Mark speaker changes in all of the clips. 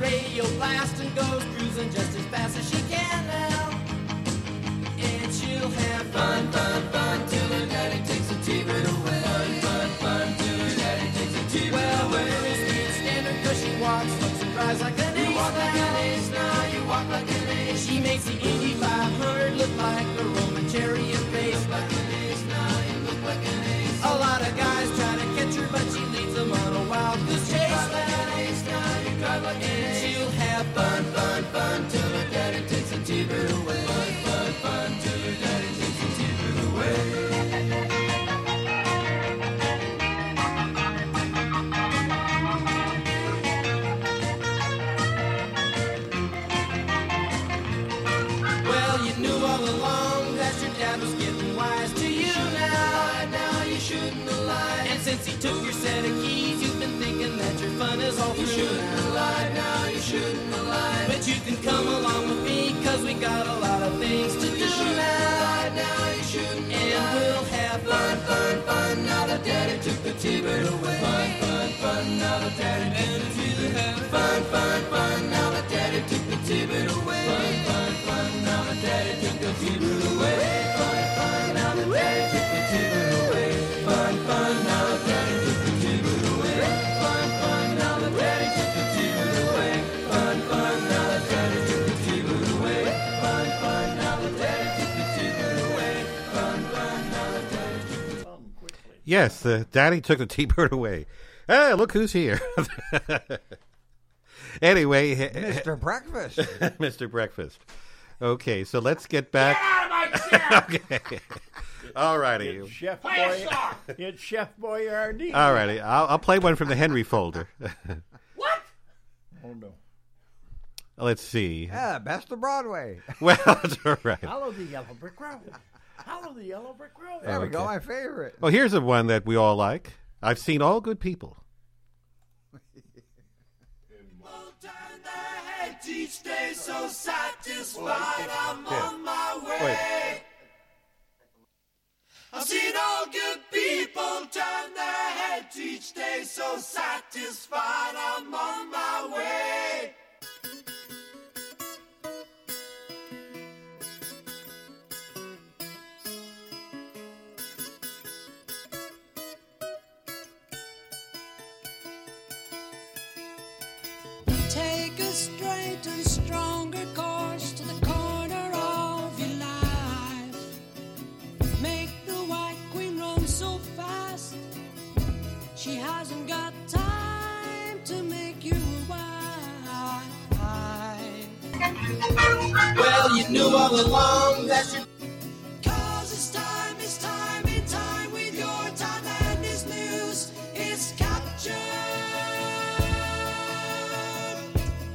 Speaker 1: radio blast and goes cruising just as fast as she can now. And she'll have fun, fun, fun till her daddy takes a T-bird away. Fun, fun, fun till her daddy takes a T-bird well, away. Well, we're speed standard 'cause she walks, looks and drives like an ace. You walk like an ace now, you walk like an ace. She makes the Indy 500 look like a Roman chariot race. Look like an ace now, you look like an ace. A lot of guys try to catch her, but she leads them on a wild goose chase. You drive like an ace now, you drive like an ace. And she'll have fun, fun, fun till her daddy takes a T-bird away. Fun, fun, fun till her daddy takes a T-bird away. Well, you knew all along that your dad was getting wise to you now. Now you shouldn't have lied. And since he took your set of keys, you've been thinking that your fun is all through. You shouldn't have lied. Now you shouldn't have lied. But you can come along with me, cause we got a lot of things to do now. Now you shouldn't And we'll have fun, fun, fun. Now that daddy took the T-bird away. Fun, fun, fun. Now that daddy took the T-bird away. Fun, fun, fun. Now that daddy took the T-bird away. Fun, fun, fun. Now that daddy took the T-bird away. Fun, fun. Now that daddy took the T-bird away. Fun, fun. Now that daddy took the T-bird away. Fun, fun. Now that daddy took the T-bird away. Fun, fun. Now that daddy took the T-bird away. Fun, fun. Now that daddy took the T-bird away. Fun, fun. Now that daddy took the
Speaker 2: Come quickly.
Speaker 3: Yes, the daddy took the T-bird away. Hey, look who's here. anyway, he-
Speaker 4: Mr. Breakfast.
Speaker 3: Mr. Breakfast. Okay, so let's get back.
Speaker 5: Out of my chair!
Speaker 3: All righty.
Speaker 2: It's Chef
Speaker 5: Play a
Speaker 2: Boy.
Speaker 5: song!
Speaker 2: It's Chef Boyardee.
Speaker 3: All righty. I'll, I'll play one from the Henry folder.
Speaker 5: What?
Speaker 2: oh no.
Speaker 3: let's see.
Speaker 4: yeah, best of Broadway.
Speaker 3: Well, that's all right.
Speaker 2: Hollow the yellow brick road. Hollow the yellow brick road.
Speaker 4: There we go,
Speaker 3: Okay.
Speaker 4: my favorite.
Speaker 3: Well, here's a one that we all like. I've seen all good people.
Speaker 1: People turn their heads each day so satisfied I'm on my way. I've seen all good people turn their heads each day so satisfied I'm on my way.
Speaker 6: Take a straight and stronger course to the corner of your life. Make the white queen run so fast, she hasn't got time to make you a wife.
Speaker 1: Well, you knew all along that your
Speaker 6: Cause it's time, it's time, it's time with your time and this news is captured.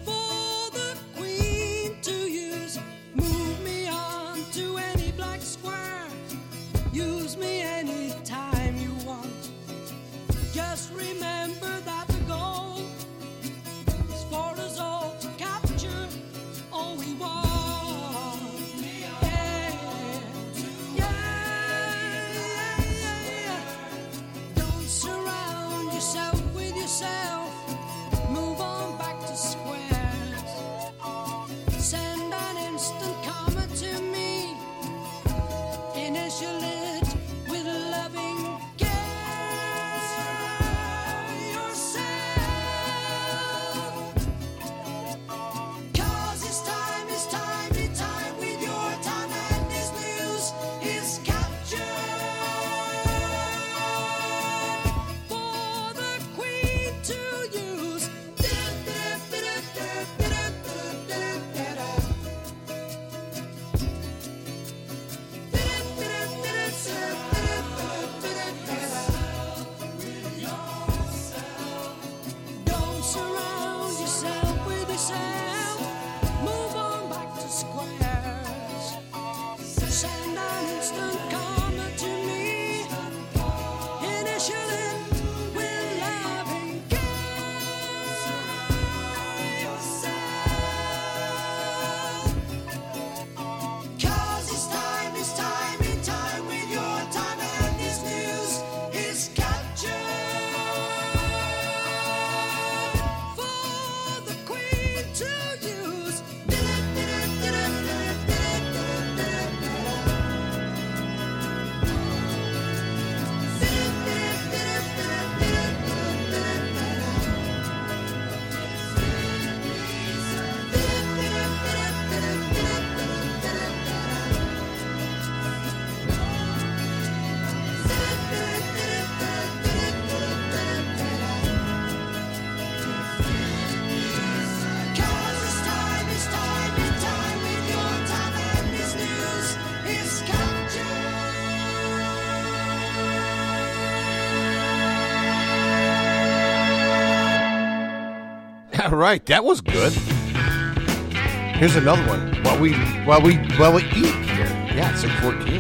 Speaker 6: For the queen to use, move me on to any black square. Use me any time you want. Just remember that the goal is for us all to capture all we want. Yeah, yeah, yeah. Don't surround yourself with yourself. Move on back to squares. Send an instant karma to me. Initial it with loving care. Yourself.
Speaker 1: Yeah, right. That was good. Here's another one. While we while we while we eat here. Yeah, it's like fourteen.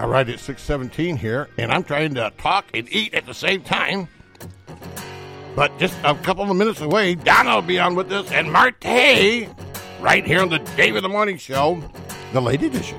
Speaker 1: All right, it's 617 here, and I'm trying to talk and eat at the same time. But just a couple of minutes away, Donna will be on with us, and Marte, right here on the Dave of the Morning Show, the late edition.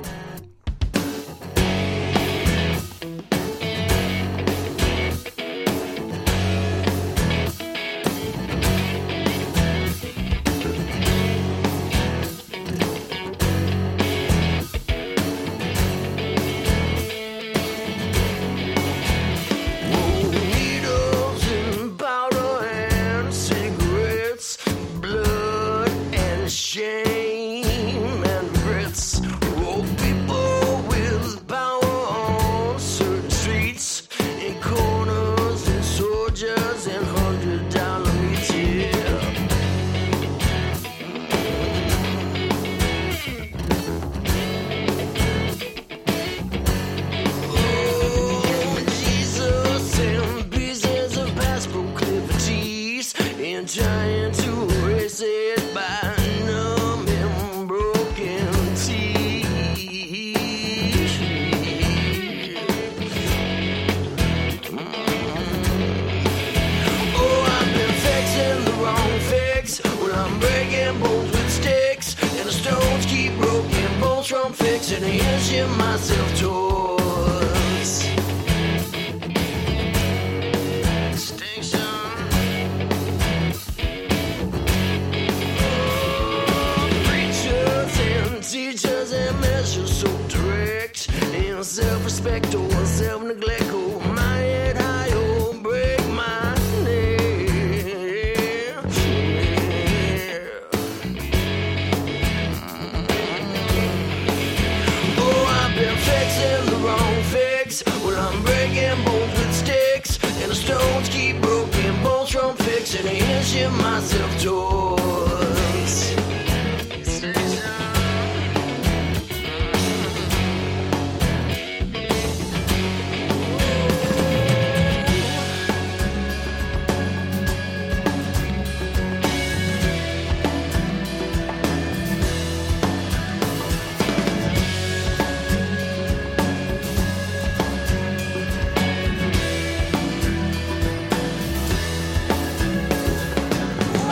Speaker 7: Needles and powder and cigarettes, blood and shame and regrets. Old people with power on certain streets, in corners and soldiers and hundred dollar meats. Yeah. Jesus and pieces of past proclivities and trying to erase it by numb and broken teeth. Oh, I've been fixing the wrong fix when I'm breaking bones with sticks and the stones keep broken bones from fixing and inching myself towards. Extinction. Preachers and teachers and measures so direct. And self respect or self neglect. Oh, my head high, oh, break my neck. Oh, here's your myself toys.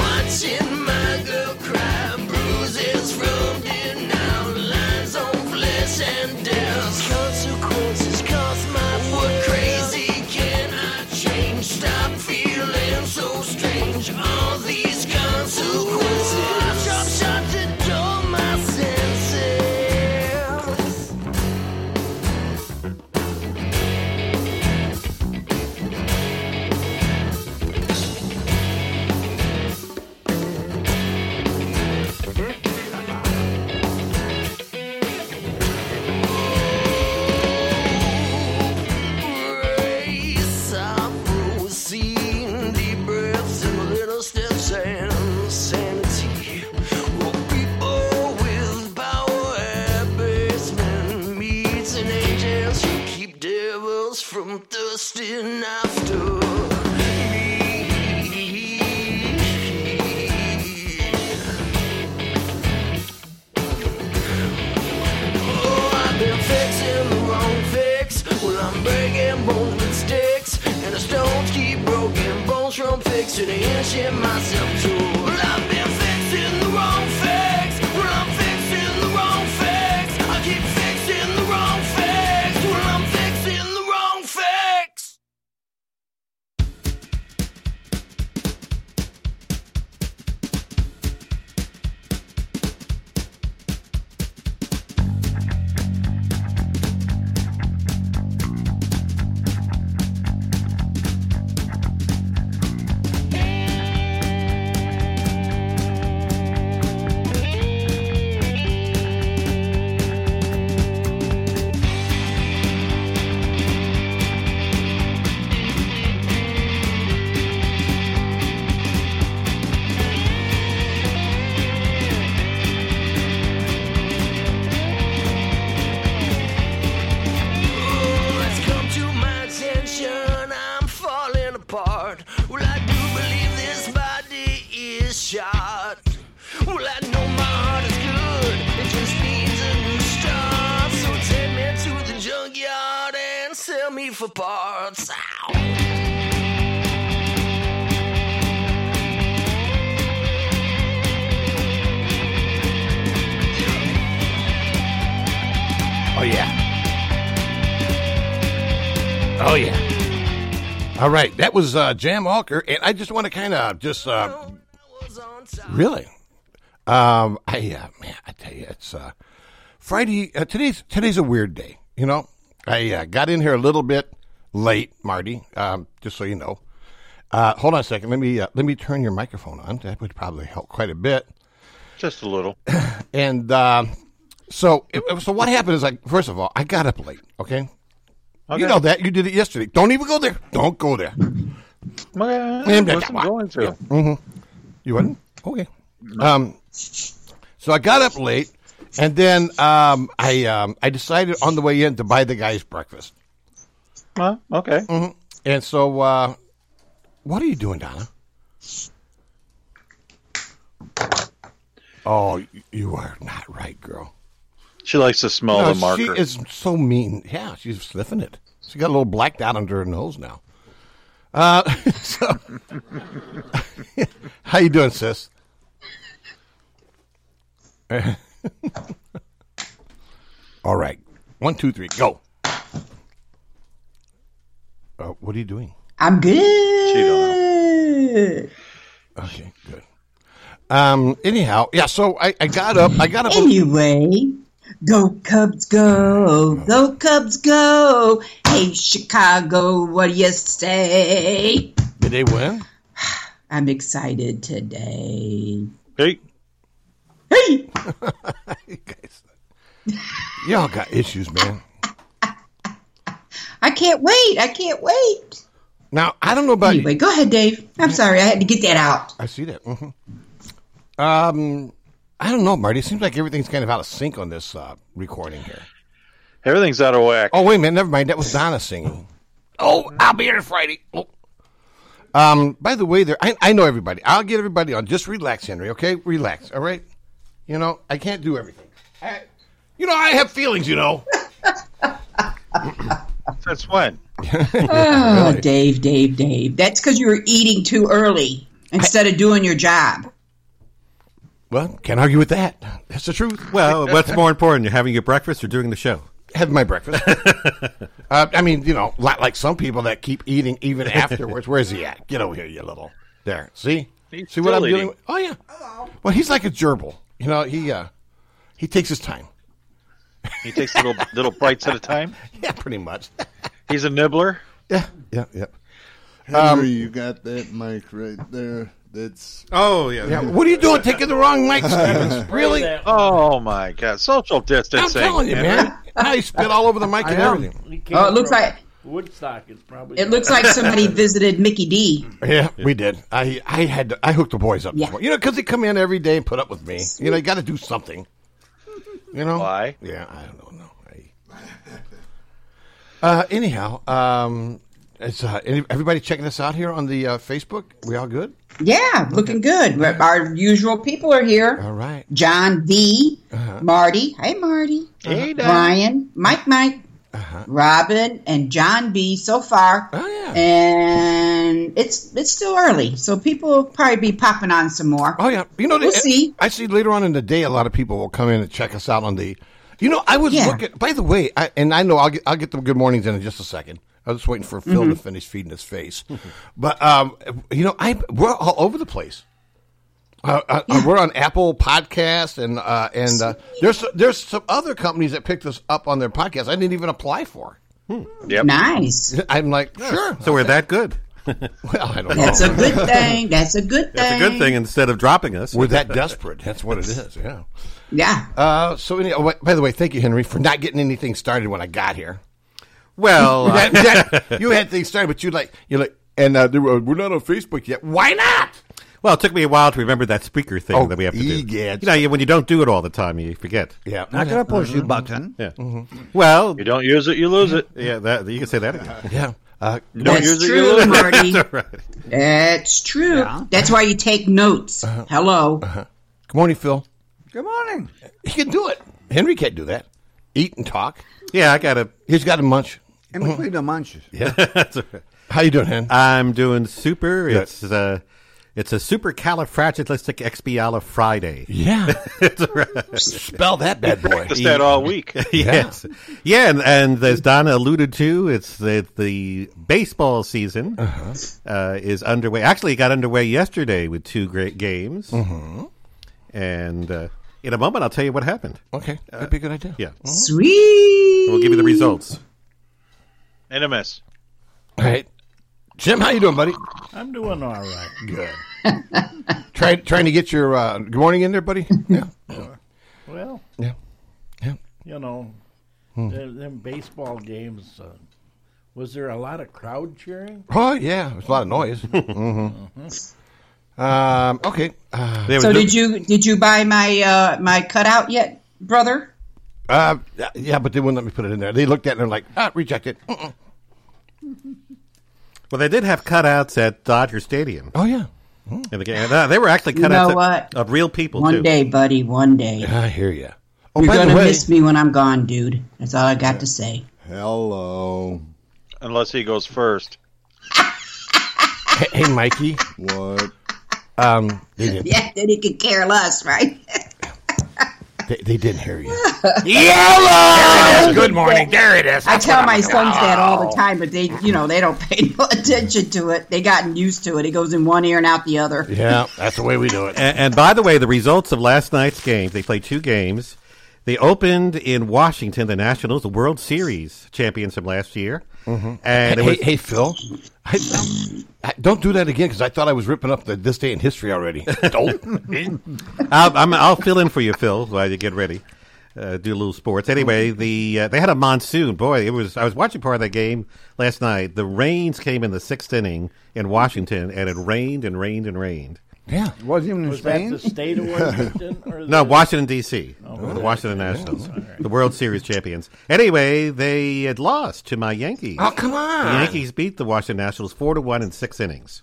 Speaker 7: Watching my girl cry, bruises from denial, lines on flesh and downs. Consequences cause my foot crazy. Can I change? Stop feeling so strange. All these consequences. I drop shots and dull my senses. Race I proceed, deep breaths and little steps and sanity. Well, people with power and basement meets and angels who keep devils from thirsting after me. Oh, I've been fixing the wrong fix. Well, I'm breaking bones with sticks, and the stones keep broken bones from fixing and inching myself too. Well, I've been fixing the wrong fix. Well, I'm fixing the wrong fix. I keep fixing the wrong fix. Well, I'm fixing the wrong fix. Oh, it's come to my attention. I'm falling apart. Well, I do believe this body is shot. Well, I know my heart is good. It just needs a new start. So take me to the junkyard and sell me for parts. Ow.
Speaker 8: Oh, yeah. Oh, yeah. All right. That was uh, Jam Walker. And I just want to kind of just. Uh,
Speaker 7: Was on top.
Speaker 8: really? Um, I, uh, man, I tell you, it's uh, Friday. Uh, today's, today's a weird day. You know, I uh, got in here a little bit late, Marty, um, just so you know. Uh, hold on a second. Let me uh, let me turn your microphone on. That would probably help quite a bit.
Speaker 9: Just a little.
Speaker 8: And uh, so, so what happened is, like, first of all, I got up late. Okay?
Speaker 9: Okay.
Speaker 8: you know that you did it yesterday. Don't even go there. Don't go there.
Speaker 9: Okay, what's I'm going to?
Speaker 8: You wouldn't? Okay. Um, so I got up late, and then um, I um, I decided on the way in to buy the guys breakfast.
Speaker 9: Huh? Okay.
Speaker 8: Mm-hmm. And so, uh, what are you doing, Donna? Oh, y- you are not right, girl.
Speaker 9: She likes to smell
Speaker 8: No,
Speaker 9: the marker.
Speaker 8: She is so mean. Yeah, she's sniffing it. She got a little black dot under her nose now. Uh, so, how you doing, sis? All right, one, two, three, go. Uh, what are you doing?
Speaker 10: I'm
Speaker 9: She don't know.
Speaker 10: good.
Speaker 8: Okay, good. Um, anyhow, yeah. So I, I got up. I got up.
Speaker 10: Anyway, go Cubs go, go Cubs go. Hey Chicago, what do you say?
Speaker 8: Did they win?
Speaker 10: I'm excited today.
Speaker 9: Hey,
Speaker 10: Hey,
Speaker 8: You guys, y'all got issues, man.
Speaker 10: I can't wait. I can't wait.
Speaker 8: Now I don't know about you.
Speaker 10: Anyway, go ahead, Dave. I'm sorry, I had to get that out.
Speaker 8: I see that. hmm Um, I don't know, Marty. It seems like everything's kind of out of sync on this uh, recording here.
Speaker 9: Everything's out of whack.
Speaker 8: Oh wait a minute, never mind. That was Donna singing. Oh, I'll be here Friday. Oh. Um, by the way, there I, I know everybody. I'll get everybody on. Just relax, Henry. Okay, relax. All right. You know I can't do everything. I, you know I have feelings. You know.
Speaker 9: Since when?
Speaker 10: Oh, Dave, Dave, Dave. That's because you were eating too early instead of doing your job.
Speaker 8: Well, can't argue with that. That's the truth. Well,
Speaker 3: Well, Oh, what's more important, you're having your breakfast or doing the show?
Speaker 8: have my breakfast. uh, I mean, you know, lot like some people that keep eating even afterwards. Where's he at? Get over here, you little. There, see,
Speaker 9: He's
Speaker 8: see what I'm
Speaker 9: still
Speaker 8: dealing
Speaker 9: eating.
Speaker 8: with. Oh yeah. Well, he's like a gerbil. You know, he uh, he takes his time.
Speaker 9: He takes little little bites at a time.
Speaker 8: Yeah, pretty much.
Speaker 9: He's a nibbler.
Speaker 8: yeah, yeah, yeah. Um,
Speaker 11: Henry, you got that mic right there. That's
Speaker 3: Oh, yeah.
Speaker 8: Yeah, What are you doing, taking the wrong mic, Stevens? Really? I'm
Speaker 9: Oh my god! Social distancing.
Speaker 8: telling you, man. Now he spit all over the mic
Speaker 12: I
Speaker 8: and
Speaker 12: am.
Speaker 8: everything.
Speaker 12: He came
Speaker 10: Oh, it looks
Speaker 12: from
Speaker 10: like
Speaker 12: Woodstock is probably.
Speaker 10: it looks like somebody visited Mickey D.
Speaker 8: Yeah, we did. I I had to, I hooked the boys up.
Speaker 10: Yeah.
Speaker 8: This morning. You know, because they come in every day and put up with me. You know, you got to do something. You know
Speaker 9: Why?
Speaker 8: Yeah, I don't know. I... Uh, anyhow, um, it's uh, any, everybody checking us out here on the uh, Facebook. We all good?
Speaker 10: Yeah, looking good. Our usual people are here.
Speaker 8: All right. Uh-huh.
Speaker 10: John V, Marty. Hey, Marty.
Speaker 9: Hey, Doc.
Speaker 10: Brian, Mike, Mike, Robin, and John B. So far,
Speaker 8: Uh-huh. Oh, yeah.
Speaker 10: and it's it's still early, so people will probably be popping on some more.
Speaker 8: Oh yeah, you know
Speaker 10: We'll
Speaker 8: the-
Speaker 10: see.
Speaker 8: I see later on in the day, a lot of people will come in and check us out on the. You know, I was
Speaker 10: Yeah.
Speaker 8: looking. By the way, I, and I know I'll get I'll get the good mornings in just a second. I was just waiting for Phil
Speaker 10: Mm-hmm.
Speaker 8: to finish feeding his face, but um, you know, I we're all over the place. Uh, uh, uh, We're on Apple Podcasts and uh, and uh, there's there's some other companies that picked us up on their podcast. I didn't even apply for.
Speaker 9: Yep.
Speaker 10: Nice.
Speaker 8: I'm like, sure.
Speaker 3: So we're that good.
Speaker 8: Well, I don't know.
Speaker 10: That's a good thing. That's a good thing.
Speaker 3: That's a good thing instead of dropping us.
Speaker 8: we're that desperate. That's what it is. Yeah.
Speaker 10: Yeah.
Speaker 8: Uh, so, any, oh, by the way, thank you, Henry, for not getting anything started when I got here.
Speaker 3: well, uh,
Speaker 8: That- that- you had things started, but you like you're like, and uh, they were, we're not on Facebook yet. Why not?
Speaker 3: well, it took me a while to remember that speaker thing
Speaker 8: Oh,
Speaker 3: that we have to do.
Speaker 8: egads.
Speaker 3: You know, you- when you don't do it all the time, you forget.
Speaker 8: Yeah, Uh-huh.
Speaker 4: I can push
Speaker 8: Mm-hmm.
Speaker 4: you button.
Speaker 3: Yeah. Well,
Speaker 9: You don't use it, you lose it.
Speaker 3: yeah, that, you can say that again.
Speaker 8: yeah. Uh,
Speaker 10: That's
Speaker 9: use it, you
Speaker 10: true,
Speaker 9: lose it.
Speaker 10: Marty.
Speaker 3: right.
Speaker 10: That's true. That's why you take notes. Hello.
Speaker 8: Uh-huh. good morning, Phil.
Speaker 4: Good morning.
Speaker 8: He can do it. Henry can't do that. Eat and talk.
Speaker 3: Yeah, I got to.
Speaker 8: He's got a munch.
Speaker 4: In between the munches.
Speaker 8: How you doing, Hen?
Speaker 3: I'm doing super.
Speaker 8: Yeah.
Speaker 3: It's uh, it's a super califragilisticexpiala Friday.
Speaker 8: yeah. Spell that bad boy.
Speaker 9: Practiced that all week.
Speaker 3: yes. Yeah, and, and as Donna alluded to, it's the the baseball season
Speaker 8: Uh-huh.
Speaker 3: uh is underway. Actually, it got underway yesterday with two great games. Mm-hmm. And uh, in a moment, I'll tell you what happened. Uh,
Speaker 8: Okay, that'd be a good idea.
Speaker 3: Yeah,
Speaker 10: Sweet.
Speaker 3: we'll give you the results.
Speaker 9: And a miss.
Speaker 8: All right, Jim, how you doing, buddy?
Speaker 12: I'm doing all right.
Speaker 8: Good. trying trying to get your uh, good morning in there, buddy. Yeah.
Speaker 12: Well,
Speaker 8: Yeah. Yeah.
Speaker 12: you know,
Speaker 3: Hmm.
Speaker 12: them, them baseball games. Uh, was there a lot of crowd cheering?
Speaker 8: Oh yeah, there's a lot of noise. hmm Um, okay. Uh,
Speaker 3: They
Speaker 10: So
Speaker 3: were-
Speaker 10: did you did you buy my uh my cutout yet, brother?
Speaker 8: uh, yeah, but they wouldn't let me put it in there. They looked at it and they're like, ah, reject it. Mm-mm.
Speaker 3: Well, they did have cutouts at Dodger Stadium.
Speaker 8: Oh yeah,
Speaker 3: In the game. And, uh, they were actually cutouts
Speaker 10: You know
Speaker 3: of-
Speaker 10: what?
Speaker 3: of real people
Speaker 10: One
Speaker 3: too.
Speaker 10: day, buddy. One day.
Speaker 8: I hear you. Oh,
Speaker 10: You're
Speaker 8: by
Speaker 10: gonna
Speaker 8: the way,
Speaker 10: miss me when I'm gone, dude. That's all I got to say.
Speaker 11: Hello.
Speaker 9: Unless he goes first.
Speaker 8: hey, hey, Mikey.
Speaker 11: What?
Speaker 8: Um, they didn't.
Speaker 10: Yeah, then he could care less, right?
Speaker 8: They, they didn't hear you. Yellow. Good morning. There it is.
Speaker 10: I tell my sons that all the time, but they, you know, they don't pay no attention to it. They gotten used to it. It goes in one ear and out the other.
Speaker 8: Yeah, that's the way we do it.
Speaker 3: And, and by the way, the results of last night's games, they played two games. They opened in Washington, the Nationals, the World Series champions from last year. Mm-hmm. And it
Speaker 8: Hey,
Speaker 3: was,
Speaker 8: hey, Phil. I, I- don't do that again because I thought I was ripping up the this day in history already. Don't.
Speaker 3: I'll, I'm, I'll fill in for you, Phil, while you get ready. uh, do a little sports. Anyway, the uh, they had a monsoon. Boy, it was. I was watching part of that game last night. The rains came in the sixth inning in Washington, and it rained and rained and rained.
Speaker 4: Yeah, wasn't even in
Speaker 12: Was
Speaker 4: Spain.
Speaker 12: that the state of Washington? or
Speaker 3: No,
Speaker 12: the-
Speaker 3: Washington D.C.
Speaker 12: Oh,
Speaker 3: the
Speaker 12: okay.
Speaker 3: Washington
Speaker 12: Yeah.
Speaker 3: Nationals,
Speaker 8: Oh,
Speaker 12: All right.
Speaker 3: the World Series champions. Anyway, they had lost to my Yankees.
Speaker 8: Oh, come
Speaker 3: The
Speaker 8: on.
Speaker 3: Yankees beat the Washington Nationals four to one in six innings.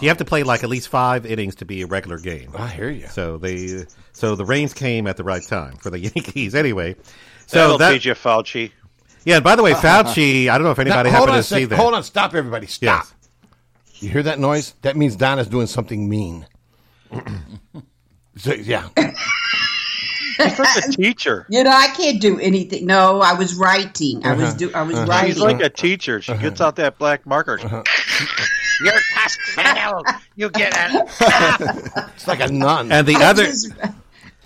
Speaker 3: You have to play like at least five innings to be a regular game. I
Speaker 8: hear you.
Speaker 3: So they, so the rains came at the right time for the Yankees. Anyway, so
Speaker 9: That'll
Speaker 3: that
Speaker 9: teach you, Fauci.
Speaker 3: yeah. And by the way, Fauci. I don't know if anybody
Speaker 8: Now, hold
Speaker 3: happened
Speaker 8: on
Speaker 3: to
Speaker 8: a sec-
Speaker 3: see that.
Speaker 8: Hold on, stop everybody, stop.
Speaker 3: Yes.
Speaker 8: You hear that noise? That means Don is doing something mean. so, yeah,
Speaker 9: He's like a teacher.
Speaker 10: You know, I can't do anything. No, I was writing. I
Speaker 8: Uh-huh.
Speaker 10: was do. I was writing.
Speaker 9: She's like a teacher. She gets out that black marker.
Speaker 8: Uh-huh.
Speaker 9: Your test failed. You get it.
Speaker 8: it's like a nun.
Speaker 3: And the
Speaker 10: I
Speaker 3: other,
Speaker 10: just-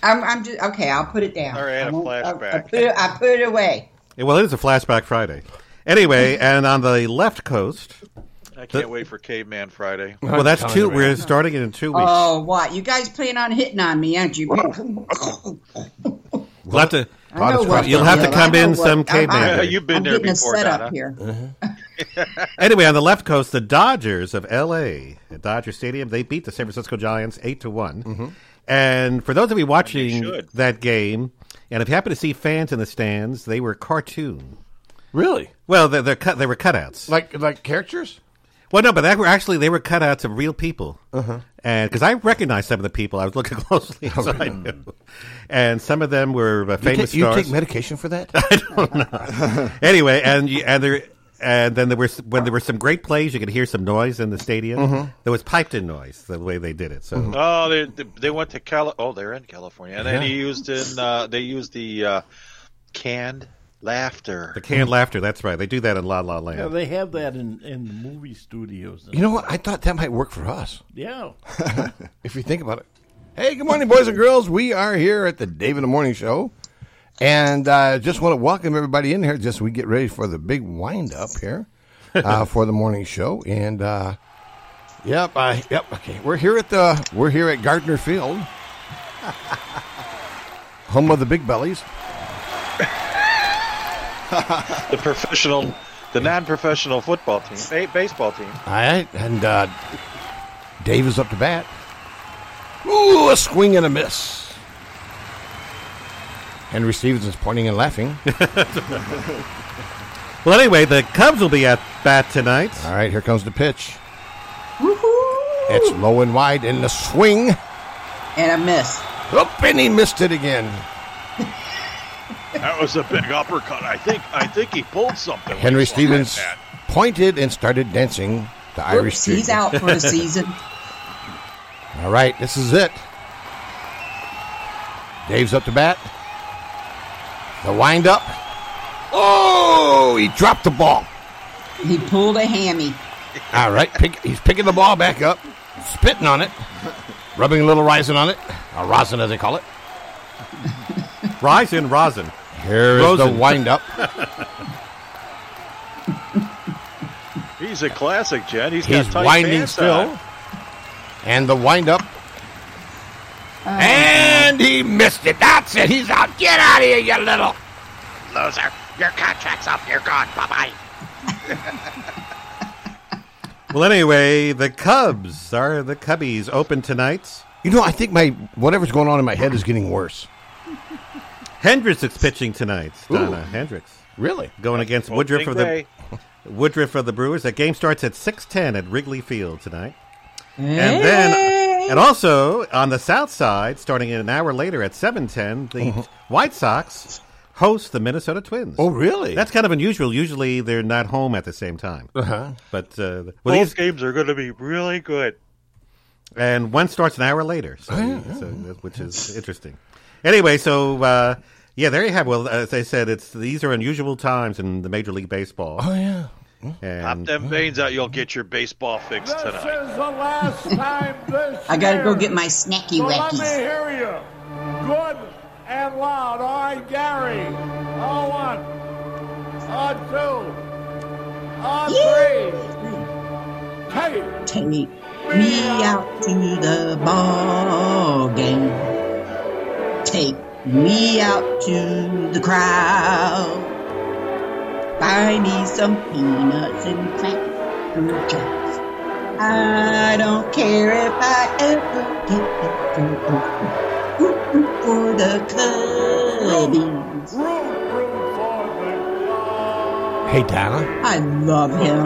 Speaker 10: I'm, I'm just okay. I'll put it down.
Speaker 9: All right, I had a
Speaker 10: I won't- I- I,
Speaker 9: flashback.
Speaker 10: put it, I put it away.
Speaker 3: well, it is a flashback Friday. Anyway, and on the left coast,
Speaker 9: I can't wait for Caveman Friday.
Speaker 8: Oh,
Speaker 3: well, that's
Speaker 8: telling
Speaker 3: two.
Speaker 8: you, man.
Speaker 3: We're starting it in two weeks.
Speaker 10: Oh, what you guys plan on hitting on me, aren't you?
Speaker 3: We'll have to.
Speaker 10: I know what
Speaker 3: You'll have to
Speaker 10: I
Speaker 3: come
Speaker 10: know
Speaker 3: in
Speaker 10: what-
Speaker 3: some
Speaker 10: I'm-
Speaker 3: caveman.
Speaker 10: I'm-
Speaker 3: day.
Speaker 9: You've been
Speaker 10: I'm
Speaker 9: there
Speaker 10: getting
Speaker 9: before,
Speaker 10: a setup
Speaker 9: Donna.
Speaker 10: here.
Speaker 8: Uh-huh.
Speaker 3: Uh-huh. Anyway, on the left coast, the Dodgers of L.A. at Dodger Stadium, they beat the San Francisco Giants eight to one.
Speaker 8: Mm-hmm.
Speaker 3: And for those of you watching
Speaker 9: should.
Speaker 3: that game, and if you happen to see fans in the stands, they were cartoon.
Speaker 8: really?
Speaker 3: Well, they're, they're cut. They were cutouts.
Speaker 8: Like like characters? Uh-huh.
Speaker 3: Well, no, but they were actually they were cutouts of real people. And because I recognized some of the people, I was looking closely, so I knew. And some of them were uh,
Speaker 8: Oh, You,
Speaker 3: famous
Speaker 8: ta- you
Speaker 3: stars.
Speaker 8: take medication for that?
Speaker 3: anyway, and you, and there and then there were when there were some great plays, you could hear some noise in the stadium.
Speaker 8: Mm-hmm.
Speaker 3: There was piped in noise the way they did it. So
Speaker 9: Oh, they they- they went to Cali. Oh, they're in California, and then he used in uh, they used the uh, canned laughter.
Speaker 3: the canned laughter, that's right. They do that in La La Land.
Speaker 12: Yeah, they have that in, in the movie studios.
Speaker 8: you know what? I thought that might work for us
Speaker 12: yeah.
Speaker 8: if you think about it. Hey, good morning, boys and girls. We are here at the Dave in the Morning Show, and uh, just want to welcome everybody in here. Just so we get ready for the big wind up here uh, for the morning show, and uh, yep, I yep. Okay, we're here at the we're here at Gardner Field, home of the Big Bellies.
Speaker 9: The professional, the non-professional football team, ba- baseball team.
Speaker 8: All right, and uh, Dave is up to bat. Ooh, a swing and a miss. Henry Stevens is pointing and laughing.
Speaker 3: Well, anyway, the Cubs will be at bat tonight.
Speaker 8: All right, here comes the pitch. It's low and wide, and the swing.
Speaker 10: And I missed.
Speaker 8: Up, and he missed it again.
Speaker 9: That was a big uppercut. I think I think he pulled something.
Speaker 8: Henry Stevens pointed and started dancing the Irish
Speaker 10: Whoops, he's
Speaker 8: jig.
Speaker 10: out for the season.
Speaker 8: All right, this is it. Dave's up to bat. The wind up. Oh, he dropped the ball.
Speaker 10: He pulled a hammy.
Speaker 8: All right, pick, he's picking the ball back up, spitting on it, rubbing a little rosin on it, a rosin as they call it.
Speaker 3: Rise in rosin.
Speaker 8: Here is
Speaker 3: Rosin.
Speaker 8: the wind up.
Speaker 9: He's a classic, Jen. He's,
Speaker 8: He's
Speaker 9: got tight
Speaker 8: winding
Speaker 9: pants
Speaker 8: still,
Speaker 9: on.
Speaker 8: and the wind up.
Speaker 10: Oh.
Speaker 8: and he missed it. That's it. He's out. Get out of here, you little loser. Your contract's up. You're gone. Bye bye.
Speaker 3: Well, anyway, the Cubs are the Cubbies open tonight.
Speaker 8: You know, I think my whatever's going on in my head is getting worse.
Speaker 3: Hendricks is pitching tonight. Donna Hendricks
Speaker 8: Really?
Speaker 3: going against
Speaker 9: Well,
Speaker 3: Woodruff
Speaker 9: big
Speaker 3: of the
Speaker 9: way.
Speaker 3: Woodruff of the Brewers. That game starts at six ten at Wrigley Field tonight. And then, and also on the south side, starting an hour later at seven ten, the White Sox host the Minnesota Twins.
Speaker 8: Uh-huh. Oh, really?
Speaker 3: That's kind of unusual. Usually they're not home at the same time. Uh-huh. But uh, well,
Speaker 9: Both
Speaker 3: these,
Speaker 9: games are going to be really good.
Speaker 3: and one starts an hour later, so,
Speaker 8: Oh,
Speaker 3: so that- which is interesting. Anyway, so uh, yeah, there you have. Well, as I said, it's these are unusual times in the Major League Baseball.
Speaker 8: Oh yeah.
Speaker 9: Pop
Speaker 3: And
Speaker 9: them veins out. You'll get your baseball fix tonight.
Speaker 12: the last time this
Speaker 10: I gotta go get my snacky wackies.
Speaker 12: hear you. Good and loud. All right, Gary. A one. A two. A three. Hey.
Speaker 10: Take me out to the ball game. Take me out to the crowd. Buy me some peanuts and cracker jacks. I don't care if I ever get that food. Ooh, ooh, for the Cubbies.
Speaker 8: Hey, Donna,
Speaker 10: I love him.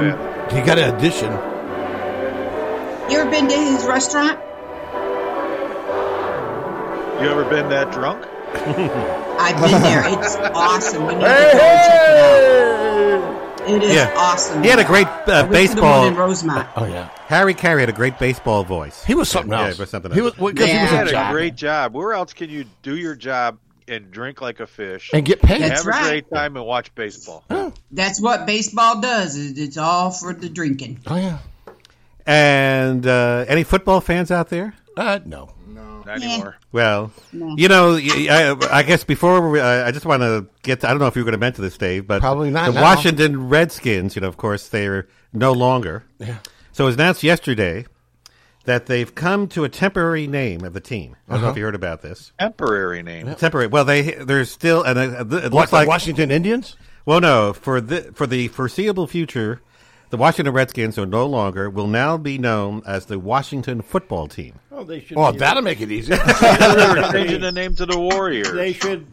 Speaker 8: you got an addition.
Speaker 10: You ever been to his restaurant?
Speaker 9: You ever been that drunk?
Speaker 10: I've been there. It's awesome. You need to go and check it out. It is
Speaker 3: Yeah.
Speaker 10: awesome.
Speaker 3: He had a great
Speaker 10: I
Speaker 3: uh,
Speaker 10: went to the one
Speaker 3: baseball.
Speaker 10: in Rosemont.
Speaker 8: Oh yeah,
Speaker 3: Harry Carey had a great baseball voice.
Speaker 8: he was something
Speaker 3: Yeah,
Speaker 8: else.
Speaker 3: but something
Speaker 8: He was
Speaker 3: else.
Speaker 8: because
Speaker 10: Yeah.
Speaker 8: he
Speaker 9: You
Speaker 8: was
Speaker 9: had
Speaker 8: a
Speaker 9: a
Speaker 8: job
Speaker 9: great job. Where else can you do your job and drink like a fish?
Speaker 8: and get paid.
Speaker 10: That's
Speaker 9: have
Speaker 10: right.
Speaker 9: a great time and watch baseball.
Speaker 10: That's what baseball does. Is it's all for the drinking.
Speaker 8: Oh yeah,
Speaker 3: And uh, any football fans out there?
Speaker 8: uh, no.
Speaker 9: Not anymore.
Speaker 3: Well, you know, y- I, I guess before we, I, I just want to get. To, I don't know if you were going to mention this, Dave, but
Speaker 8: Probably not
Speaker 3: The
Speaker 8: now.
Speaker 3: Washington Redskins, you know, of course, they're no longer. Yeah. So it was announced yesterday that they've come to a temporary name of the team. I don't
Speaker 8: Uh-huh.
Speaker 3: know if you heard about this.
Speaker 9: Temporary name.
Speaker 3: Temporary. Well, they there's still and uh, th- it
Speaker 8: What
Speaker 3: looks
Speaker 8: the
Speaker 3: like
Speaker 8: Washington Indians?
Speaker 3: Well, no, for the for the foreseeable future, the Washington Redskins are no longer will now be known as the Washington Football Team.
Speaker 13: Oh, they should.
Speaker 8: Oh,
Speaker 13: be,
Speaker 8: that'll make it easy.
Speaker 9: They're changing the name to the
Speaker 13: They
Speaker 9: Warriors.
Speaker 13: should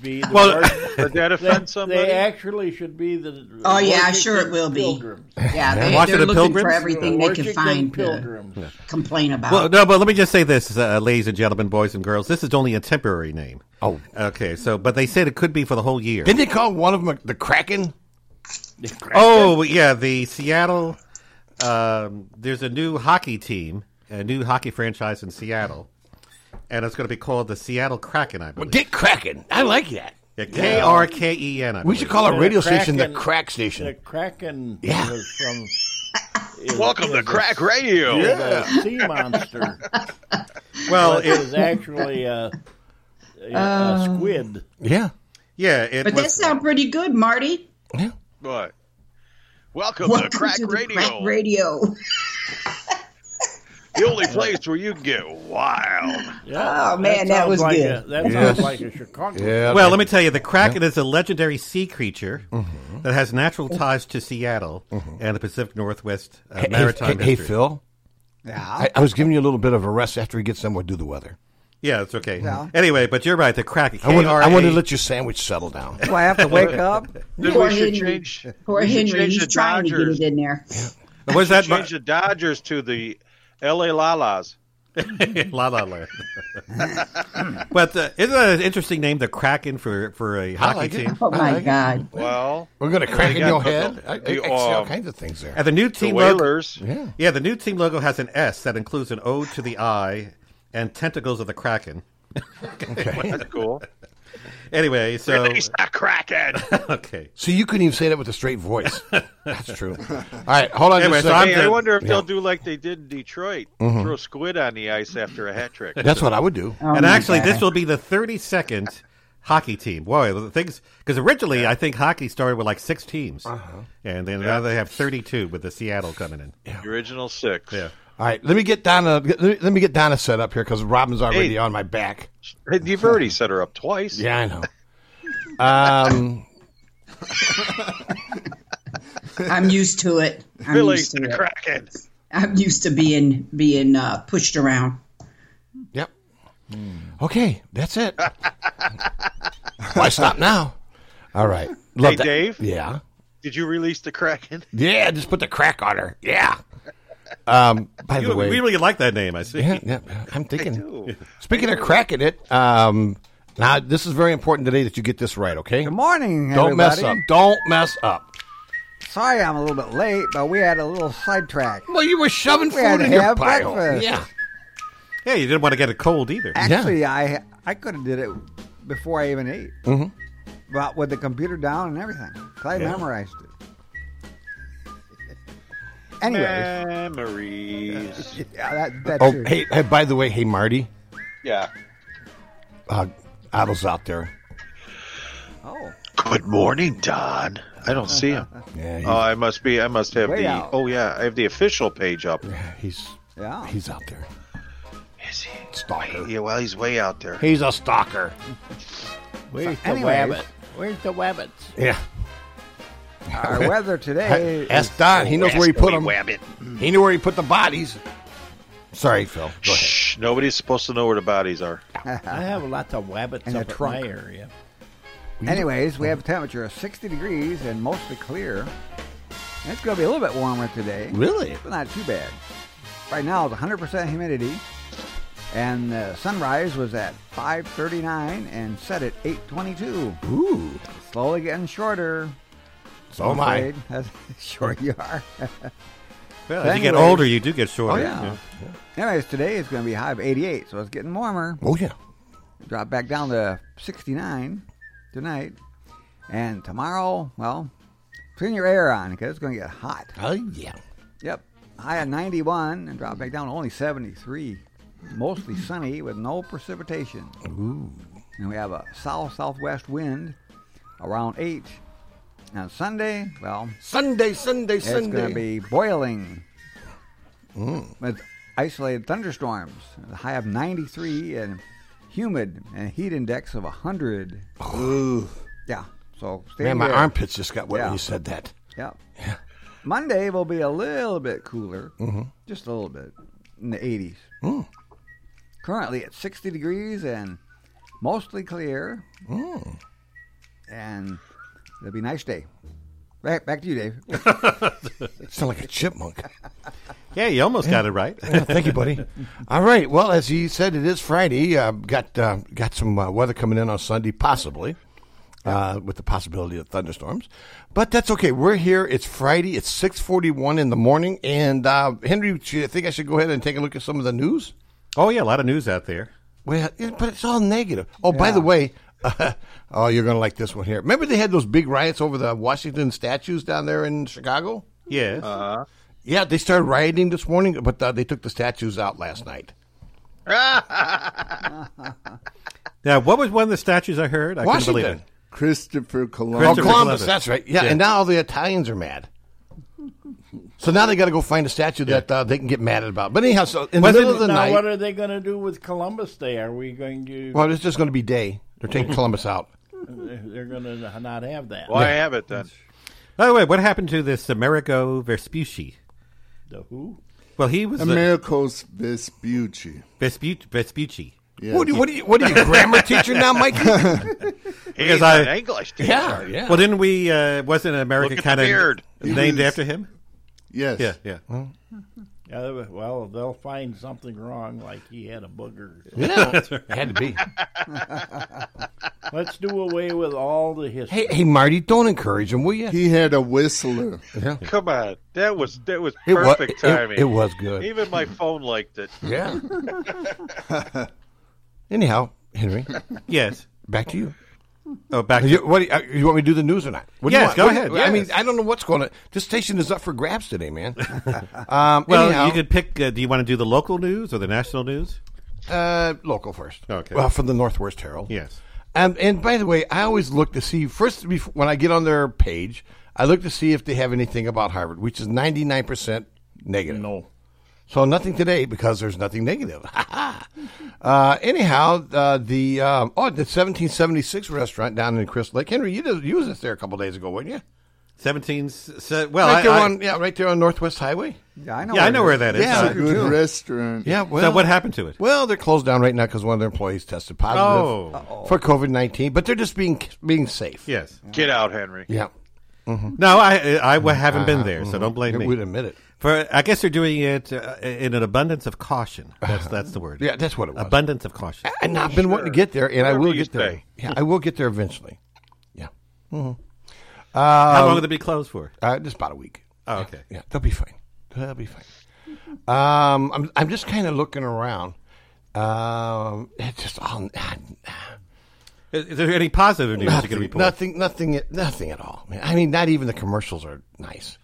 Speaker 13: be. The
Speaker 3: Well-
Speaker 13: worst-
Speaker 9: Did that
Speaker 13: they,
Speaker 9: offend somebody?
Speaker 13: they actually should be the.
Speaker 10: Oh, yeah,
Speaker 13: Washington
Speaker 10: sure it will be.
Speaker 13: Pilgrims.
Speaker 10: Yeah, they,
Speaker 3: Watch
Speaker 10: they're
Speaker 3: the
Speaker 10: looking for
Speaker 3: Pilgrims?
Speaker 10: everything they can
Speaker 13: Washington
Speaker 10: find to
Speaker 13: Pilgrims.
Speaker 10: complain about.
Speaker 3: Well, no, but let me just say this, uh, ladies and gentlemen, boys and girls, this is only a temporary name.
Speaker 8: Oh.
Speaker 3: okay. So, but they said it could be for the whole year.
Speaker 8: Didn't they call one of them the Kraken?
Speaker 3: Oh, yeah, the Seattle. Um, there's a new hockey team, a new hockey franchise in Seattle, and it's going to be called the Seattle Kraken. I
Speaker 8: Well,
Speaker 3: believe.
Speaker 8: get Kraken. I like that.
Speaker 3: K R K E N. I
Speaker 8: We should
Speaker 3: believe.
Speaker 8: call our
Speaker 13: The
Speaker 8: radio station the
Speaker 13: Kraken-
Speaker 8: Crack
Speaker 13: The
Speaker 8: Station.
Speaker 13: Kraken
Speaker 8: Yeah.
Speaker 13: was from. is-
Speaker 9: Welcome to
Speaker 13: is a-
Speaker 9: Crack Radio.
Speaker 13: is a sea monster.
Speaker 3: Well,
Speaker 13: It
Speaker 3: it,
Speaker 13: was actually a, a, a squid.
Speaker 8: Yeah.
Speaker 3: yeah, it
Speaker 10: but
Speaker 3: was,
Speaker 10: that sounds pretty good, Marty.
Speaker 8: Yeah.
Speaker 9: What? Welcome, to Crack Radio,
Speaker 10: Crack Radio.
Speaker 9: the only place where you can get wild.
Speaker 13: Yeah,
Speaker 10: Oh, man, that
Speaker 13: sounds
Speaker 10: was
Speaker 13: like
Speaker 10: good.
Speaker 13: A, that
Speaker 8: Yes.
Speaker 13: sounds like a Chicago.
Speaker 3: Well, let me tell you, the Kraken is a legendary sea creature
Speaker 8: Mm-hmm.
Speaker 3: that has natural ties to Seattle and the Pacific Northwest uh,
Speaker 8: Oh. Hey,
Speaker 3: maritime
Speaker 8: hey, hey,
Speaker 3: history.
Speaker 8: Phil. I, I was giving you a little bit of a rest after we get somewhere do the weather.
Speaker 3: Yeah, it's okay. Anyway, but you're right. The Kraken.
Speaker 8: I want, I want to
Speaker 3: K-R-A-
Speaker 8: let your sandwich settle down.
Speaker 4: Do I have to wake up?
Speaker 9: Then
Speaker 10: Poor
Speaker 9: we should
Speaker 10: Henry.
Speaker 9: change.
Speaker 10: Poor
Speaker 9: we should
Speaker 10: Henry,
Speaker 9: change
Speaker 10: he's
Speaker 9: the
Speaker 10: trying
Speaker 9: Dodgers.
Speaker 10: to get it in there.
Speaker 3: What was
Speaker 9: should
Speaker 3: that?
Speaker 9: change the Dodgers to the L.A. Lalas.
Speaker 3: La La Land. but uh, isn't that an interesting name, the Kraken, for for a hockey
Speaker 8: like it.
Speaker 3: team?
Speaker 10: Oh,
Speaker 8: I
Speaker 10: my
Speaker 8: like it.
Speaker 10: God.
Speaker 9: Well,
Speaker 8: We're going to crack in
Speaker 9: got
Speaker 8: your
Speaker 9: the-
Speaker 8: head. I, I,
Speaker 9: the,
Speaker 8: I see all
Speaker 9: um,
Speaker 8: kinds of things there.
Speaker 3: And the new
Speaker 9: the
Speaker 3: team logo,
Speaker 9: Whalers.
Speaker 8: Yeah.
Speaker 3: yeah, the new team logo has an S that includes an O to the I and tentacles of the Kraken.
Speaker 9: That's cool.
Speaker 3: Anyway, so
Speaker 9: Release the Kraken.
Speaker 3: okay,
Speaker 8: So you couldn't even say that with a straight voice. That's true. All right, hold on. just
Speaker 3: Anyway,
Speaker 8: a
Speaker 3: so
Speaker 8: second.
Speaker 3: I'm
Speaker 9: Hey, I
Speaker 3: done.
Speaker 9: wonder if
Speaker 8: Yeah.
Speaker 9: they'll do like they did in Detroit: throw squid on the ice after a hat trick.
Speaker 8: That's what I would do.
Speaker 10: Oh,
Speaker 3: and
Speaker 10: my
Speaker 3: actually,
Speaker 10: God.
Speaker 3: this will be the 32nd hockey team. Boy, the things because originally I think hockey started with like six teams, and then now they have 32 with the Seattle coming in.
Speaker 9: The original six.
Speaker 3: Yeah.
Speaker 8: All right, let me get Donna. Let me, let me get Donna set up here because Robin's already
Speaker 9: Hey.
Speaker 8: on my back.
Speaker 9: Hey, You've already set her up twice.
Speaker 8: Yeah, I know. Um,
Speaker 10: I'm used to it. I'm
Speaker 9: Release
Speaker 10: used
Speaker 9: the
Speaker 10: to it.
Speaker 9: Kraken.
Speaker 10: I'm used to being being uh, pushed around.
Speaker 8: yep. Okay, that's it. Why stop now? All right. Love
Speaker 9: Hey,
Speaker 8: that-
Speaker 9: Dave?
Speaker 8: Yeah.
Speaker 9: Did you release the Kraken?
Speaker 8: Yeah, just put the crack on her. Yeah. Um, by
Speaker 3: You
Speaker 8: the way,
Speaker 3: really like that name, I see.
Speaker 8: yeah, yeah, I'm thinking.
Speaker 9: do.
Speaker 8: Speaking of cracking it, um, now this is very important today that you get this right, okay?
Speaker 4: Good morning,
Speaker 8: Don't mess up.
Speaker 4: everybody.
Speaker 8: Don't mess up.
Speaker 4: Sorry I'm a little bit late, but we had a little sidetrack.
Speaker 8: Well, you were shoving
Speaker 4: We
Speaker 8: food
Speaker 4: had to
Speaker 8: in your
Speaker 4: have
Speaker 8: pile.
Speaker 4: breakfast.
Speaker 8: Yeah.
Speaker 3: Yeah, you didn't want to get it cold either.
Speaker 4: Actually, I I could have did it before I even ate. Mm-hmm. But with the computer down and everything, 'cause I memorized it. Anyways,
Speaker 9: Memories.
Speaker 4: yeah, that, that's
Speaker 8: Oh,
Speaker 4: it.
Speaker 8: hey, hey, by the way, hey, Marty,
Speaker 9: Yeah.
Speaker 8: uh, Otto's out there.
Speaker 4: oh,
Speaker 9: Good morning, Don. I don't see him.
Speaker 8: Yeah, he's,
Speaker 9: Oh, I must be. I must have
Speaker 4: Way
Speaker 9: the.
Speaker 4: out.
Speaker 9: Oh yeah, I have the official page up.
Speaker 8: he's
Speaker 4: yeah.
Speaker 8: he's out there.
Speaker 9: is he? Stalker. Yeah, well, he's way out there.
Speaker 8: He's a stalker.
Speaker 2: Where's
Speaker 9: So
Speaker 2: the
Speaker 9: anyways-
Speaker 2: wabbit? Where's the wabbit?
Speaker 8: Yeah.
Speaker 4: Our weather today.
Speaker 8: Ask
Speaker 4: is-
Speaker 8: Don. He knows where he put them.
Speaker 9: Wabbit.
Speaker 8: He knew where he put the bodies. Sorry, Phil. Go ahead.
Speaker 9: Shh, nobody's supposed to know where the bodies are.
Speaker 2: I have lots of wabbits
Speaker 4: And a
Speaker 2: up in my
Speaker 4: trunk.
Speaker 2: area.
Speaker 4: Anyways, we have a temperature of 60 degrees and mostly clear. And it's going to be a little bit warmer today.
Speaker 2: Really?
Speaker 4: But not too bad. Right now it's 100% humidity. And uh, sunrise was at 5:39 and set at 8:22.
Speaker 8: Ooh.
Speaker 4: Slowly getting shorter.
Speaker 3: So am I.
Speaker 4: afraid. That's- sure you are.
Speaker 3: Well,
Speaker 4: So
Speaker 3: as you get
Speaker 4: anyways-
Speaker 3: older, you do get shorter.
Speaker 4: Oh, yeah. Anyways, today it's going to be high of 88, so it's getting warmer.
Speaker 8: Oh, yeah.
Speaker 4: Drop back down to 69 tonight. And tomorrow, well, turn your air on because it's going to get hot.
Speaker 2: Oh, yeah.
Speaker 4: Yep. High at 91 and drop back down to only 73. Mostly sunny with no precipitation.
Speaker 8: Ooh.
Speaker 4: And we have a south southwest wind around 8. On Sunday, well,
Speaker 8: Sunday, Sunday,
Speaker 4: it's going
Speaker 8: Sunday.
Speaker 4: to be boiling Mm. with isolated thunderstorms. A high of 93 and humid and a heat index of 100.
Speaker 8: Ooh.
Speaker 4: Yeah. So stay
Speaker 8: Man, my
Speaker 4: aware.
Speaker 8: armpits just got wet
Speaker 4: Yeah.
Speaker 8: when you said that.
Speaker 4: Yep. Monday will be a little bit cooler,
Speaker 8: Mm-hmm.
Speaker 4: just a little bit, in the 80s.
Speaker 8: Mm.
Speaker 4: Currently at 60 degrees and mostly clear,
Speaker 8: Mm.
Speaker 4: and it'll be a nice day. Back, back to you, Dave.
Speaker 8: Sound like a chipmunk.
Speaker 3: Yeah, you almost got it right.
Speaker 8: Yeah, thank you, buddy. All right. Well, as you said, it is Friday. Uh, got uh, got some uh, weather coming in on Sunday, possibly, uh, with the possibility of thunderstorms. But that's okay. We're here. It's Friday. It's six forty one in the morning. And uh, Henry, do you think I should go ahead and take a look at some of the news?
Speaker 3: Oh yeah, a lot of news out there.
Speaker 8: Well, yeah, but it's all negative. Oh, by the way. oh, you're going to like this one here. Remember they had those big riots over the Washington statues down there in Chicago?
Speaker 3: Yes.
Speaker 9: Uh-huh.
Speaker 8: Yeah, they started rioting this morning, but uh, they took the statues out last night.
Speaker 3: Now, what was one of the statues I heard? I couldn't believe it.
Speaker 8: Washington.
Speaker 11: Christopher
Speaker 8: Oh,
Speaker 11: Columbus.
Speaker 3: Christopher
Speaker 8: Columbus,
Speaker 3: Columbus.
Speaker 8: that's right. Yeah,
Speaker 3: Yeah.
Speaker 8: and now all the Italians are mad. So now they got to go find a statue that uh, they can get mad about. But anyhow, so in the
Speaker 3: Was
Speaker 8: middle
Speaker 3: it-
Speaker 8: of the
Speaker 3: now
Speaker 8: night,
Speaker 2: What are they going to do with Columbus Day? Are we going to?
Speaker 8: well, it's just going to be day. They're taking Columbus out.
Speaker 2: They're going to not have that.
Speaker 9: Why have it then?
Speaker 3: By the way, what happened to this Amerigo Vespucci?
Speaker 2: The who?
Speaker 3: Well, he was the
Speaker 11: Americos Vespucci.
Speaker 3: Vespu- Vespucci.
Speaker 11: Yeah.
Speaker 8: What, do you, what, do you, what are you, a grammar teacher now, Mike?
Speaker 9: He's
Speaker 3: I-
Speaker 9: an English teacher.
Speaker 8: yeah.
Speaker 3: Well, didn't we? Uh, wasn't
Speaker 9: Look
Speaker 3: America
Speaker 9: at the
Speaker 3: kind of
Speaker 9: beard.
Speaker 3: named
Speaker 11: was-
Speaker 3: after him?
Speaker 11: yes.
Speaker 3: Yeah, yeah.
Speaker 2: Yeah, they- well, they'll find something wrong, like he had a booger.
Speaker 8: yeah, it had to be.
Speaker 2: Let's do away with all the history.
Speaker 8: Hey, hey, Marty, don't encourage him, will you?
Speaker 11: He had a whistler.
Speaker 9: Come on, that was that was
Speaker 8: It wa-
Speaker 9: perfect
Speaker 8: it- it-
Speaker 9: timing.
Speaker 8: it was good.
Speaker 9: Even my phone liked it.
Speaker 8: Yeah. anyhow, Henry,
Speaker 3: Yes.
Speaker 8: back to you.
Speaker 3: Oh, back.
Speaker 8: You, what, do you- uh, you want me to do the news or not? What do
Speaker 3: Yes,
Speaker 8: you want?
Speaker 3: go
Speaker 8: What do
Speaker 3: ahead,
Speaker 8: you- I mean,
Speaker 3: yes.
Speaker 8: I don't know what's going on. This station is up for grabs today, man. Um,
Speaker 3: well,
Speaker 8: anyhow,
Speaker 3: you could pick. Uh, do you want to do the local news or the national news?
Speaker 8: uh, local first.
Speaker 3: Okay.
Speaker 8: Well, from the Northwest Herald.
Speaker 3: Yes.
Speaker 8: Um, and by the way, I always look to see first before, when I get on their page, I look to see if they have anything about Harvard, which is ninety nine percent negative.
Speaker 13: No.
Speaker 8: So nothing today because there's nothing negative. uh, anyhow, uh, the um, oh the seventeen seventy six restaurant down in Crystal Lake, Henry, you did, you was there a couple days ago, weren't you?
Speaker 3: Seventeen. Se- well,
Speaker 8: right
Speaker 3: I,
Speaker 8: there
Speaker 3: I-
Speaker 8: on yeah, right there on Northwest Highway.
Speaker 4: Yeah, I know.
Speaker 3: yeah, I know where
Speaker 4: that is.
Speaker 3: that is.
Speaker 8: Yeah.
Speaker 11: It's a
Speaker 3: Uh,
Speaker 11: good restaurant.
Speaker 8: Yeah, well,
Speaker 3: so what happened to it?
Speaker 8: Well, they're closed down right now because one of their employees tested positive
Speaker 3: Oh.
Speaker 8: for COVID nineteen, but they're just being being safe.
Speaker 3: Yes.
Speaker 9: Get out, Henry.
Speaker 8: yeah,
Speaker 3: No, I I I haven't
Speaker 8: Uh,
Speaker 3: been there, so don't blame
Speaker 8: They
Speaker 3: me.
Speaker 8: would mm-hmm. admit it.
Speaker 3: For I guess they're doing it uh, in an abundance of caution. That's that's the word.
Speaker 8: Yeah, that's what it was.
Speaker 3: Abundance of caution.
Speaker 8: And I've been wanting to get there, and I
Speaker 9: Whatever
Speaker 8: will
Speaker 9: you
Speaker 8: get there.
Speaker 9: say.
Speaker 8: Yeah, I will get there eventually. Yeah,
Speaker 3: How long will they be closed for?
Speaker 8: Mm-hmm. Um, uh, just about a week.
Speaker 3: Oh, okay.
Speaker 8: Yeah, they'll be fine. They'll be fine. Um, I'm I'm just kind of looking around. Um, it's just all
Speaker 3: Is, is there any positive news you can
Speaker 8: nothing,
Speaker 3: report?
Speaker 8: nothing, nothing, nothing at all. man. I mean, not even the commercials are nice.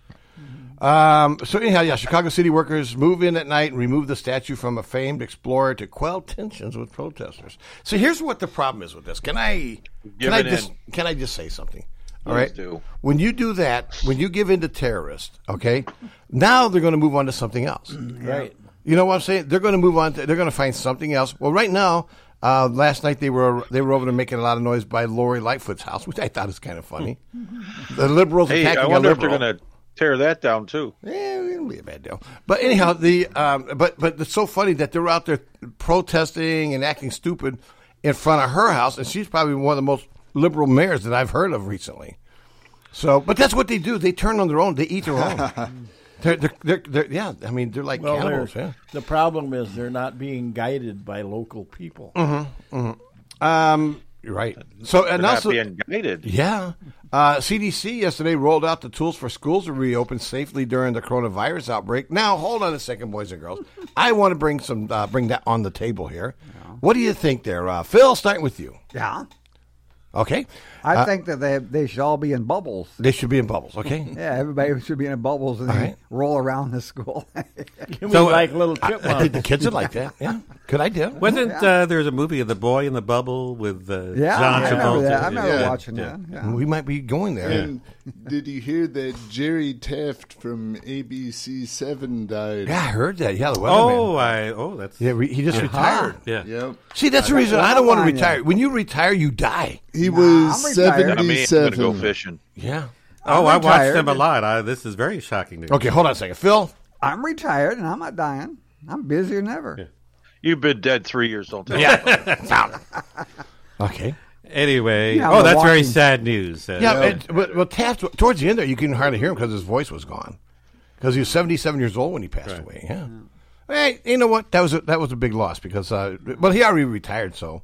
Speaker 8: Um, so anyhow, yeah, Chicago city workers move in at night and remove the statue from a famed explorer to quell tensions with protesters. So here's what the problem is with this. Can I?
Speaker 9: Give
Speaker 8: can I
Speaker 9: it
Speaker 8: just?
Speaker 9: in.
Speaker 8: Can I just say something? All right.
Speaker 9: do.
Speaker 8: When you do
Speaker 11: Mm-hmm.
Speaker 8: that, when you give in to terrorists, okay, now they're going to move on to something else.
Speaker 2: Right.
Speaker 8: You know what I'm saying? They're going to move on. To, they're going to find something else. Well, right now, uh, last night they were they were over there making a lot of noise by Lori Lightfoot's house, which I thought was kind of funny.
Speaker 1: Mm-hmm.
Speaker 8: the liberals
Speaker 9: Hey,
Speaker 8: attacking
Speaker 9: I wonder
Speaker 8: a
Speaker 9: if
Speaker 8: liberal.
Speaker 9: they're going to tear that down too.
Speaker 8: Yeah, it'll be a bad deal. But anyhow, the um, but but it's so funny that they're out there protesting and acting stupid in front of her house, and she's probably one of the most liberal mayors that I've heard of recently. So, but that's what they do. They turn on their own. They eat their own. they're, they're, they're, they're- yeah, I mean they're like
Speaker 2: Well,
Speaker 8: cannibals.
Speaker 2: they're-
Speaker 8: Yeah.
Speaker 2: the problem is they're not being guided by local people.
Speaker 8: Mm-hmm, Um, you're right. So
Speaker 2: They're
Speaker 8: and
Speaker 2: not
Speaker 8: also
Speaker 2: being guided.
Speaker 8: Yeah. Uh, CDC yesterday rolled out the tools for schools to reopen safely during the coronavirus outbreak. Now, hold on a second, boys and girls. I want to bring some uh, bring that on the table here. What do you think there, uh, Phil? Starting with you.
Speaker 4: Yeah.
Speaker 8: Okay.
Speaker 4: I
Speaker 8: Uh,
Speaker 4: think that they they should all be in bubbles.
Speaker 8: they should be in bubbles. Okay.
Speaker 4: Yeah, everybody should be in bubbles and
Speaker 8: All
Speaker 4: then
Speaker 8: right.
Speaker 4: roll around the school.
Speaker 3: So, like little
Speaker 8: I- I, think the kids would like that. Yeah. Good idea.
Speaker 3: Wasn't uh, there was a movie of the boy in the bubble with uh,
Speaker 8: Yeah,
Speaker 3: John Travolta?
Speaker 8: I remember that. I remember
Speaker 11: Yeah.
Speaker 8: watching that, yeah. We might be going there.
Speaker 11: And did you hear that Jerry Taft from ABC Seven died?
Speaker 8: Yeah, I heard that. Yeah, the
Speaker 3: Oh,
Speaker 8: weatherman.
Speaker 3: I oh that's
Speaker 8: Yeah, re- he just retired.
Speaker 3: Yeah.
Speaker 11: Yep.
Speaker 8: See, that's the
Speaker 11: I-
Speaker 8: reason
Speaker 11: I
Speaker 8: I don't want to
Speaker 11: want you.
Speaker 8: retire. When you retire, you die.
Speaker 11: He was
Speaker 8: I'm retired.
Speaker 9: I mean, I'm going to go
Speaker 11: 77.
Speaker 9: fishing.
Speaker 8: Yeah.
Speaker 3: Oh, I
Speaker 4: I'm
Speaker 3: watched
Speaker 4: retired.
Speaker 3: them a lot. I, this is very shocking to me.
Speaker 8: Okay, hold on a second, Phil.
Speaker 4: I'm retired and I'm not dying. I'm busier than ever.
Speaker 9: You've been dead three years, don't tell
Speaker 8: Yeah. okay.
Speaker 3: Anyway,
Speaker 8: Yeah,
Speaker 3: oh,
Speaker 8: we're
Speaker 3: that's very
Speaker 8: walking.
Speaker 3: sad news. Uh,
Speaker 8: yeah, it- but well, Taft towards the end there, you couldn't hardly hear him because his voice was gone. Because he was seventy-seven years old when he passed away. Yeah. Hey, you know what? That was a, that was a big loss because, uh, but he already retired, so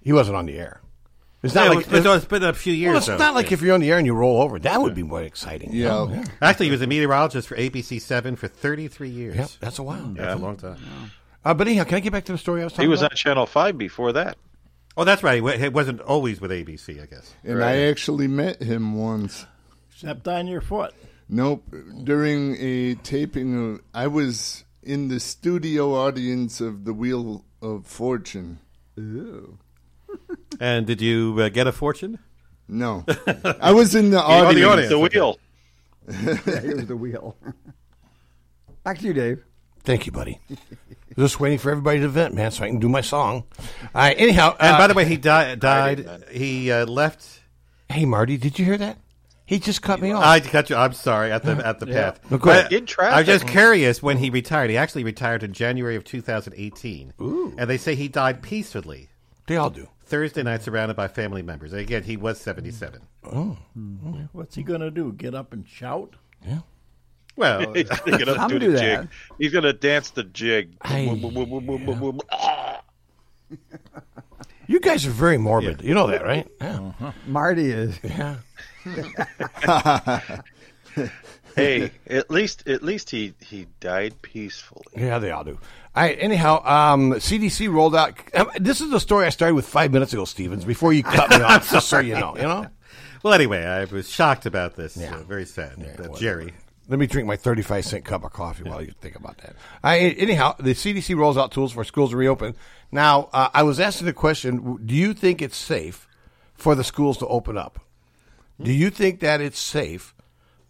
Speaker 8: he wasn't on the air. It's not
Speaker 3: Yeah,
Speaker 8: like
Speaker 3: but it's, it's been a few years.
Speaker 8: Well, it's
Speaker 3: though.
Speaker 8: not like if you're on the air and you roll over. That would be more exciting. you know? yeah.
Speaker 3: Actually, he was a meteorologist for ABC Seven for 33 years.
Speaker 8: Yep, that's a while.
Speaker 3: That's a long time.
Speaker 8: Uh, but anyhow, can I get back to the story I was talking
Speaker 9: He was
Speaker 8: about?
Speaker 9: on Channel 5 before that.
Speaker 3: Oh, that's right. It wasn't always with ABC, I guess.
Speaker 11: And I actually met him once.
Speaker 2: Stepped on your foot.
Speaker 11: Nope. During a taping of, I was in the studio audience of The Wheel of Fortune. Ooh.
Speaker 3: And did you uh, get a fortune?
Speaker 11: No. I was in the
Speaker 3: You were in
Speaker 11: audience.
Speaker 3: Oh, the audience, The okay. wheel.
Speaker 4: yeah, it was the wheel. Back to you, Dave.
Speaker 8: Thank you, buddy. Just waiting for everybody to vent, man, so I can do my song. All right, anyhow.
Speaker 3: And
Speaker 8: uh,
Speaker 3: by the way, he di- died. He uh, left.
Speaker 8: Hey, Marty, did you hear that? He just cut me off.
Speaker 3: I cut you. I'm sorry. At the at the
Speaker 8: Yeah.
Speaker 3: path.
Speaker 8: No, go ahead.
Speaker 3: But
Speaker 8: In traffic.
Speaker 3: I was just curious when he retired. He actually retired in January of 2018. Ooh. And they say he died peacefully.
Speaker 8: They all do.
Speaker 3: Thursday night, surrounded by family members. And again, he was 77.
Speaker 8: Oh.
Speaker 2: What's he going to do? Get up and shout?
Speaker 8: Yeah.
Speaker 3: Well,
Speaker 9: He's gonna do
Speaker 2: Some
Speaker 9: the
Speaker 2: do that.
Speaker 9: jig. He's going to dance the jig.
Speaker 8: You guys are very morbid. You know that, right? Yeah.
Speaker 4: Marty is.
Speaker 8: Yeah.
Speaker 9: hey, at least at least he he died peacefully.
Speaker 8: Yeah, they all do. All right, anyhow, um, CDC rolled out. um, This is the story I started with five minutes ago, Stevens, before you cut me off, just so you know. You know?
Speaker 3: Well, anyway, I was shocked about this. Uh, very sad. Uh, Jerry.
Speaker 8: Let me drink my 35 cent cup of coffee while you think about that. I, anyhow, the CDC rolls out tools for schools to reopen. Now, uh, I was asking the question w- do you think it's safe for the schools to open up? Do you think that it's safe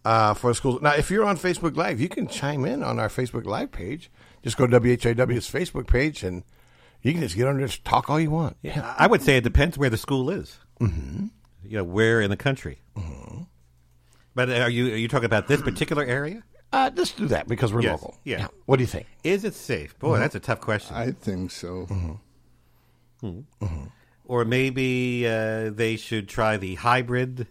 Speaker 8: uh, for the schools? Now, if you're on Facebook Live, you can chime in on our Facebook Live page. Just go to WHIW's Facebook page and you can just get on there and talk all you want.
Speaker 3: Yeah. I would say it depends where the school is. Mm-hmm.
Speaker 8: hmm
Speaker 3: You know, where in the country.
Speaker 8: Mm-hmm.
Speaker 3: But are you are you talking about this particular area?
Speaker 8: Uh, let's do that because we're
Speaker 3: Yes.
Speaker 8: local.
Speaker 3: Yeah.
Speaker 8: What do you think?
Speaker 3: Is it safe? Boy,
Speaker 8: Mhm.
Speaker 3: that's a tough question.
Speaker 11: I think so.
Speaker 8: Mm-hmm.
Speaker 3: hmm. Or maybe uh, they should try the hybrid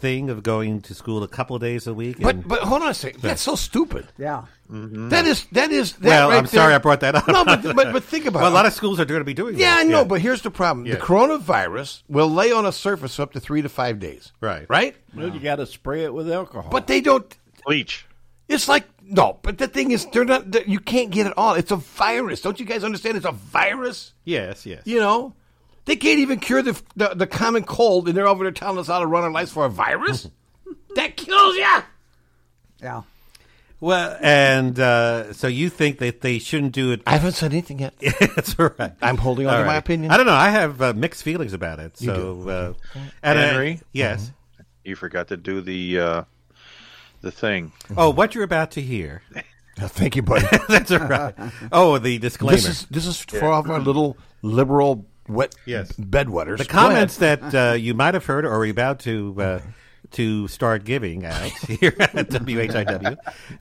Speaker 3: thing of going to school a couple days a week.
Speaker 8: Mm-hmm.
Speaker 3: Mm-hmm.
Speaker 8: But but hold on a second. That's so stupid.
Speaker 4: Yeah.
Speaker 8: That is that is that
Speaker 3: well,
Speaker 8: right
Speaker 3: I'm sorry
Speaker 8: there-
Speaker 3: I brought that up.
Speaker 8: No, but but, but think about
Speaker 3: well,
Speaker 8: it.
Speaker 3: a lot of schools are going to be doing.
Speaker 8: yeah, I
Speaker 3: that.
Speaker 8: know, but here's the problem:
Speaker 3: Yeah.
Speaker 8: the coronavirus will lay on a surface up to three to five days.
Speaker 3: Right,
Speaker 8: right.
Speaker 2: Well, you got to spray it with alcohol.
Speaker 8: But they don't.
Speaker 9: Bleach.
Speaker 8: It's like no, but the thing is, they're not. they you can't get it all. It's a virus. Don't you guys understand? It's a virus.
Speaker 3: Yes, yes.
Speaker 8: You know, they can't even cure the the, the common cold, and they're over there telling us how to run our lives for a virus that kills you.
Speaker 4: Yeah.
Speaker 3: Well, and uh, so you think that they shouldn't do it?
Speaker 8: I haven't said anything yet.
Speaker 3: That's all right.
Speaker 8: I'm holding on
Speaker 3: All
Speaker 8: to my
Speaker 3: right.
Speaker 8: opinion.
Speaker 3: I don't know. I have uh, mixed feelings about it.
Speaker 8: You
Speaker 3: so,
Speaker 8: do.
Speaker 3: Uh,
Speaker 8: Okay.
Speaker 3: and I-
Speaker 8: Henry?
Speaker 3: yes.
Speaker 9: Mm-hmm. You forgot to do the uh, the thing.
Speaker 3: Mm-hmm. Oh, what you're about to hear
Speaker 8: Thank you, buddy.
Speaker 3: That's all right. Oh, the disclaimer.
Speaker 8: This is, this is for all of our little liberal wet
Speaker 3: Yes.
Speaker 8: bedwetters.
Speaker 3: The
Speaker 8: Go ahead.
Speaker 3: comments that uh, you might have heard or are about to uh, to start giving out here at WHIW,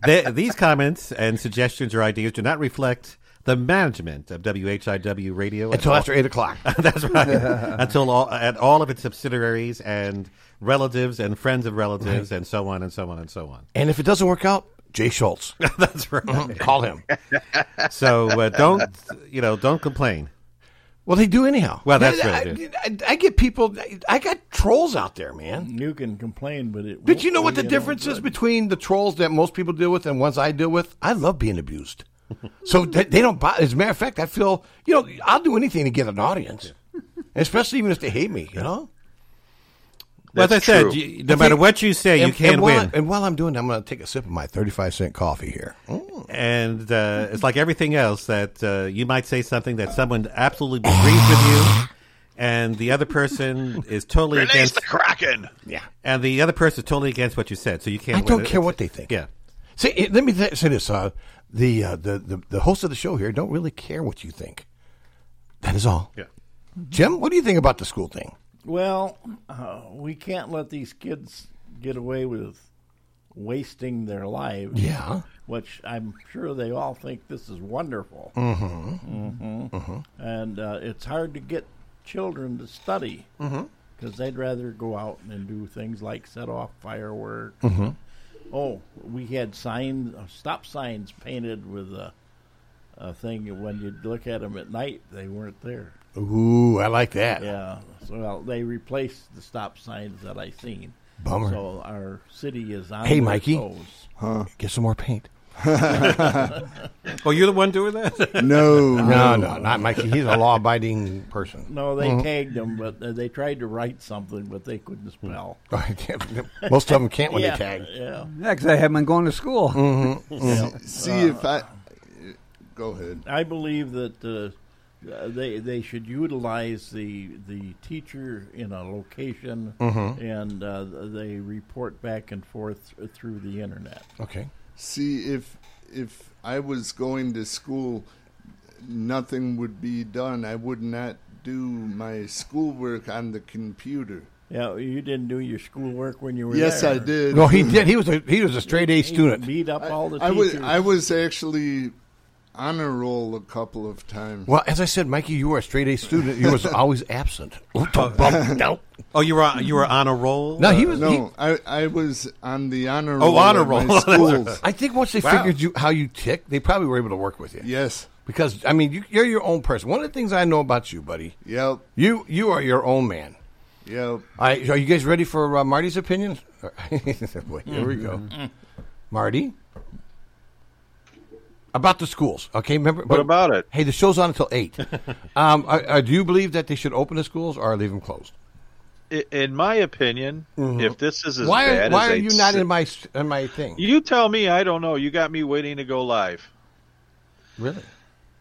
Speaker 3: they, these comments and suggestions or ideas do not reflect the management of WHIW Radio at
Speaker 8: Until
Speaker 3: all.
Speaker 8: after 8 o'clock.
Speaker 3: That's right. Until all, at all of its subsidiaries and relatives and friends of relatives and so on and so on and so on.
Speaker 8: And if it doesn't work out, Jay Schultz.
Speaker 3: That's right.
Speaker 8: Uh-huh. Call him.
Speaker 3: So uh, don't you know? Don't complain.
Speaker 8: Well, they do anyhow.
Speaker 3: Well, that's
Speaker 8: I,
Speaker 3: what they do.
Speaker 8: I, I get people. I got trolls out there, man.
Speaker 2: You can complain, but it.
Speaker 8: But you know what the difference is between the trolls that most people deal with and ones I deal with? I love being abused. so they, they don't bother. As a matter of fact, I feel, you know, I'll do anything to get an audience, especially even if they hate me, you know?
Speaker 3: Well, as I said, you- no matter what you say, you
Speaker 8: And-
Speaker 3: can't
Speaker 8: and while-
Speaker 3: win.
Speaker 8: and while I'm doing that, I'm going to take a sip of my 35 cent coffee here. hmm?
Speaker 3: And uh, it's like everything else that uh, you might say something that someone absolutely agrees with you, and the other person is totally
Speaker 9: Release
Speaker 3: against
Speaker 9: the Kraken. Yeah.
Speaker 3: And the other person is totally against what you said, so you can't.
Speaker 8: I
Speaker 3: win.
Speaker 8: don't
Speaker 3: It-
Speaker 8: care what they think.
Speaker 3: Yeah.
Speaker 8: See, it- let me th- say this: uh, the, uh, the the the host of the show here don't really care what you think. That is all.
Speaker 3: Yeah.
Speaker 8: Jim, what do you think about the school thing?
Speaker 2: Well, uh, we can't let these kids get away with wasting their lives.
Speaker 8: Yeah.
Speaker 2: Which I'm sure they all think this is wonderful.
Speaker 8: Mhm.
Speaker 2: Mhm.
Speaker 8: Mhm.
Speaker 2: And uh, it's hard to get children to study because
Speaker 8: Mhm.
Speaker 2: they'd rather go out and do things like set off fireworks.
Speaker 8: Mhm.
Speaker 2: Oh, we had signs, uh, stop signs painted with a, a thing. that When you look at them at night, they weren't there.
Speaker 8: Ooh, I like that.
Speaker 2: Yeah. So well, they replaced the stop signs that I seen.
Speaker 8: Bummer.
Speaker 2: So our city is on.
Speaker 8: Hey,
Speaker 2: their
Speaker 8: Mikey,
Speaker 2: toes.
Speaker 8: get some more paint.
Speaker 3: Oh, you're the one doing that?
Speaker 11: No,
Speaker 8: no,
Speaker 11: no.
Speaker 8: no, not Mikey. He's a law-abiding person.
Speaker 2: No, they
Speaker 8: Mhm.
Speaker 3: Mm-hmm.
Speaker 2: tagged them, but uh, they tried to write something, but they couldn't spell.
Speaker 8: Most of them can't when
Speaker 2: Yeah,
Speaker 8: they tag. Mm-hmm.
Speaker 2: Yeah.
Speaker 4: Yeah, 'cause I haven't been going to school.
Speaker 2: Yeah.
Speaker 11: See if I. Go ahead.
Speaker 2: I believe that uh, uh, they they should utilize the the teacher in a location,
Speaker 11: Mhm.
Speaker 2: and uh, they report back and forth through the internet.
Speaker 8: Okay.
Speaker 11: See if if I was going to school, nothing would be done. I would not do my schoolwork on the computer.
Speaker 2: Yeah, you didn't do your schoolwork when you were
Speaker 11: Yes,
Speaker 2: there.
Speaker 11: I did.
Speaker 8: No, he did. He was a he was a straight A
Speaker 2: He
Speaker 8: student.
Speaker 2: Beat up all the
Speaker 11: I was
Speaker 2: teachers.
Speaker 11: I was actually on a roll a couple of times.
Speaker 8: Well, as I said, Mikey, you were a straight A student. You was always absent. Oop, bump, down.
Speaker 3: Oh, you were on- you were on a roll.
Speaker 8: No, he was-
Speaker 11: no. I, I was on the honor
Speaker 3: Oh,
Speaker 11: roll.
Speaker 3: honor
Speaker 11: at my
Speaker 3: roll.
Speaker 11: schools.
Speaker 8: I think once they
Speaker 3: Wow.
Speaker 8: figured you how you tick, they probably were able to work with you.
Speaker 11: yes.
Speaker 8: Because I mean, you, you're your own person. One of the things I know about you, buddy,
Speaker 11: Yep.
Speaker 8: you you are your own man.
Speaker 11: Yep.
Speaker 8: All right, are you guys ready for uh, Marty's opinion? Boy, here we go,
Speaker 11: Mm-hmm.
Speaker 8: Marty. About the schools, okay? Remember,
Speaker 9: What about it?
Speaker 8: Hey, the show's on until eight. um, uh, uh, do you believe that they should open the schools or leave them closed?
Speaker 9: I- In my opinion, if this is as
Speaker 8: why are,
Speaker 9: bad
Speaker 8: why
Speaker 9: as
Speaker 8: are
Speaker 9: they
Speaker 8: you not
Speaker 9: say-
Speaker 8: in my s- in my thing?
Speaker 9: You tell me. I don't know. You got me waiting to go live.
Speaker 8: Really?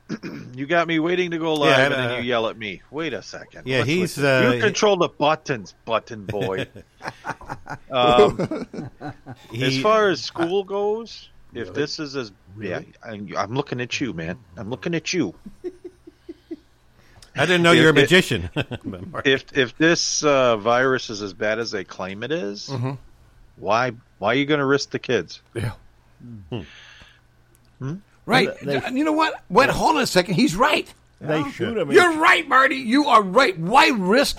Speaker 9: You got me waiting to go
Speaker 3: Yeah,
Speaker 9: live,
Speaker 3: and,
Speaker 9: and,
Speaker 3: uh,
Speaker 9: then you yell at me. Wait a second.
Speaker 3: Yeah,
Speaker 9: Let's
Speaker 3: he's,
Speaker 9: listen.
Speaker 3: uh,
Speaker 9: you control the buttons, button boy. um, as
Speaker 3: He-
Speaker 9: far as school goes, if this is as yeah, I'm, I'm looking at you, man. I'm looking at you.
Speaker 3: I didn't know you were a magician.
Speaker 9: If if this uh, virus is as bad as they claim it is,
Speaker 3: Mm-hmm.
Speaker 8: Mhm.
Speaker 9: why why are you going to risk the kids?
Speaker 8: Yeah.
Speaker 9: Hmm?
Speaker 8: Right.
Speaker 2: They-
Speaker 8: Uh, you know what? Wait, hold on a second. He's right.
Speaker 2: They shoot them.
Speaker 8: You're right, Marty. You are right. Why risk?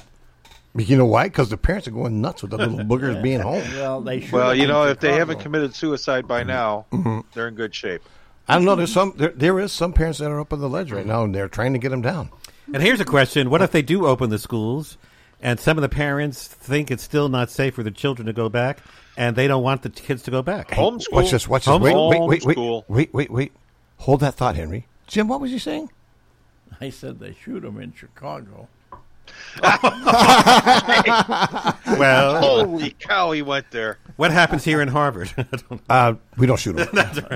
Speaker 8: You know why? Because the parents are going nuts with the little boogers being home.
Speaker 2: Well, they shoot
Speaker 9: Well,
Speaker 2: 'em
Speaker 9: you
Speaker 2: in
Speaker 9: know, if they
Speaker 2: Chicago.
Speaker 9: haven't committed suicide
Speaker 3: Mm-hmm.
Speaker 9: by now, they're in good shape.
Speaker 8: I don't know. There's some. There, there is some parents that are up on the ledge right now, and they're trying to get them down.
Speaker 3: and here's a question: What if they do open the schools, and some of the parents think it's still not safe for the children to go back, and they don't want the kids to go back?
Speaker 9: Homeschool.
Speaker 8: Watch this. Watch this. Wait, wait,
Speaker 9: Homeschool.
Speaker 8: wait, wait, wait,
Speaker 9: Homeschool.
Speaker 8: wait, wait, wait. Hold that thought, Henry. Jim, what was you saying?
Speaker 2: I said they shoot them in Chicago.
Speaker 3: Well,
Speaker 9: Holy cow, he went there.
Speaker 3: what happens here in Harvard? I don't know.
Speaker 8: Uh, we don't shoot them.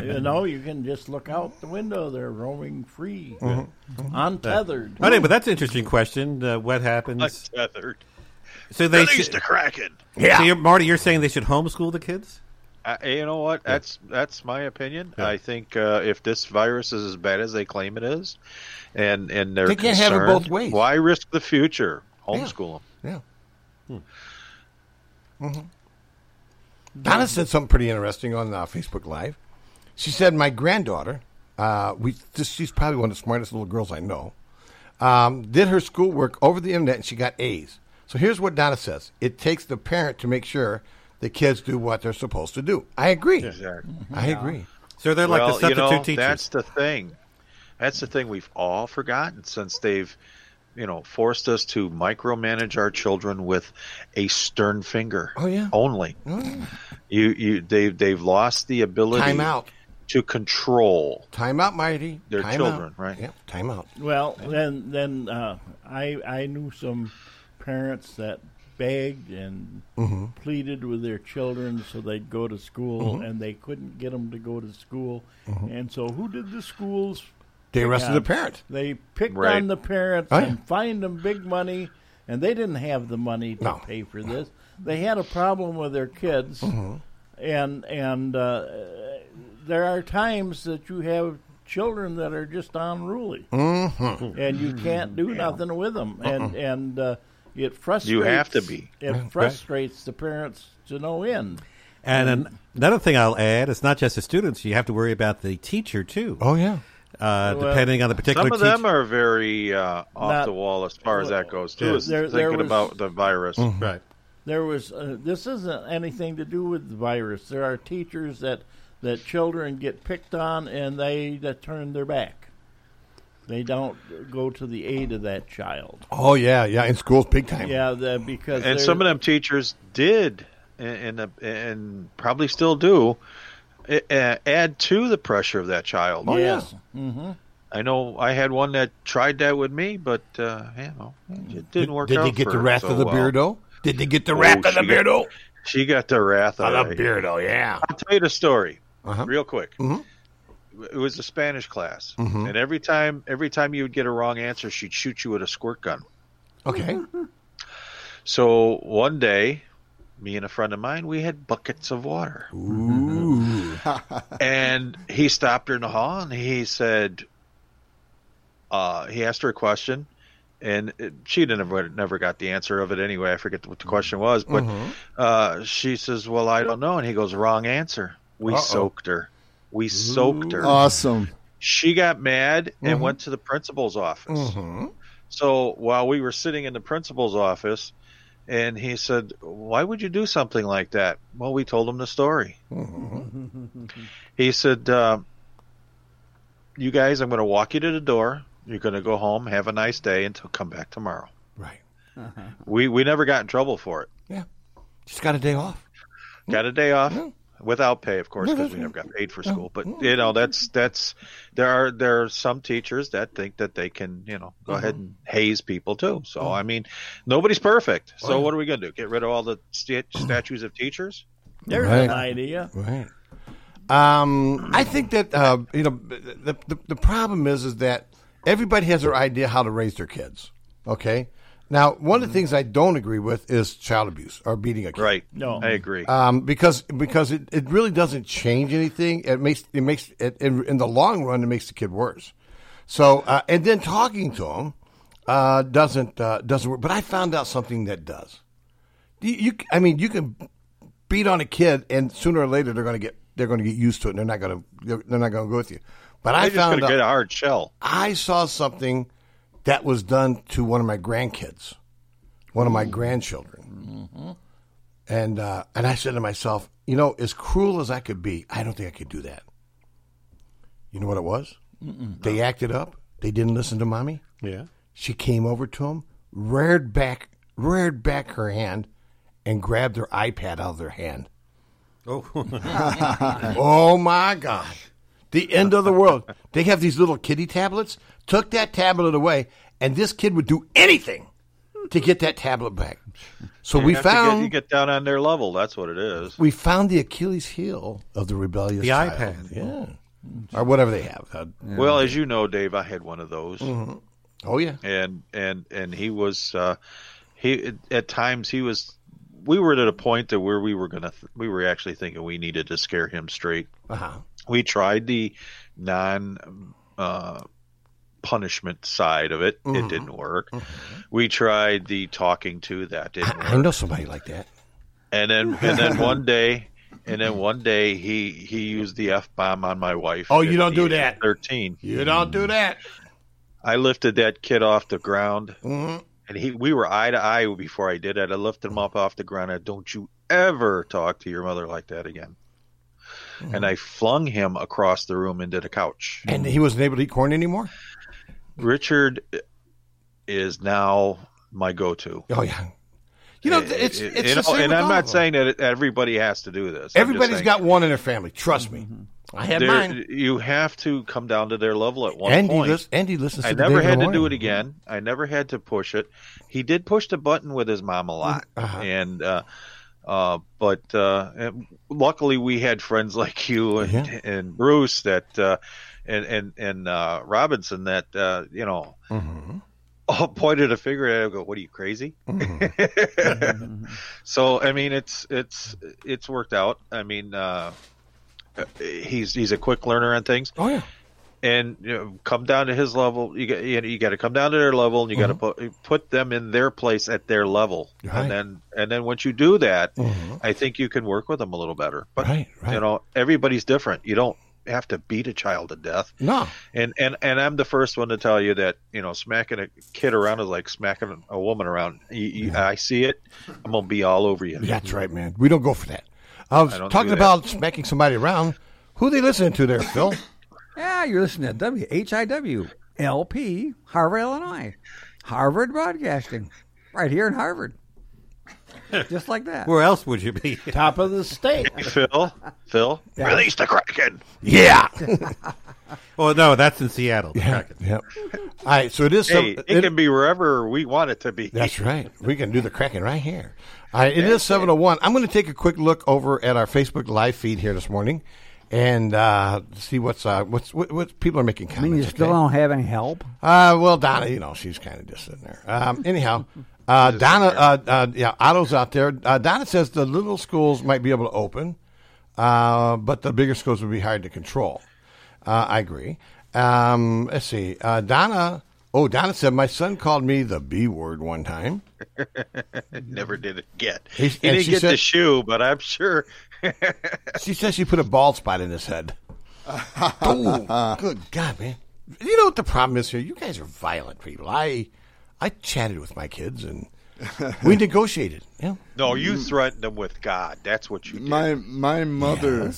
Speaker 2: You know, you can just look out the window. They're roaming free,
Speaker 8: Mm-hmm.
Speaker 3: Mm-hmm.
Speaker 2: untethered.
Speaker 3: Oh, no, but that's an interesting question. Uh, what happens?
Speaker 9: Untethered.
Speaker 3: So they
Speaker 9: Release
Speaker 3: should,
Speaker 9: the Kraken.
Speaker 3: So you're, Marty, you're saying they should homeschool the kids?
Speaker 9: I, Uh, you know what? That's that's my opinion. I think uh, if this virus is as bad as they claim it is, and and they're
Speaker 8: They can't have it
Speaker 9: concerned,
Speaker 8: both ways.
Speaker 9: Why risk the future? Homeschool
Speaker 8: Yeah.
Speaker 9: them.
Speaker 8: hmm Donna said something pretty interesting on uh, Facebook Live. She said, "My granddaughter, uh, we just, she's probably one of the smartest little girls I know, um, did her schoolwork over the internet and she got A's." So here's what Donna says: It takes the parent to make sure the kids do what they're supposed to do. I agree. I agree.
Speaker 3: So they're like the
Speaker 9: Well, you know,
Speaker 3: substitute teachers.
Speaker 9: That's the thing. That's the thing we've all forgotten since they've, you know, forced us to micromanage our children with a stern finger.
Speaker 8: Oh, yeah.
Speaker 9: Only. You you they they've lost the ability
Speaker 8: Time out.
Speaker 9: to control
Speaker 8: Time out, Mighty.
Speaker 9: their
Speaker 8: Time
Speaker 9: children,
Speaker 8: out.
Speaker 9: right?
Speaker 8: Yep. Time out.
Speaker 2: Well, then, then uh, I I knew some parents that begged and
Speaker 8: Mhm.
Speaker 2: pleaded with their children so they'd go to school,
Speaker 8: Mhm.
Speaker 2: and they couldn't get them to go to school,
Speaker 8: Mhm.
Speaker 2: and so who did the schools?
Speaker 8: They
Speaker 2: pick
Speaker 8: arrested
Speaker 2: on?
Speaker 8: the parent.
Speaker 2: They picked
Speaker 8: Right.
Speaker 2: on the parents
Speaker 8: Oh, yeah.
Speaker 2: and fined them big money, and they didn't have the money to
Speaker 8: No.
Speaker 2: pay for this. They had a problem with their kids,
Speaker 8: Mhm.
Speaker 2: and and uh, there are times that you have children that are just unruly
Speaker 8: Mhm.
Speaker 2: and you can't do nothing with them,
Speaker 8: Uh-uh.
Speaker 2: and and uh, it frustrates.
Speaker 9: You have to be.
Speaker 2: It
Speaker 9: Right.
Speaker 2: frustrates the parents to no end.
Speaker 3: And an, another thing I'll add, it's not just the students; you have to worry about the teacher too.
Speaker 8: Oh yeah,
Speaker 3: uh,
Speaker 2: Well,
Speaker 3: depending on the particular.
Speaker 9: Some of
Speaker 3: teacher.
Speaker 9: them are very uh, off
Speaker 2: Not-
Speaker 9: the wall as far as that goes too.
Speaker 2: Yeah.
Speaker 9: Is
Speaker 2: There-
Speaker 9: thinking
Speaker 2: there was-
Speaker 9: about the virus,
Speaker 3: Mhm. Right.
Speaker 2: There was uh, this isn't anything to do with the virus. There are teachers that that children get picked on, and they that turn their back. They don't go to the aid of that child.
Speaker 8: Oh yeah, yeah. In schools, big time.
Speaker 2: Yeah, the, because
Speaker 9: and
Speaker 2: they're-
Speaker 9: some of them teachers did, and and, and probably still do, a- a- add to the pressure of that child.
Speaker 8: Oh,
Speaker 2: yes. Mm-hmm.
Speaker 9: I know I had one that tried that with me, but uh, you know, it didn't work
Speaker 8: Did
Speaker 9: out.
Speaker 8: they get
Speaker 9: for
Speaker 8: the
Speaker 9: her
Speaker 8: wrath
Speaker 9: so
Speaker 8: of the
Speaker 9: Oh, well.
Speaker 8: Beardo? Did they get the
Speaker 9: Oh,
Speaker 8: wrath of the
Speaker 9: she got-
Speaker 8: Beardo?
Speaker 9: She got the wrath
Speaker 8: Of
Speaker 9: of
Speaker 8: the Beardo, yeah.
Speaker 9: I'll tell you the story
Speaker 8: Uh-huh.
Speaker 9: real quick.
Speaker 8: Mhm.
Speaker 9: It was a Spanish class,
Speaker 8: Mhm.
Speaker 9: and every time, every time you would get a wrong answer, she'd shoot you with a squirt gun.
Speaker 8: Okay.
Speaker 9: So one day, me and a friend of mine, we had buckets of water.
Speaker 8: Ooh.
Speaker 9: and he stopped her in the hall and he said uh, he asked her a question and it, she never never got the answer of it anyway i forget what the question was but
Speaker 8: Mhm.
Speaker 9: uh, she says well i don't know and he goes wrong answer we
Speaker 11: Uh-oh.
Speaker 9: soaked her we soaked her
Speaker 11: Awesome.
Speaker 9: she got mad
Speaker 11: Mhm.
Speaker 9: and went to the principal's office so while we were sitting in the principal's office and he said why would you do something like that well we told him the story
Speaker 14: Hmm. Mm-hmm.
Speaker 9: he said, uh, "You guys, I'm going to walk you to the door. You're going to go home, have a nice day, and t- come back tomorrow."
Speaker 8: Right.
Speaker 9: We we never got in trouble for it.
Speaker 8: Just got a day off.
Speaker 9: Got a day off without pay, of course,
Speaker 8: Yeah,
Speaker 9: because
Speaker 8: that's
Speaker 9: we never
Speaker 8: right.
Speaker 9: got paid for
Speaker 8: Yeah.
Speaker 9: school. But you know, that's that's there are there are some teachers that think that they can you know go ahead and
Speaker 8: Mm-hmm.
Speaker 9: haze people too. So I mean, nobody's perfect.
Speaker 8: Oh,
Speaker 9: So what are we going to do? Get rid of all the st- statues of teachers?
Speaker 2: There's
Speaker 8: Right.
Speaker 2: an idea.
Speaker 8: Right. Um, I think that uh, you know the, the the problem is is that everybody has their idea how to raise their kids. Okay. Now, one of the things I don't agree with is child abuse or beating a kid.
Speaker 9: Right.
Speaker 2: No.
Speaker 9: I agree.
Speaker 8: Um, because because it, it really doesn't change anything. It makes it makes it, in, in the long run it makes the kid worse. So uh, and then talking to him uh, doesn't uh, doesn't work. But I found out something that does. You, you I mean you can beat on a kid and sooner or later they're going to get they're going to get used to it. and They're not going to they're, they're not going to go with you. But I
Speaker 9: They're just
Speaker 8: found
Speaker 9: gonna
Speaker 8: out,
Speaker 9: get a hard shell.
Speaker 8: I saw something that was done to one of my grandkids, one of my
Speaker 9: Mm.
Speaker 8: grandchildren.
Speaker 9: Mm-hmm.
Speaker 8: And uh, and I said to myself, you know, as cruel as I could be, I don't think I could do that. You know what it was?
Speaker 3: Mm-mm.
Speaker 8: They acted up. They didn't listen to mommy.
Speaker 3: Yeah.
Speaker 8: She came over to him, reared back, reared back her hand, and grabbed their iPad out of their hand.
Speaker 3: Oh.
Speaker 8: oh my gosh. The end of the world. They have these little kitty tablets. Took that tablet away, and this kid would do anything to get that tablet back. So
Speaker 9: You
Speaker 8: we
Speaker 9: have to get-
Speaker 8: found
Speaker 9: you get down on their level. That's what it is.
Speaker 8: we found the Achilles heel of the rebellious
Speaker 3: The
Speaker 8: child.
Speaker 3: iPad.
Speaker 8: yeah, or whatever they have. Uh,
Speaker 9: Well, as you know, Dave, I had one of those.
Speaker 8: Mhm. Oh yeah.
Speaker 9: And and and he was uh, he at times he was we were at a point that where we were gonna th- we were actually thinking we needed to scare him straight.
Speaker 8: Uh-huh.
Speaker 9: We tried the non uh, punishment side of it. It
Speaker 8: Mhm.
Speaker 9: didn't work.
Speaker 8: Mm-hmm.
Speaker 9: We tried the talking to that didn't work.
Speaker 8: I know somebody like that.
Speaker 9: And then and then one day and then one day he he used the f bomb on my wife.
Speaker 8: Oh, you
Speaker 9: at
Speaker 8: don't
Speaker 9: the
Speaker 8: do
Speaker 9: age of
Speaker 8: that.
Speaker 9: Thirteen.
Speaker 8: You don't do that.
Speaker 9: I lifted that kid off the ground,
Speaker 8: Mhm.
Speaker 9: and he we were eye to eye before I did that. I lifted him up off the ground. I don't you ever talk to your mother like that again.
Speaker 8: Mm-hmm.
Speaker 9: And I flung him across the room into the couch.
Speaker 8: And he wasn't able to eat corn anymore.
Speaker 9: Richard is now my go-to.
Speaker 8: Oh yeah. You know, it's
Speaker 9: It-
Speaker 8: it's
Speaker 9: you
Speaker 8: the
Speaker 9: know,
Speaker 8: same
Speaker 9: and
Speaker 8: with
Speaker 9: I'm
Speaker 8: all
Speaker 9: not
Speaker 8: of them.
Speaker 9: saying that it- everybody has to do this. I'm just
Speaker 8: Everybody's
Speaker 9: saying
Speaker 8: got one in their family. Trust me. I had
Speaker 9: there-
Speaker 8: mine.
Speaker 9: You have to come down to their level at one
Speaker 8: Andy,
Speaker 9: point.
Speaker 8: lis- Andy listens.
Speaker 9: I
Speaker 8: to the
Speaker 9: never
Speaker 8: David
Speaker 9: had to
Speaker 8: Warner.
Speaker 9: do it again. I never had to push it. He did push the button with his mom a
Speaker 8: Mm,
Speaker 9: lot,
Speaker 8: uh-huh.
Speaker 9: and uh, uh, but uh, and luckily we had friends like you and, and Bruce that uh, and and and uh, Robinson that uh, you know
Speaker 8: Mm-hmm.
Speaker 9: all pointed a finger at him and go, "What are you crazy?"
Speaker 8: Mm-hmm.
Speaker 9: so I mean, it's it's it's worked out. I mean, uh, he's he's a quick learner on things.
Speaker 8: Oh yeah.
Speaker 9: And you know, come down to his level. You got you, know, you got to come down to their level, and you got to put put them in their place at their level.
Speaker 8: Mm-hmm. Right. Mm-hmm.
Speaker 9: And then and then once you do that, I think you can work with them a little better. But
Speaker 8: Right, right.
Speaker 9: you know, everybody's different. You don't have to beat a child to death.
Speaker 8: No.
Speaker 9: And and and I'm the first one to tell you that you know smacking a kid around is like smacking a woman around. You, you, I see it. I'm gonna be all over you.
Speaker 8: That's right, man. We don't go for that. I was
Speaker 9: I don't
Speaker 8: talking
Speaker 9: do that.
Speaker 8: about smacking somebody around. Who they listening to there, Phil?
Speaker 4: Yeah, you're listening to WHIW LP, Harvard, Illinois. Harvard Broadcasting, right here in Harvard. Just like that.
Speaker 3: Where else would you be?
Speaker 2: Top of the state.
Speaker 9: Phil, Phil, release the Kraken.
Speaker 8: Yeah.
Speaker 3: Oh no, that's in Seattle.
Speaker 8: yeah. Yep. All right. So it is.
Speaker 9: Hey,
Speaker 8: seven-
Speaker 9: it, can be wherever we want it to be.
Speaker 8: That's right. We can do the cracking right here. All right, it is 701. I'm going to take a quick look over at our Facebook live feed here this morning and uh, see what's uh, what's what, what people are making
Speaker 4: I mean,
Speaker 8: comments.
Speaker 4: you still
Speaker 8: okay?
Speaker 4: don't have any help.
Speaker 8: Uh, well, Donna, you know, she's kind of just sitting there. Um, anyhow, uh, Donna, uh, uh, yeah, Otto's out there. Uh, Donna says the little schools might be able to open, uh, but the bigger schools would be hard to control. Uh, I agree. Um, let's see. Uh, Donna, oh, Donna said my son called me the B word one time.
Speaker 9: Never did it get.
Speaker 8: He-
Speaker 9: He,
Speaker 8: and
Speaker 9: didn't
Speaker 8: she
Speaker 9: get the
Speaker 8: said-
Speaker 9: shoe, but I'm sure.
Speaker 8: She says she put a bald spot in his head. oh, good God, man! You know what the problem is here? You guys are violent people. I, I chatted with my kids and we negotiated. Yeah,
Speaker 9: No, you threatened him with God. That's what you did.
Speaker 11: My my mother,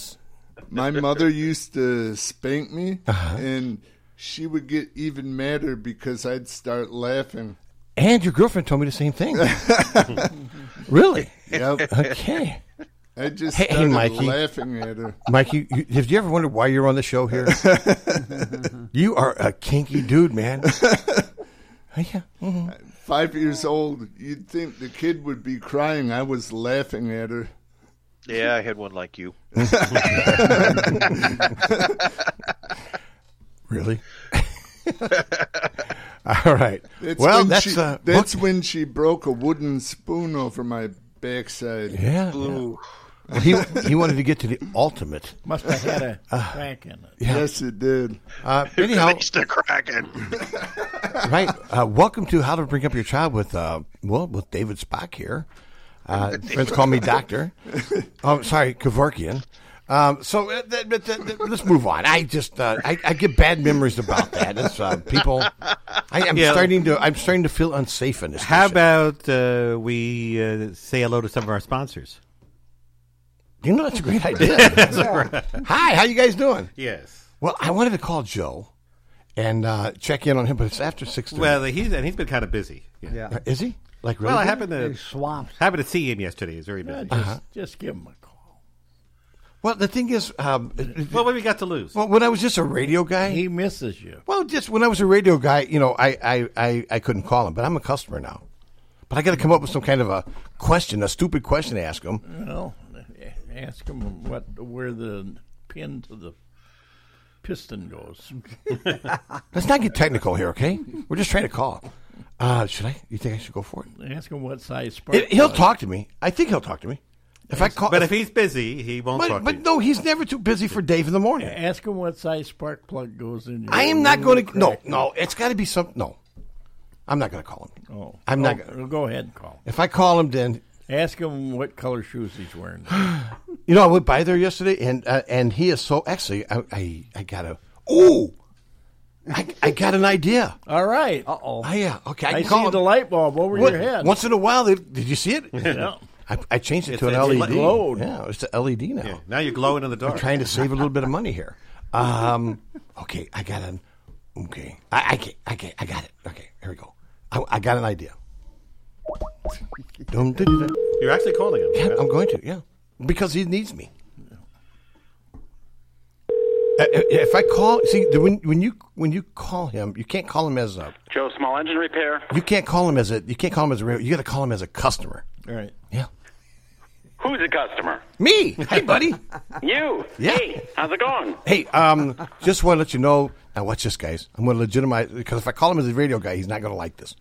Speaker 11: my mother used to spank me,
Speaker 8: Uh-huh.
Speaker 11: and she would get even madder because I'd start laughing.
Speaker 8: and your girlfriend told me the same thing. really?
Speaker 11: Yep,
Speaker 8: Okay,
Speaker 11: I just
Speaker 8: Hey,
Speaker 11: started
Speaker 8: Mikey.
Speaker 11: laughing at her.
Speaker 8: Mike, you, you, have you ever wondered why you're on the show here? you are a kinky dude, man. yeah. mhm.
Speaker 11: Five years old, you'd think the kid would be crying. I was laughing at her.
Speaker 9: Yeah, I had one like you.
Speaker 8: Really? All right.
Speaker 11: That's
Speaker 8: well,
Speaker 11: when
Speaker 8: that's
Speaker 11: she,
Speaker 8: uh,
Speaker 11: that's when she broke a wooden spoon over my backside.
Speaker 8: yeah.
Speaker 9: Ooh.
Speaker 8: Well, he he wanted to get to the ultimate.
Speaker 2: Must have had a
Speaker 8: Ah.
Speaker 2: crack in it.
Speaker 11: Yes, it did.
Speaker 8: Uh, anyhow,
Speaker 9: Release the Kraken.
Speaker 8: right. Uh, welcome to How to Bring Up Your Child with uh, well with David Spock here. Uh, friends call me Doctor. Oh, sorry, Kevorkian. Um, so uh, th- th- th- th- let's move on. I just uh, I, I get bad memories about that. It's, uh, people, I, I'm
Speaker 3: Yeah.
Speaker 8: starting to I'm starting to feel unsafe in this.
Speaker 3: How
Speaker 8: station.
Speaker 3: about uh, we uh, say hello to some of our sponsors?
Speaker 8: you know that's a great idea. Hi, how you guys doing?
Speaker 3: Yes.
Speaker 8: Well, I wanted to call Joe and uh, check in on him, but it's after six thirty. Uh,
Speaker 3: Well, he's and he's been kind of busy. Yeah.
Speaker 4: Yeah.
Speaker 8: is he like really?
Speaker 3: Well, I
Speaker 8: busy?
Speaker 3: happened to
Speaker 4: They swamped.
Speaker 3: happened to see him yesterday. He's very busy.
Speaker 2: Just,
Speaker 8: Uh-huh.
Speaker 2: just give him a call.
Speaker 8: Well, the thing is, um, it- it-
Speaker 3: Well, what we got to lose?
Speaker 8: well, when I was just a radio guy,
Speaker 2: He misses you.
Speaker 8: Well, just when I was a radio guy, you know, I, I, I, I couldn't call him, but I'm a customer now. But I got to come up with some kind of a question, a stupid question to ask him.
Speaker 2: Well, ask him what where the pin to the piston goes.
Speaker 8: Let's not get technical here, okay? We're just trying to call. Uh, should I? You think I should go for it?
Speaker 2: Ask him what size spark.
Speaker 8: It- he'll
Speaker 2: plug.
Speaker 8: talk to me. I think he'll talk to me. If I call,
Speaker 3: uh, But if he's busy, he won't
Speaker 8: But,
Speaker 3: talk
Speaker 8: but
Speaker 3: to you.
Speaker 8: no, he's never too busy for Dave in the morning.
Speaker 2: Ask him what size spark plug goes in. Your
Speaker 8: I am not
Speaker 2: little
Speaker 8: going to. No,
Speaker 2: crack.
Speaker 8: no, it's got to be some. No, I'm not going to call him.
Speaker 2: Oh,
Speaker 8: I'm
Speaker 2: oh,
Speaker 8: not. Gonna,
Speaker 2: well, Go ahead and call.
Speaker 8: if I call him, then
Speaker 2: Ask him what color shoes he's wearing.
Speaker 8: you know I went by there yesterday, and uh, and he is so actually I I, I got a ooh, I, I got an idea.
Speaker 2: All right.
Speaker 4: Uh oh.
Speaker 8: Oh, yeah, okay, I,
Speaker 2: I
Speaker 8: can call
Speaker 2: see
Speaker 8: him.
Speaker 2: the light bulb over
Speaker 8: What-
Speaker 2: your head.
Speaker 8: Once in a while, they, did you see it?
Speaker 2: Yeah.
Speaker 8: I, I changed it
Speaker 3: It's
Speaker 8: to an
Speaker 3: a- it's
Speaker 8: LED.
Speaker 3: glowed.
Speaker 8: Yeah, it's a LED now.
Speaker 3: Yeah, now you're glowing in the dark.
Speaker 8: I'm trying to save a little bit of money here. Um, okay, I got an. Okay, I, I can I can I got it. Okay, here we go. I, I got an idea. Dum, dum, dum.
Speaker 3: You're actually calling him.
Speaker 8: Yeah,
Speaker 3: right?
Speaker 8: I'm going to. Yeah, because he needs me. Uh, If I call, see the- when when you when you call him, you can't call him as a
Speaker 15: Joe, small engine repair.
Speaker 8: you can't call him as a you can't call him as a real- you got to call him as a customer.
Speaker 2: All right.
Speaker 8: Yeah,
Speaker 15: Who's the customer?
Speaker 8: me. Hey, buddy.
Speaker 15: You.
Speaker 8: Yeah.
Speaker 15: Hey, how's it going? Oh,
Speaker 8: Hey, um, just want to let you know. Now, watch this, guys. I'm going to legitimize because if I call him as a radio guy, he's not going to like this.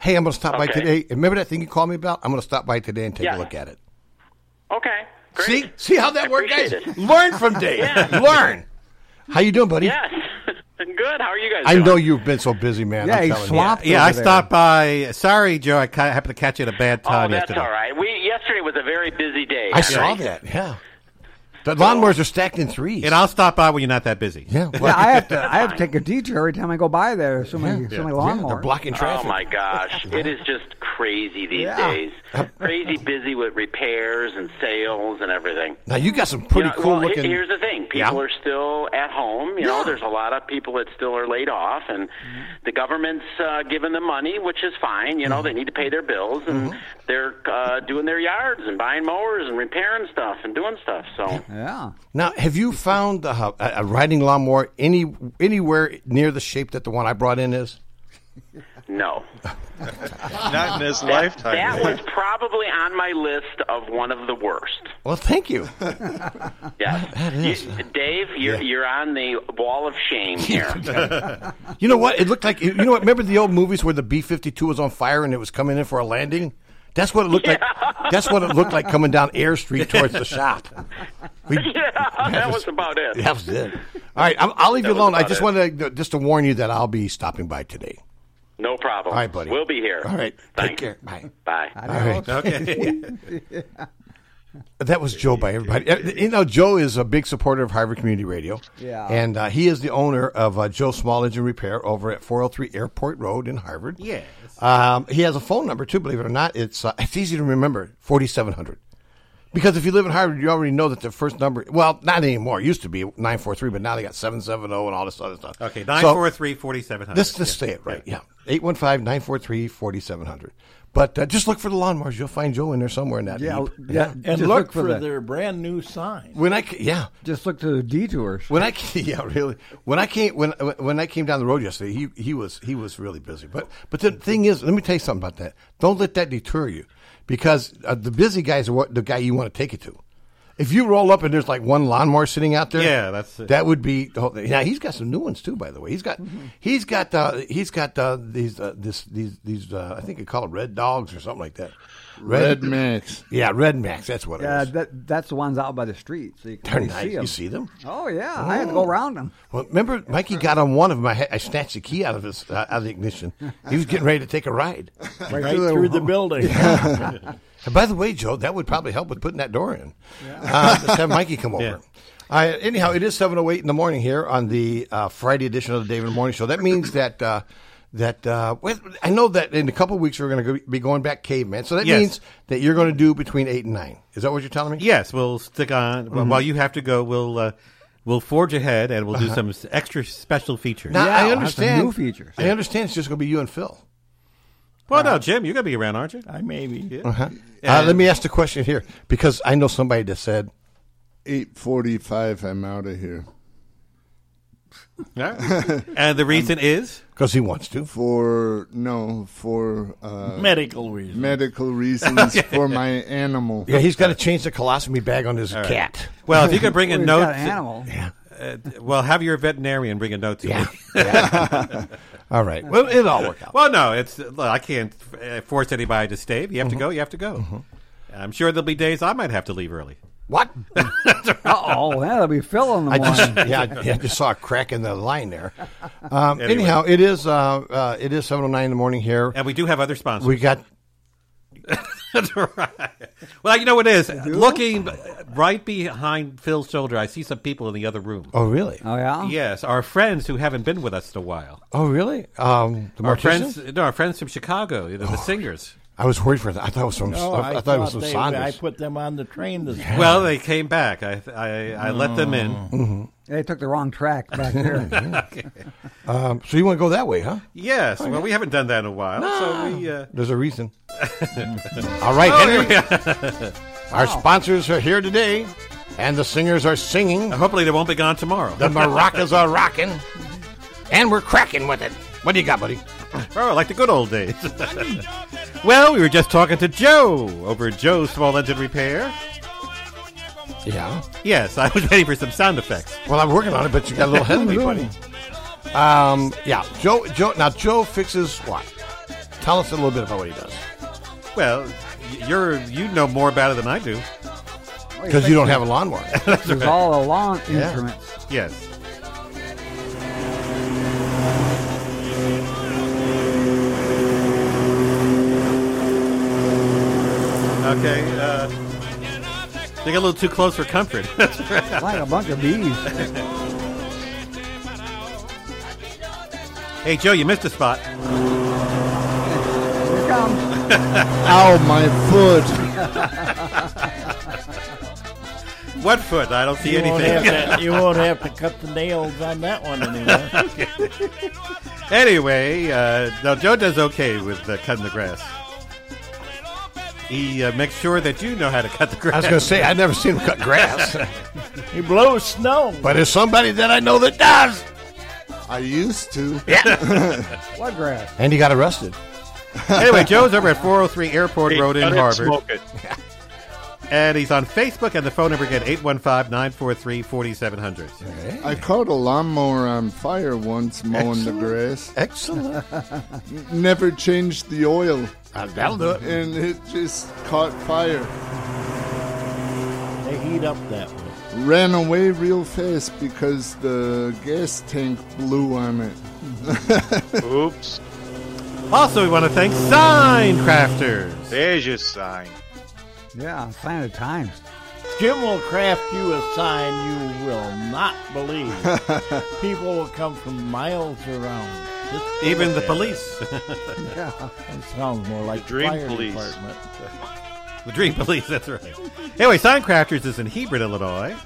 Speaker 8: Hey, I'm going to stop by
Speaker 15: Okay.
Speaker 8: today. Remember that thing you called me about? I'm going to stop by today and take
Speaker 15: Yeah.
Speaker 8: a look at it.
Speaker 15: Okay. Great.
Speaker 8: See, see how that
Speaker 15: I
Speaker 8: worked, guys.
Speaker 15: appreciate it.
Speaker 8: Learn from Dave.
Speaker 15: Yeah.
Speaker 8: Learn. How you doing, buddy?
Speaker 15: Yes. Good. How are you guys?
Speaker 8: I
Speaker 15: doing?
Speaker 8: know you've been so busy, man.
Speaker 4: Yeah,
Speaker 8: I'm
Speaker 4: he
Speaker 8: telling
Speaker 4: swapped.
Speaker 3: Yeah,
Speaker 4: over
Speaker 3: I
Speaker 4: there.
Speaker 3: stopped by. Sorry, Joe. I ca- happened to catch you at a bad
Speaker 15: Oh,
Speaker 3: time
Speaker 15: that's
Speaker 3: yesterday.
Speaker 15: all right. We yesterday was a very busy day.
Speaker 8: you. I saw
Speaker 15: actually.
Speaker 8: that. Yeah, the lawnmowers are stacked in threes.
Speaker 3: And I'll stop by when you're not that busy.
Speaker 8: yeah,
Speaker 4: Yeah,
Speaker 8: well,
Speaker 4: I have to. I have to take a detour every time I go by there. There's So many, so many
Speaker 8: yeah, they're
Speaker 4: lawnmowers.
Speaker 8: blocking traffic.
Speaker 15: Oh my gosh, it is just crazy these
Speaker 4: Yeah.
Speaker 15: days. crazy busy with repairs and sales and everything.
Speaker 8: Now you got some pretty
Speaker 15: You know,
Speaker 8: cool
Speaker 15: well, he-
Speaker 8: looking.
Speaker 15: Here's the thing: people
Speaker 8: Yeah.
Speaker 15: are still at home. You know, there's a lot of people that still are laid off, and the government's uh, giving them money, which is fine. You know, they need to pay their bills,
Speaker 8: Mm-hmm.
Speaker 15: and they're uh, doing their yards and buying mowers and repairing stuff and doing stuff. So
Speaker 4: Yeah.
Speaker 8: Now, have you found uh, a, a riding lawnmower any anywhere near the shape that the one I brought in is?
Speaker 15: no,
Speaker 9: Not in his lifetime.
Speaker 15: that was probably on my list of one of the worst.
Speaker 8: Well, thank you.
Speaker 15: Yes,
Speaker 8: That is.
Speaker 15: You- Dave, you're you're on the wall of shame here.
Speaker 8: You know what? It looked like you know what? Remember the old movies where the B fifty two was on fire and it was coming in for a landing? That's what it looked like. That's what it looked like coming down Air Street towards the shop. We,
Speaker 15: yeah, that was about it.
Speaker 8: that was it. All right, I'm, I'll leave you
Speaker 15: was
Speaker 8: alone. I
Speaker 15: about
Speaker 8: just
Speaker 15: it.
Speaker 8: wanted to, uh, just to warn you that I'll be stopping by today.
Speaker 15: No problem.
Speaker 8: All right, buddy.
Speaker 15: We'll be here.
Speaker 8: All right, take
Speaker 15: Thanks.
Speaker 8: care. Bye.
Speaker 15: Bye.
Speaker 8: All right.
Speaker 3: Okay.
Speaker 8: That was Joe by everybody. Uh, You know, Joe is a big supporter of Harvard Community Radio.
Speaker 4: Yeah.
Speaker 8: And uh, he is the owner of uh, Joe Small Engine Repair over at 403 Airport Road in Harvard.
Speaker 3: Yes.
Speaker 8: Um, he has a phone number, too, believe it or not. It's, uh, it's easy to remember 4700. Because if you live in Harvard, you already know that the first number, well, not anymore. It used to be 943, but now they got 770 and all this other stuff.
Speaker 3: Okay,
Speaker 8: So-
Speaker 3: 943 4700.
Speaker 8: Let's just say it right. Yeah. 815 943 4700. But uh, just look for the lawnmowers. You'll find Joe in there somewhere in that.
Speaker 4: Yeah.
Speaker 8: heap.
Speaker 4: yeah.
Speaker 2: And
Speaker 4: just
Speaker 2: look, for,
Speaker 4: the-
Speaker 2: their brand new sign.
Speaker 8: When I, c- yeah.
Speaker 4: Just look to the detours.
Speaker 8: When I ca- yeah really when I came when when I came down the road yesterday he he was he was really busy but but the thing is let me tell you something about that don't let that deter you because uh, the busy guys are what the guy you want to take it to if you roll up and there's like one lawnmower sitting out there
Speaker 3: Yeah, that's it.
Speaker 8: that would be the whole thing. now he's got some new ones too by the way he's got he's got uh, he's got uh, these uh, this these these uh, I think they call it red dogs or something like that
Speaker 11: Red Max.
Speaker 8: yeah red max that's what
Speaker 4: Yeah,
Speaker 8: it is
Speaker 4: that that's the ones out by the street, so you can
Speaker 8: they're
Speaker 4: really
Speaker 8: nice
Speaker 4: see them.
Speaker 8: you see them
Speaker 4: Oh yeah, I had to go around them.
Speaker 8: Well, remember, Mikey got on one of them. I, had, I snatched the key out of his uh, out of the ignition. He was getting ready to take a ride.
Speaker 2: Right, through the building.
Speaker 8: And by the way, Joe, that would probably help with putting that door in. Uh, just have Mikey come over. I, anyhow, it is seven oh eight in the morning here on the uh, Friday edition of the David Morning Show. That means that. Uh, that uh, with- I know that in a couple of weeks we're going to be going back caveman. So that
Speaker 3: Yes.
Speaker 8: means that you're going to do between eight and nine. Is that what you're telling me?
Speaker 3: Yes, we'll stick on. While you have to go, we'll uh, we'll forge ahead and we'll do some s- extra special features.
Speaker 8: Now
Speaker 4: Yeah,
Speaker 8: I
Speaker 4: we'll have some
Speaker 8: understand
Speaker 4: new features.
Speaker 8: I understand it's just going to be you and Phil.
Speaker 3: well, no, Jim, you're going to be around, aren't you? Uh-huh.
Speaker 2: I maybe.
Speaker 8: Uh, let me ask the question here because I know somebody that said
Speaker 11: Eight forty-five. I'm out of here
Speaker 3: Yeah. and the reason is
Speaker 8: because he wants to.
Speaker 11: for no for uh,
Speaker 2: Medical reason.
Speaker 11: medical reasons for my animal.
Speaker 8: Yeah, he's got to change the colostomy bag on his cat.
Speaker 3: well, if you could bring a
Speaker 4: We've
Speaker 3: note,
Speaker 4: got an animal.
Speaker 8: Yeah.
Speaker 3: uh, well, have your veterinarian bring a note to me.
Speaker 8: Yeah. All right. Well, it'll all work out.
Speaker 3: Well, no, it's look, I can't uh, force anybody to stay. If you have
Speaker 8: Mm-hmm.
Speaker 3: to go, you have to go. I'm sure there'll be days I might have to leave early.
Speaker 8: What?
Speaker 4: oh, that'll be filling the
Speaker 8: I just,
Speaker 4: one.
Speaker 8: yeah, I- yeah, I just saw a crack in the line there. Um,
Speaker 3: Anyway.
Speaker 8: Anyhow, it is uh, uh, it is seven oh nine in the morning here.
Speaker 3: And we do have other sponsors.
Speaker 8: We got
Speaker 3: Well, you know what it is. Looking right behind Phil's shoulder, I see some people in the other room.
Speaker 8: oh really? Oh
Speaker 4: yeah.
Speaker 3: Yes, our friends who haven't been with us in a while.
Speaker 8: Oh really? Um, the Oh,
Speaker 3: Our
Speaker 8: morticians?
Speaker 3: friends, no, our friends from Chicago, you know, the singers.
Speaker 8: I was worried for that. I thought it was from.
Speaker 2: No,
Speaker 8: I, thought it was from
Speaker 2: Oh, they- I
Speaker 8: Saunders.
Speaker 2: put them on the train this
Speaker 3: Well, they came back. I I, I let them in.
Speaker 8: Oh. Mm-hmm.
Speaker 4: They took the wrong track back there.
Speaker 8: um, so you want to go that way, huh?
Speaker 3: Yes. well, we haven't done that in a while, so we. Uh,
Speaker 8: Oh, There's a reason. All right,
Speaker 3: Oh,
Speaker 8: Henry.
Speaker 3: yeah.
Speaker 8: Our sponsors are here today, and the singers are singing.
Speaker 3: Hopefully, they won't be gone tomorrow.
Speaker 8: The maracas are rocking, and we're cracking with it. What do you got, buddy?
Speaker 3: Oh, like the good old days. well, we were just talking to Joe over at Joe's Small Engine Repair.
Speaker 8: Yeah.
Speaker 3: Yes, I was waiting for some sound effects.
Speaker 8: Well, I'm working on it, but you got a little ahead of me, buddy. Um, yeah, Joe. Joe. Now, Joe fixes what? Tell us a little bit about what he does,
Speaker 3: Well, y- you're you know more about it than I
Speaker 4: Oh,
Speaker 3: do.
Speaker 8: because you don't have a lawnmower.
Speaker 4: It was all a lawn
Speaker 8: Yeah.
Speaker 4: instrument.
Speaker 3: Yes. Okay. Uh, they got a little too close for comfort.
Speaker 4: Like a bunch of bees.
Speaker 3: hey, Joe, you missed a spot.
Speaker 4: Here comes.
Speaker 11: Ow, my foot.
Speaker 3: What foot? I don't see
Speaker 2: You won't, have
Speaker 3: anything.
Speaker 2: to, you won't have to cut the nails on that one anymore.
Speaker 3: anyway, uh, no, Joe does okay with uh, cutting the grass. He uh, makes sure that you know how to cut the grass.
Speaker 8: I was going to say I've never seen him cut grass,
Speaker 2: He blows snow.
Speaker 8: but there's somebody that I know that does.
Speaker 11: I used to.
Speaker 4: What grass?
Speaker 8: And he got arrested.
Speaker 3: anyway, Joe's over at 403 Airport Road in
Speaker 9: Cut it,
Speaker 3: Harvard.
Speaker 9: Smoke it.
Speaker 3: And he's on Facebook, and the phone number again, 815 943 4700.
Speaker 11: I caught a lawnmower on fire once mowing the grass.
Speaker 8: Excellent.
Speaker 11: Never changed the oil,
Speaker 8: Uh, that'll do it.
Speaker 11: and it just caught fire.
Speaker 2: They heat up that one.
Speaker 11: Ran away real fast because the gas tank blew on it.
Speaker 9: Oops.
Speaker 3: Also, we want to thank Sign Crafters.
Speaker 9: There's your sign.
Speaker 4: Yeah, sign of the times.
Speaker 2: Jim will craft you a sign you will not believe. People will come from miles around. Just
Speaker 3: Even the
Speaker 2: there.
Speaker 3: police, the
Speaker 2: Oh, It sounds more like
Speaker 9: dream
Speaker 2: fire
Speaker 9: police.
Speaker 2: department.
Speaker 3: Dream Police, that's right. Anyway, Sign Crafters is in Hebron, Illinois.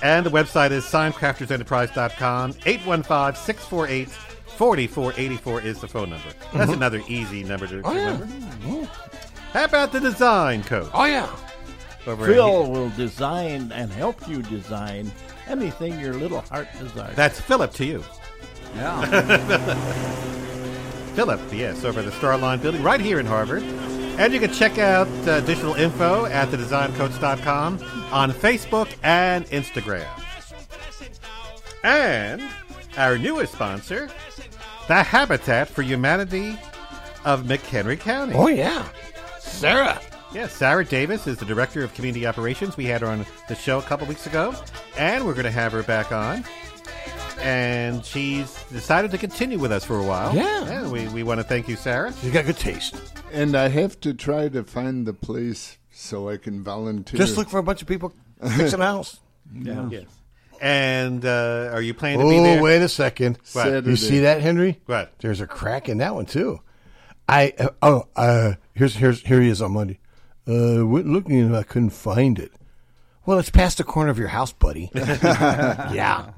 Speaker 3: And the website is signcraftersenterprise.com. 815 648 4484 is the phone number.
Speaker 2: Mm-hmm.
Speaker 3: That's another easy number
Speaker 2: Oh,
Speaker 3: to remember. How about the design code?
Speaker 8: Oh yeah.
Speaker 3: Over at
Speaker 2: Phil will design and help you design anything your little heart desires.
Speaker 3: That's Philip to you.
Speaker 4: Yeah.
Speaker 3: Philip, yes, over at the Starline Building right here in Harvard. And you can check out uh, additional info at thedesigncouch.com on Facebook and Instagram. And our newest sponsor, the Habitat for Humanity of McHenry County.
Speaker 8: Oh yeah. Sarah.
Speaker 3: Yes, Sarah Davis is the director of community operations. We had her on the show a couple weeks ago, and we're going to have her back on. And she's decided to continue with us for a while.
Speaker 8: Yeah.
Speaker 3: we, we want to thank you, Sarah.
Speaker 8: You got good taste.
Speaker 11: And I have to try to find the place so I can volunteer.
Speaker 8: Just look for a bunch of people fixing a house.
Speaker 2: Yes.
Speaker 3: And uh, are you planning to be
Speaker 8: Oh,
Speaker 3: there?
Speaker 8: wait a second.
Speaker 11: Saturday.
Speaker 8: You see that, Henry?
Speaker 3: What?
Speaker 8: There's a crack in that one too. I uh, oh uh here's here's here he is on Monday. Uh, went looking and I couldn't find it. Well, it's past the corner of your house, buddy. yeah.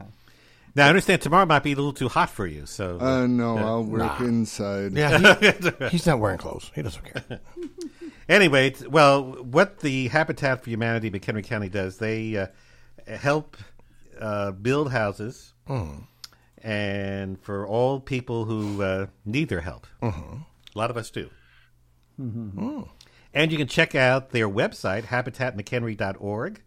Speaker 3: Now, I understand tomorrow might be a little too hot for you, so.
Speaker 11: Uh, no, I'll work inside.
Speaker 8: Yeah. he- he's not wearing clothes. He doesn't care.
Speaker 3: Anyway, it's- well, what the Habitat for Humanity McHenry County does, they uh, help uh, build houses
Speaker 8: Mm-hmm.
Speaker 3: and for all people who uh, need their help.
Speaker 8: Mm-hmm.
Speaker 3: A lot of us do.
Speaker 8: Mm.
Speaker 3: And you can check out their website, habitatmchenry.org.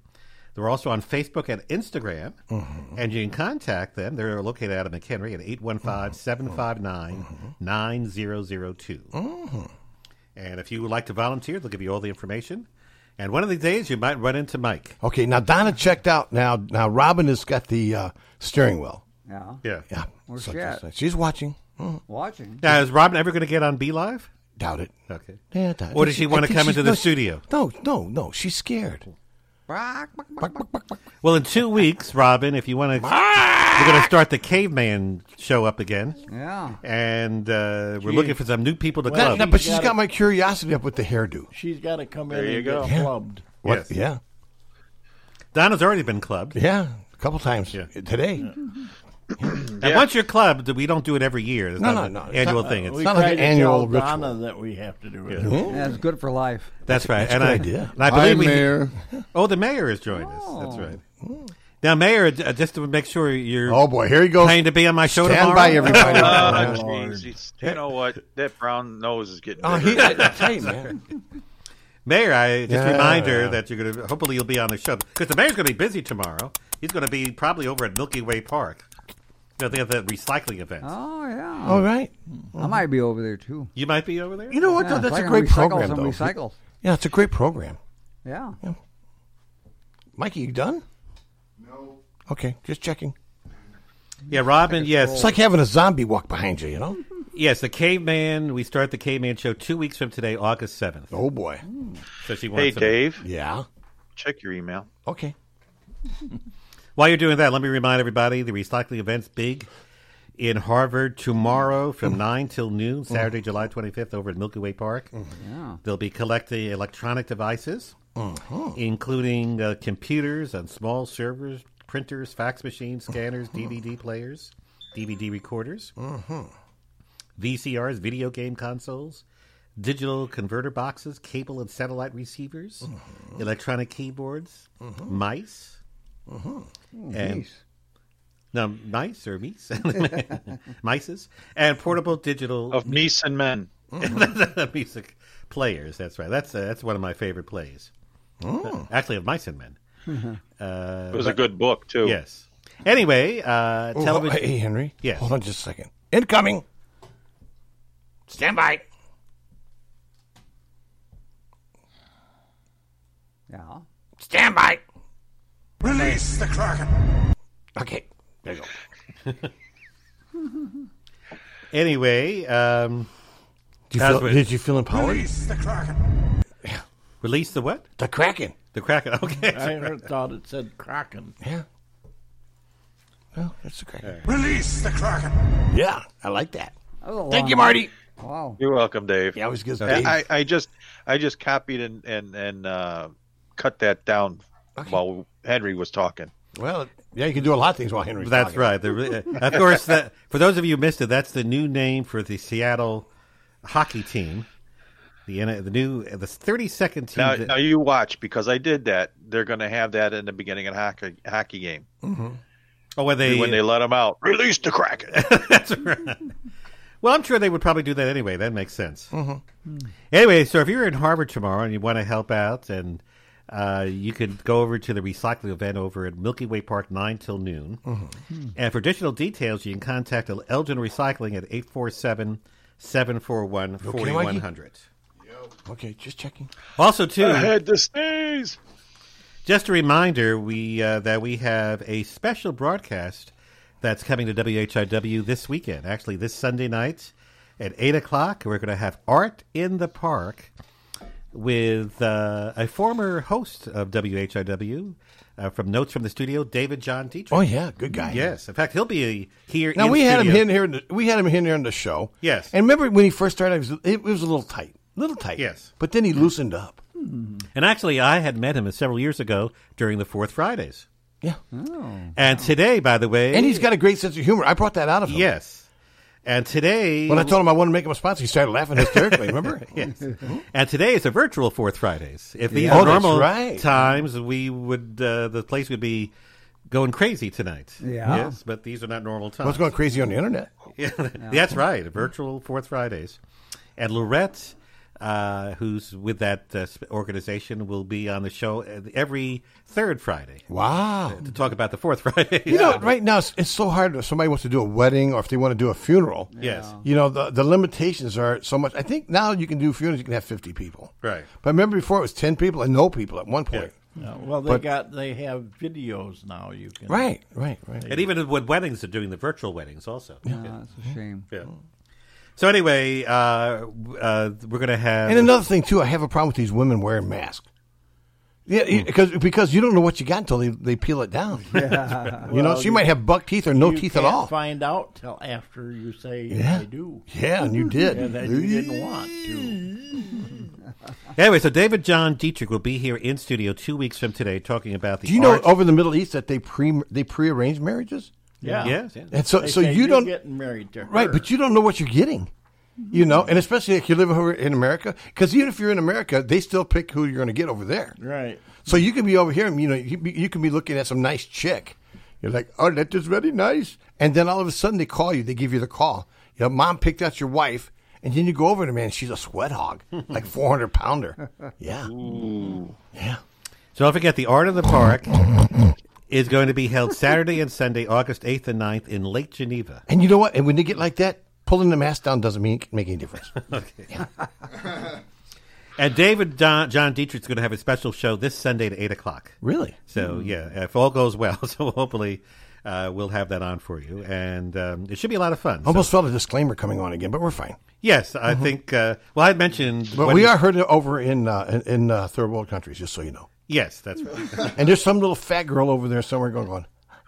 Speaker 3: They're also on Facebook and Instagram,
Speaker 8: Mm-hmm.
Speaker 3: and you can contact them. They're located out of McHenry at 815 759
Speaker 8: Mm-hmm.
Speaker 3: 9002. And if you would like to volunteer, they'll give you all the information. And one of these days, you might run into Mike.
Speaker 8: Okay, now Donna checked out. Now, now Robin has got the uh, steering wheel.
Speaker 4: Yeah.
Speaker 3: Yeah.
Speaker 8: Yeah.
Speaker 4: Where's
Speaker 8: Such
Speaker 4: she
Speaker 8: and
Speaker 4: at?
Speaker 8: such. She's watching. Mm.
Speaker 4: Watching.
Speaker 3: Now, is Robin ever going to get on Be Live?
Speaker 8: Doubt it.
Speaker 3: Okay.
Speaker 8: Yeah, Donna-
Speaker 3: Or does she
Speaker 8: I
Speaker 3: want to
Speaker 8: think
Speaker 3: come
Speaker 8: she's-
Speaker 3: into the
Speaker 8: no, she-
Speaker 3: studio?
Speaker 8: No, no, no. She's scared.
Speaker 3: Well, in two weeks, Robin, if you want to, we're going to start the caveman show up again.
Speaker 4: Yeah.
Speaker 3: And uh, we're
Speaker 2: Gee.
Speaker 3: looking for some new people to
Speaker 8: Well,
Speaker 3: come.
Speaker 8: no, but she's got my curiosity up with the hairdo.
Speaker 2: She's got to come
Speaker 8: There
Speaker 2: in
Speaker 8: you
Speaker 2: and
Speaker 8: go.
Speaker 2: get
Speaker 8: Yeah.
Speaker 2: clubbed.
Speaker 8: What? Yeah.
Speaker 3: Donna's already been clubbed.
Speaker 8: Yeah, a couple times today.
Speaker 3: And once you're clubbed, we don't do it every year. It's
Speaker 8: No,
Speaker 3: not
Speaker 8: no,
Speaker 3: an
Speaker 8: no. It's
Speaker 3: Annual
Speaker 8: not-
Speaker 3: thing. It's
Speaker 8: we Not like
Speaker 2: Try
Speaker 8: an
Speaker 2: to
Speaker 8: annual
Speaker 2: tell
Speaker 8: ritual.
Speaker 2: Donna that we have to do it.
Speaker 3: Yeah.
Speaker 4: Yeah, it's good for life.
Speaker 3: That's right.
Speaker 8: That's a
Speaker 3: and
Speaker 8: good
Speaker 3: I,
Speaker 8: idea.
Speaker 3: And I
Speaker 8: Hi,
Speaker 3: believe we,
Speaker 8: Mayor.
Speaker 3: Oh, the mayor has joined us.
Speaker 4: Oh.
Speaker 3: That's right. Now, Mayor, uh, just to make sure you're.
Speaker 8: Oh, boy, here he goes.
Speaker 3: Planning to be on my show
Speaker 8: Stand
Speaker 3: tomorrow.
Speaker 8: by, everybody.
Speaker 9: Ah,
Speaker 8: Oh,
Speaker 9: jeez, it's- you know what? That brown nose is getting.
Speaker 8: Oh,
Speaker 9: bigger.
Speaker 8: he- I tell you, man.
Speaker 3: Mayor, I just
Speaker 8: Yeah.
Speaker 3: reminder that you're going to. Hopefully, you'll be on the show because the mayor's going to be busy tomorrow. He's going to be probably over at Milky Way Park. You know, they have that recycling event.
Speaker 4: Oh yeah.
Speaker 8: All right.
Speaker 4: I might be over there too.
Speaker 3: You might be over there.
Speaker 8: You know what? though?
Speaker 4: Yeah,
Speaker 8: That's
Speaker 4: if I
Speaker 8: a
Speaker 4: can
Speaker 8: great
Speaker 4: recycle
Speaker 8: program,
Speaker 4: some
Speaker 8: though.
Speaker 4: recycles.
Speaker 8: Yeah, it's a great program.
Speaker 4: Yeah.
Speaker 8: Mikey, you done? No. Okay, just checking.
Speaker 3: Yeah, Robin. Yes,
Speaker 8: It's like having a zombie walk behind you, you know?
Speaker 3: yes. The caveman. We start the caveman show two weeks from today, August seventh. Hmm.
Speaker 8: Oh, boy.
Speaker 3: So she wants.
Speaker 9: Hey,
Speaker 3: some-
Speaker 9: Dave.
Speaker 8: Yeah.
Speaker 9: Check your email.
Speaker 8: Okay.
Speaker 3: While you're doing that, let me remind everybody the recycling event's big in Harvard tomorrow from
Speaker 8: Mm-hmm.
Speaker 3: 9 till noon, Saturday, July 25th, over at Milky Way Park.
Speaker 8: Mm-hmm.
Speaker 4: Yeah.
Speaker 3: They'll be collecting electronic devices,
Speaker 8: Mm-hmm.
Speaker 3: including uh, computers and small servers, printers, fax machines, scanners, DVD players, DVD recorders, VCRs, video game consoles. Digital converter boxes, cable and satellite receivers, electronic keyboards, mice, and
Speaker 4: Geez.
Speaker 3: no mice or meese, mices, and portable digital Mm-hmm.
Speaker 9: Of meese and men.
Speaker 3: music players. That's right. That's uh, that's one of my favorite plays.
Speaker 8: Oh.
Speaker 3: Uh, actually, of mice and men. Uh,
Speaker 9: It was a
Speaker 3: but-
Speaker 9: good book too.
Speaker 3: Yes. Anyway, uh,
Speaker 8: Oh,
Speaker 3: television.
Speaker 8: Hey, Henry.
Speaker 3: Yes.
Speaker 8: Hold on just a second. Incoming. Stand by.
Speaker 4: Yeah.
Speaker 8: Stand by.
Speaker 12: Release the Kraken.
Speaker 8: Okay. There you go.
Speaker 3: Anyway, um,
Speaker 8: Did you,
Speaker 3: That's
Speaker 8: feel,
Speaker 3: what-
Speaker 8: did you feel empowered?
Speaker 12: Release the Kraken.
Speaker 3: release the what?
Speaker 8: The Kraken.
Speaker 3: The Kraken. Okay.
Speaker 2: I heard, thought it said Kraken.
Speaker 8: Yeah. Well, that's the Kraken.
Speaker 12: Release the Kraken.
Speaker 8: Yeah, I like that.
Speaker 4: That was a
Speaker 8: Thank
Speaker 4: long-
Speaker 8: you, Marty.
Speaker 4: Wow.
Speaker 9: You're welcome, Dave.
Speaker 8: Yeah, I was good.
Speaker 9: I, I- I just I just copied and and and uh, cut that down while Henry was talking.
Speaker 8: Well, yeah, you can do a lot of things while Henry's
Speaker 3: That's
Speaker 8: talking.
Speaker 3: right. The re- uh, of course, that, for those of you who missed it, that's the new name for the Seattle hockey team. The N- the new the thirty second team.
Speaker 9: Now,
Speaker 3: that-
Speaker 9: now you watch because I did that. They're going to have that in the beginning of hockey hockey game
Speaker 8: Mm-hmm.
Speaker 3: oh, when they,
Speaker 9: when they let them out. Release the Kraken.
Speaker 3: that's right. Well, I'm sure they would probably do that anyway. That makes sense.
Speaker 8: Mm-hmm.
Speaker 3: Mm. Anyway, so if you're in Harvard tomorrow and you want to help out, and uh, you could go over to the recycling event over at Milky Way Park, 9 till noon.
Speaker 8: Mm-hmm.
Speaker 3: And for additional details, you can contact El- Elgin Recycling at 847 741 4100.
Speaker 8: Okay, just checking.
Speaker 3: Also, too,
Speaker 9: I had to sneeze.
Speaker 3: just a reminder we uh, that we have a special broadcast that's coming to WHIW this weekend. Actually, this Sunday night at eight o'clock, we're going to have Art in the Park with uh, a former host of WHIW uh, from Notes from the Studio, David John Dietrich.
Speaker 8: Oh yeah, good guy.
Speaker 3: Yes, in fact, he'll be here.
Speaker 8: Now
Speaker 3: in
Speaker 8: we had him
Speaker 3: studio.
Speaker 8: in here. In the, we had him in here on the show.
Speaker 3: Yes.
Speaker 8: And remember when he first started, it was, it was a little tight, little tight.
Speaker 3: Yes.
Speaker 8: But then he loosened up.
Speaker 3: and actually, I had met him several years ago during the Fourth Fridays.
Speaker 8: Yeah.
Speaker 3: And today, by the way,
Speaker 8: And he's got a great sense of humor. I brought that out of him.
Speaker 3: yes. And today,
Speaker 8: When I told him I wanted to make him a sponsor, he started laughing hysterically. Remember? Hmm?
Speaker 3: yes. And today is a virtual Fourth Fridays. If these
Speaker 8: Yeah.
Speaker 3: are
Speaker 8: Oh, that's
Speaker 3: normal
Speaker 8: right.
Speaker 3: times, we would uh, the place would be going crazy tonight.
Speaker 4: Yeah.
Speaker 3: Yes, but these are not normal times.
Speaker 8: What's going crazy on the internet?
Speaker 3: Yeah, that's right. Virtual Fourth Fridays. And Lorette uh, who's with that uh, sp- organization, will be on the show uh, every third Friday.
Speaker 8: Wow.
Speaker 3: To talk about the fourth Friday.
Speaker 8: You know, right now it's, it's so hard if somebody wants to do a wedding or if they want to do a funeral.
Speaker 3: Yes.
Speaker 8: You know, the, the limitations are so much. I think now you can do funerals, you can have 50 people.
Speaker 3: Right.
Speaker 8: But remember before it was 10 people and no people at one point.
Speaker 2: Yeah, well, they
Speaker 8: But-
Speaker 2: got they have videos now. You can
Speaker 8: Right, right, right.
Speaker 3: And even with weddings, they're doing the virtual weddings also.
Speaker 2: Yeah, that's
Speaker 4: a shame.
Speaker 3: Yeah. So anyway, uh, w- uh, we're gonna have
Speaker 8: And another thing, too, I have a problem with these women wearing masks. Yeah,
Speaker 2: Hmm.
Speaker 8: because because you don't know what you got until they, they peel it down.
Speaker 2: Yeah.
Speaker 8: you know,
Speaker 2: Well,
Speaker 8: she might have buck teeth or no
Speaker 2: you
Speaker 8: teeth
Speaker 2: can't
Speaker 8: at all.
Speaker 2: Find out till after you say
Speaker 8: Yeah.
Speaker 2: I do.
Speaker 8: Yeah, and you did.
Speaker 2: And then you didn't want to.
Speaker 3: Anyway, so David John Dietrich will be here in studio two weeks from today, talking about the.
Speaker 8: Do you know
Speaker 3: art-
Speaker 8: over the Middle East that they pre they prearrange marriages?
Speaker 3: Yeah. Yes, yes.
Speaker 8: And so
Speaker 2: They
Speaker 8: so
Speaker 2: say,
Speaker 8: you
Speaker 2: "You're
Speaker 8: don't
Speaker 2: getting married to
Speaker 8: right,
Speaker 2: her."
Speaker 8: but you don't know what you're getting. You know, and especially if you live over in America, because even if you're in America, they still pick who you're going to get over there.
Speaker 2: Right.
Speaker 8: So you can be over here, and you know, you, be- you can be looking at some nice chick. You're like, oh, that is very nice. And then all of a sudden, they call you. They give you the call. You know, mom picked out your wife, and then you go over to man, she's a sweat hog, like 400 pounder. Yeah. Yeah.
Speaker 3: So don't forget, the Art of the Park is going to be held Saturday and Sunday, August 8th and 9th in Lake Geneva.
Speaker 8: And you know what? And when they get like that, pulling the mask down doesn't mean, make any difference.
Speaker 3: Okay. and David Don, John Dietrich's going to have a special show this Sunday to 8 o'clock.
Speaker 8: Really? Hmm.
Speaker 3: So, yeah, if all goes well, so hopefully uh, we'll have that on for you. And um, it should be a lot of fun. So-
Speaker 8: Almost felt a disclaimer coming on again, but we're fine.
Speaker 3: yes, I
Speaker 8: Mhm.
Speaker 3: think, uh, well, I mentioned.
Speaker 8: But
Speaker 3: when-
Speaker 8: we are heard over in uh, in, in uh, third world countries, just so you know.
Speaker 3: Yes, that's right.
Speaker 8: And there's some little fat girl over there somewhere going, going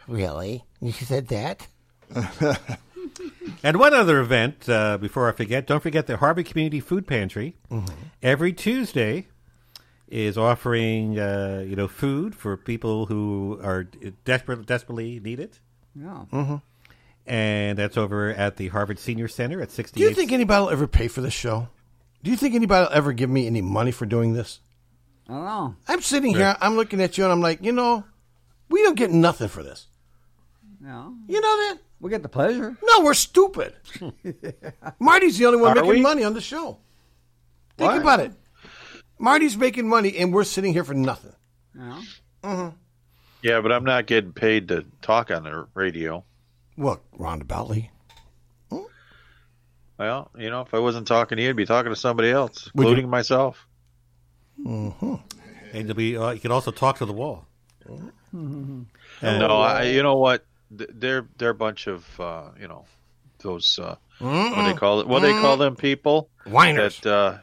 Speaker 8: really? You said that?
Speaker 3: And one other event uh, before I forget, don't forget the Harbor Community Food Pantry
Speaker 8: Mhm.
Speaker 3: every Tuesday is offering uh, you know food for people who are desperate, desperately need it.
Speaker 4: Yeah.
Speaker 8: Mhm.
Speaker 3: And that's over at the Harvard Senior Center at 68.
Speaker 8: Do you think anybody will ever pay for this show? Do you think anybody will ever give me any money for doing this?
Speaker 4: I don't know.
Speaker 8: I'm sitting here, I'm looking at you, and I'm like, you know, we don't get nothing for this.
Speaker 4: No.
Speaker 8: You know that?
Speaker 4: We get the pleasure.
Speaker 8: No, we're stupid. Marty's the only one
Speaker 4: Are
Speaker 8: making
Speaker 4: we?
Speaker 8: money on the show. Think about it. Marty's making money, and we're sitting here for nothing. Mm-hmm.
Speaker 4: No.
Speaker 9: Yeah, but I'm not getting paid to talk on the radio. Hmm?
Speaker 8: Look, roundaboutly.
Speaker 9: Well, you know, if I wasn't talking to you, I'd be talking to somebody else,
Speaker 8: Would you?
Speaker 9: including myself.
Speaker 8: Mm-hmm.
Speaker 3: And you'll be,
Speaker 8: E.
Speaker 3: uh, you can also talk to the wall.
Speaker 9: no, I, you know what? Th- They're they're a bunch of uh, you know those uh, what do they
Speaker 8: Mm-mm.
Speaker 9: call it? What do they call them people?
Speaker 8: Whiners.
Speaker 9: That, uh,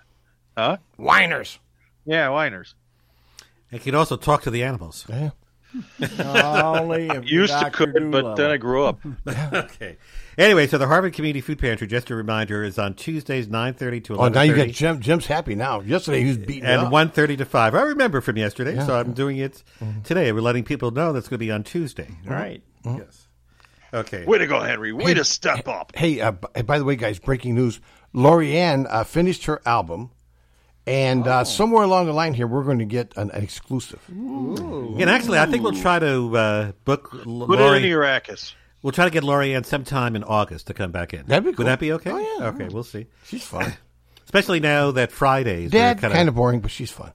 Speaker 9: huh?
Speaker 8: Whiners.
Speaker 9: Yeah, whiners.
Speaker 3: You can also talk to the animals.
Speaker 8: Yeah.
Speaker 2: Only if
Speaker 9: Hmm. Used to
Speaker 2: Dr.
Speaker 9: could, but
Speaker 2: Doolittle.
Speaker 9: then I grew up.
Speaker 8: Hmm.
Speaker 3: okay. Anyway, so the Harvard Community Food Pantry, just a reminder, is on Tuesdays, 9.30 to 11.30.
Speaker 8: Oh, now you got Jim. Jim's happy now. Yesterday he was beaten
Speaker 3: and
Speaker 8: up.
Speaker 3: one thirty to five. I remember from yesterday,
Speaker 8: Yeah. Mm-hmm.
Speaker 3: so I'm doing it today. We're letting people know that's going to be on Tuesday.
Speaker 2: Right.
Speaker 3: Yes. Okay.
Speaker 9: Way to go, Henry. Way
Speaker 8: Hey,
Speaker 9: to step up.
Speaker 8: Hey, uh, b- by the way, guys, breaking news: Lorianne uh, finished her album, and
Speaker 9: Oh.
Speaker 8: uh, somewhere along the line here, we're going to get an, an exclusive.
Speaker 3: And actually, I think we'll try to uh, book L-
Speaker 9: Put it
Speaker 3: Lori.
Speaker 9: in Arrakis.
Speaker 3: We'll try to get Lori Ann sometime in August to come back in.
Speaker 8: That'd be cool.
Speaker 3: Would that be okay?
Speaker 8: Oh, yeah.
Speaker 3: Okay, we'll see.
Speaker 8: She's fun.
Speaker 3: Especially now that Fridays. we're
Speaker 8: Dad,
Speaker 3: kinda-
Speaker 8: kind of boring, but she's fun.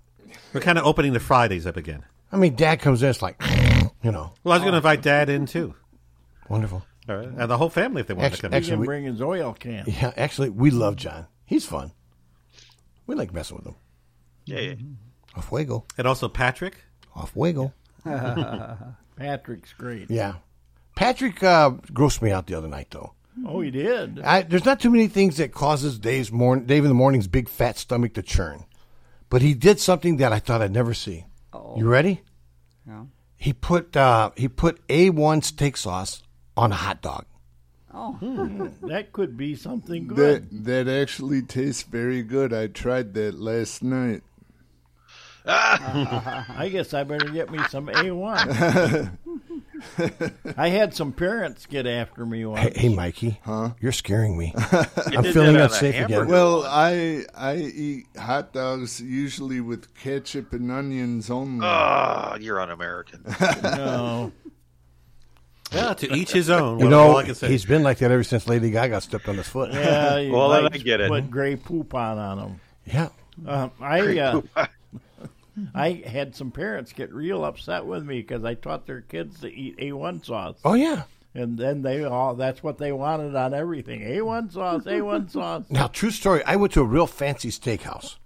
Speaker 3: We're kind of opening the Fridays up again.
Speaker 8: I mean, Dad comes in, it's like, you know,
Speaker 3: Well, I was going to invite Dad in too,
Speaker 8: Oh. wonderful.
Speaker 3: All right. and the whole family if they want
Speaker 8: Actu-
Speaker 3: to come.
Speaker 8: actually,
Speaker 3: in.
Speaker 8: we-
Speaker 2: Bring his oil can.
Speaker 8: Yeah, actually, we love John. He's fun. We like messing with him.
Speaker 9: Yeah, yeah.
Speaker 8: A fuego,
Speaker 3: Mm-hmm. And also Patrick.
Speaker 8: a fuego.
Speaker 2: Patrick's great.
Speaker 8: Yeah, Patrick uh, grossed me out the other night though.
Speaker 2: Oh, he did.
Speaker 8: I, there's not too many things that causes Dave's morn, Dave in the morning's big fat stomach to churn, but he did something that I thought I'd never see. You ready?
Speaker 4: No.
Speaker 8: He put uh, he put A1 steak sauce on a hot dog.
Speaker 4: Oh,
Speaker 2: Hmm. that could be something good.
Speaker 11: That that actually tastes very good. I tried that last night.
Speaker 2: I guess I better get me some A1. I had some parents get after me once.
Speaker 8: Hey, hey Mikey, you're scaring me.
Speaker 2: You
Speaker 8: I'm
Speaker 2: did
Speaker 8: feeling
Speaker 2: that on a
Speaker 8: unsafe again.
Speaker 2: hamburger.
Speaker 11: Well, I I eat hot dogs usually with ketchup and onions only.
Speaker 9: Ah, you're un-American.
Speaker 2: no.
Speaker 3: Yeah, to each his own.
Speaker 8: you
Speaker 3: Well,
Speaker 8: know,
Speaker 3: all I can say-
Speaker 8: he's been like that ever since Lady Gaga stepped on his foot.
Speaker 2: Yeah, you
Speaker 9: Well, then
Speaker 2: like
Speaker 9: I get it.
Speaker 2: Put gray poop on on them.
Speaker 8: Yeah.
Speaker 2: Um, I uh, I had some parents get real upset with me because I taught their kids to eat A1 sauce.
Speaker 8: Oh yeah.
Speaker 2: And then they all that's what they wanted on everything. A1 sauce, A1 sauce.
Speaker 8: Now, true story. I went to a real fancy steakhouse.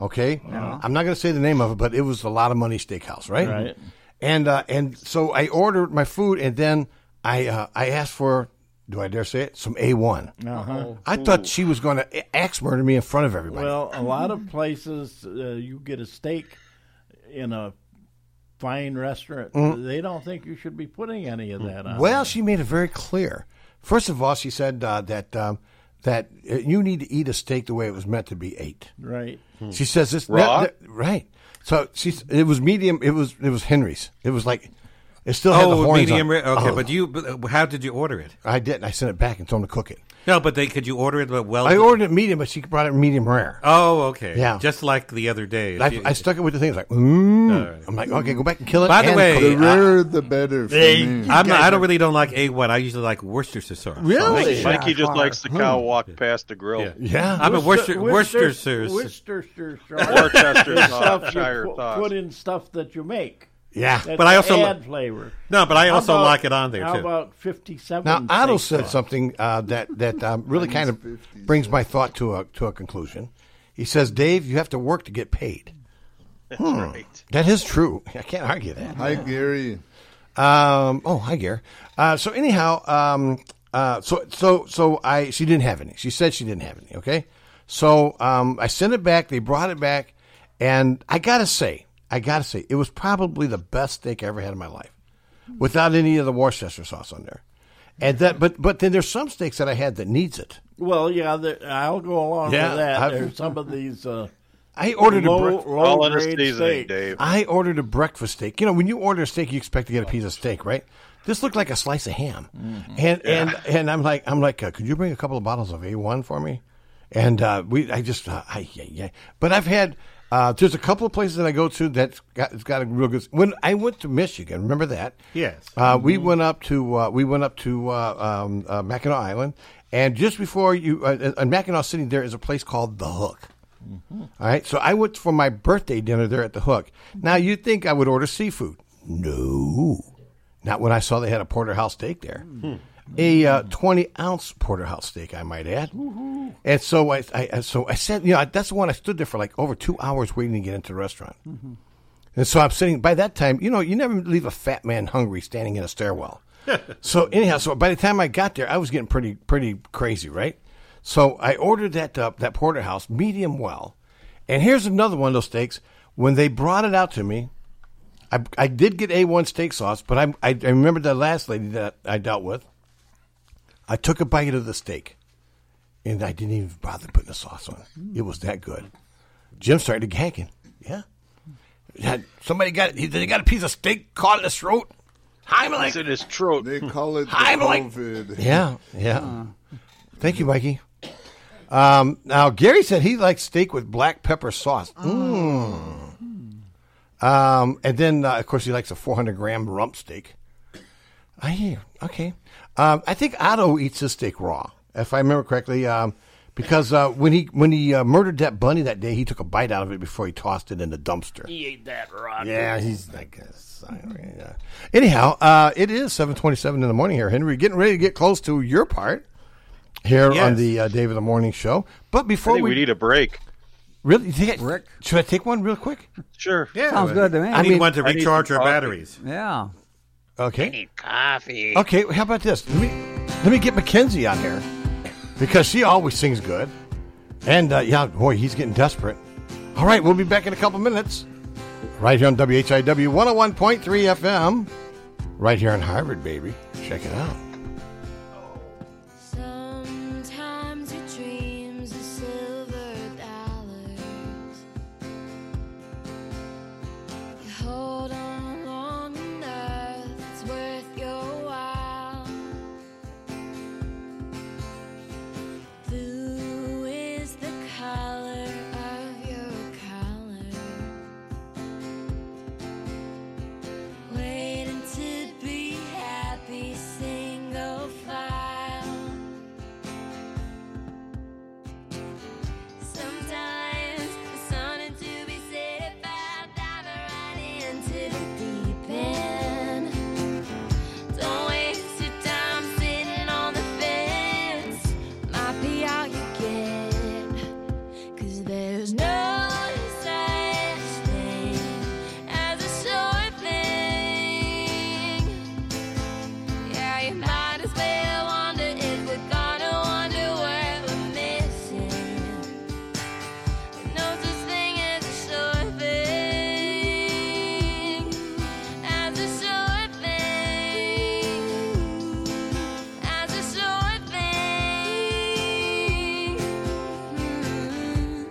Speaker 8: Okay, I'm not going to say the name of it, but it was a lot of money steakhouse, right?
Speaker 2: Right.
Speaker 8: And uh, and so I ordered my food, and then I uh, I asked for, do I dare say it, some A1.
Speaker 2: Uh-huh.
Speaker 8: I thought she was going to axe murder me in front of everybody.
Speaker 2: Well, a lot of places uh, you get a steak in a fine restaurant.
Speaker 8: Mm.
Speaker 2: They don't think you should be putting any of that on.
Speaker 8: Well, she made it very clear. First of all, she said uh, that um, that uh, you need to eat a steak the way it was meant to be ate.
Speaker 2: right?
Speaker 8: Hmm. She says this
Speaker 2: Raw?
Speaker 8: that- that- right? So she's it was medium. It was it was Henry's. It was like it still had the
Speaker 3: oh,
Speaker 8: horns.
Speaker 3: medium
Speaker 8: on.
Speaker 3: rare. Okay,
Speaker 8: Oh,
Speaker 3: but you, but uh, how did you order it?
Speaker 8: I didn't. I sent it back and told him to cook it.
Speaker 3: No, but they could you order it? But well,
Speaker 8: I ordered it medium, but she brought it medium rare.
Speaker 3: Oh, okay.
Speaker 8: Yeah.
Speaker 3: just like the other day.
Speaker 8: I,
Speaker 3: If you-
Speaker 8: I stuck it with the thing. It's like, mm.
Speaker 3: All right.
Speaker 8: I'm like, okay, go back and kill it.
Speaker 3: By the
Speaker 8: and
Speaker 3: way,
Speaker 8: cook
Speaker 3: the
Speaker 8: it. Uh,
Speaker 3: rarer
Speaker 11: the better.
Speaker 8: for Hey, me. you
Speaker 3: I'm not,
Speaker 8: guys
Speaker 3: I don't
Speaker 8: are-
Speaker 3: really don't like A1. I usually like Worcestershire sauce.
Speaker 8: Really?
Speaker 9: Mikey just likes the cow walk past the grill.
Speaker 3: Yeah. I'm a Worcester- Worcestershire.
Speaker 2: Worcestershire sauce.
Speaker 9: Worcestershire
Speaker 2: It's
Speaker 9: sauce,
Speaker 2: stuff you
Speaker 9: Shire
Speaker 2: put,
Speaker 9: sauce.
Speaker 2: put in stuff that you make.
Speaker 8: Yeah.
Speaker 2: That's
Speaker 8: But I also li-
Speaker 2: add flavor.
Speaker 3: No, but I
Speaker 2: How
Speaker 3: also
Speaker 2: about-
Speaker 3: like it on there,
Speaker 2: How
Speaker 3: too.
Speaker 2: about fifty-seven?
Speaker 8: Now, Otto
Speaker 2: steak
Speaker 8: said
Speaker 2: sauce?
Speaker 8: something uh, that that um, really kind of brings my thought to a to a conclusion. He says, "Dave, you have to work to get paid."
Speaker 9: That's right.
Speaker 8: Hmm. That is true. I can't argue that.
Speaker 11: Hi, Gary.
Speaker 8: Um, oh, hi, Gary. Uh, so anyhow, um, uh, so so so I she didn't have any. She said she didn't have any. Okay, so um, I sent it back. They brought it back, and I gotta say, I gotta say, it was probably the best steak I ever had in my life, without any of the Worcestershire sauce on there. And that, but but then there's some steaks that I had that needs it.
Speaker 2: Well, yeah, there, I'll go along
Speaker 8: Yeah,
Speaker 2: with that.
Speaker 8: I've-
Speaker 2: There's some of these. Uh,
Speaker 8: I ordered
Speaker 2: low,
Speaker 8: a breakfast.
Speaker 2: low grade steaks.
Speaker 8: I ordered a breakfast steak. You know, when you order a steak, you expect to get a piece of steak, right? This looked like a slice of ham, and and and I'm like, I'm like, uh, could you bring a couple of bottles of A1 for me? And uh, we, I just, uh, I, yeah, yeah. But I've had uh, there's a couple of places that I go to that's got, it's got a real good. When I went to Michigan, remember that?
Speaker 3: Yes.
Speaker 8: Uh, we went up to uh, we went up to uh, um, uh, Mackinac Island, and just before you uh, in Mackinac City, there is a place called the Hook. All right, so I went for my birthday dinner there at the Hook. Now you'd think I would order seafood. No, not when I saw they had a porterhouse steak there, a uh, twenty ounce porterhouse steak, I might add. And so I, I I- so I said, you know, that's the one I stood there for like over two hours waiting to get into the restaurant. And so I'm sitting. By that time, you know, you never leave a fat man hungry standing in a stairwell. so anyhow, so by the time I got there, I was getting pretty pretty crazy, right? So I ordered that uh, that porterhouse medium well, and here's another one of those steaks. When they brought it out to me, I, I did get A1 steak sauce, but I, I, I remember the last lady that I dealt with. I took a bite of the steak, and I didn't even bother putting the sauce on. It was that good. Jim started gagging. Yeah. Had- somebody got he, they got a piece of steak caught in his throat. Heimlich.
Speaker 9: It's in his throat.
Speaker 11: They call it the
Speaker 8: Heimlich.
Speaker 11: COVID.
Speaker 8: Yeah, yeah. Thank you, Mikey. Um, now Gary said he likes steak with black pepper sauce. Mm. Um, and then uh, of course he likes a 400 gram rump steak. I hear. Okay. Um, I think Otto eats his steak raw, if I remember correctly. Um, because uh, when he when he uh, murdered that bunny that day, he took a bite out of it before he tossed it in the dumpster.
Speaker 1: He ate that rock.
Speaker 8: Yeah, he's like a yeah. Anyhow, uh, it is seven twenty-seven in the morning here, Henry. Getting ready to get close to your part here on
Speaker 9: Yes.
Speaker 8: the uh, Dave of the Morning Show. But
Speaker 9: I
Speaker 8: before
Speaker 9: think
Speaker 8: we,
Speaker 9: we need a break.
Speaker 8: really, you think I- should I take one real quick?
Speaker 9: Sure.
Speaker 8: Yeah. Sounds good to me. I need one to recharge our
Speaker 9: some coffee.
Speaker 3: batteries.
Speaker 8: Yeah. Okay.
Speaker 1: Coffee.
Speaker 8: Okay. How about this? Let me let me get Mackenzie on here because she always sings good, and uh, yeah, boy, he's getting desperate. All right, we'll be back in a couple minutes, right here on WHIW one hundred one point three FM, right here in Harvard, baby. Check it out.
Speaker 14: Sometimes your dreams are silver dollars. You hold on long enough, it's worth your while. Blue is the color of your collar. Waiting to be happy, sing to the deep end. Don't waste your time sitting on the fence. Might be all you get. Cause there's no such thing as a sure thing. Yeah, you might as well wonder if we're gonna wonder what we're missing. No such thing as a sure thing. As a sure thing. As a sure thing. Mm-hmm.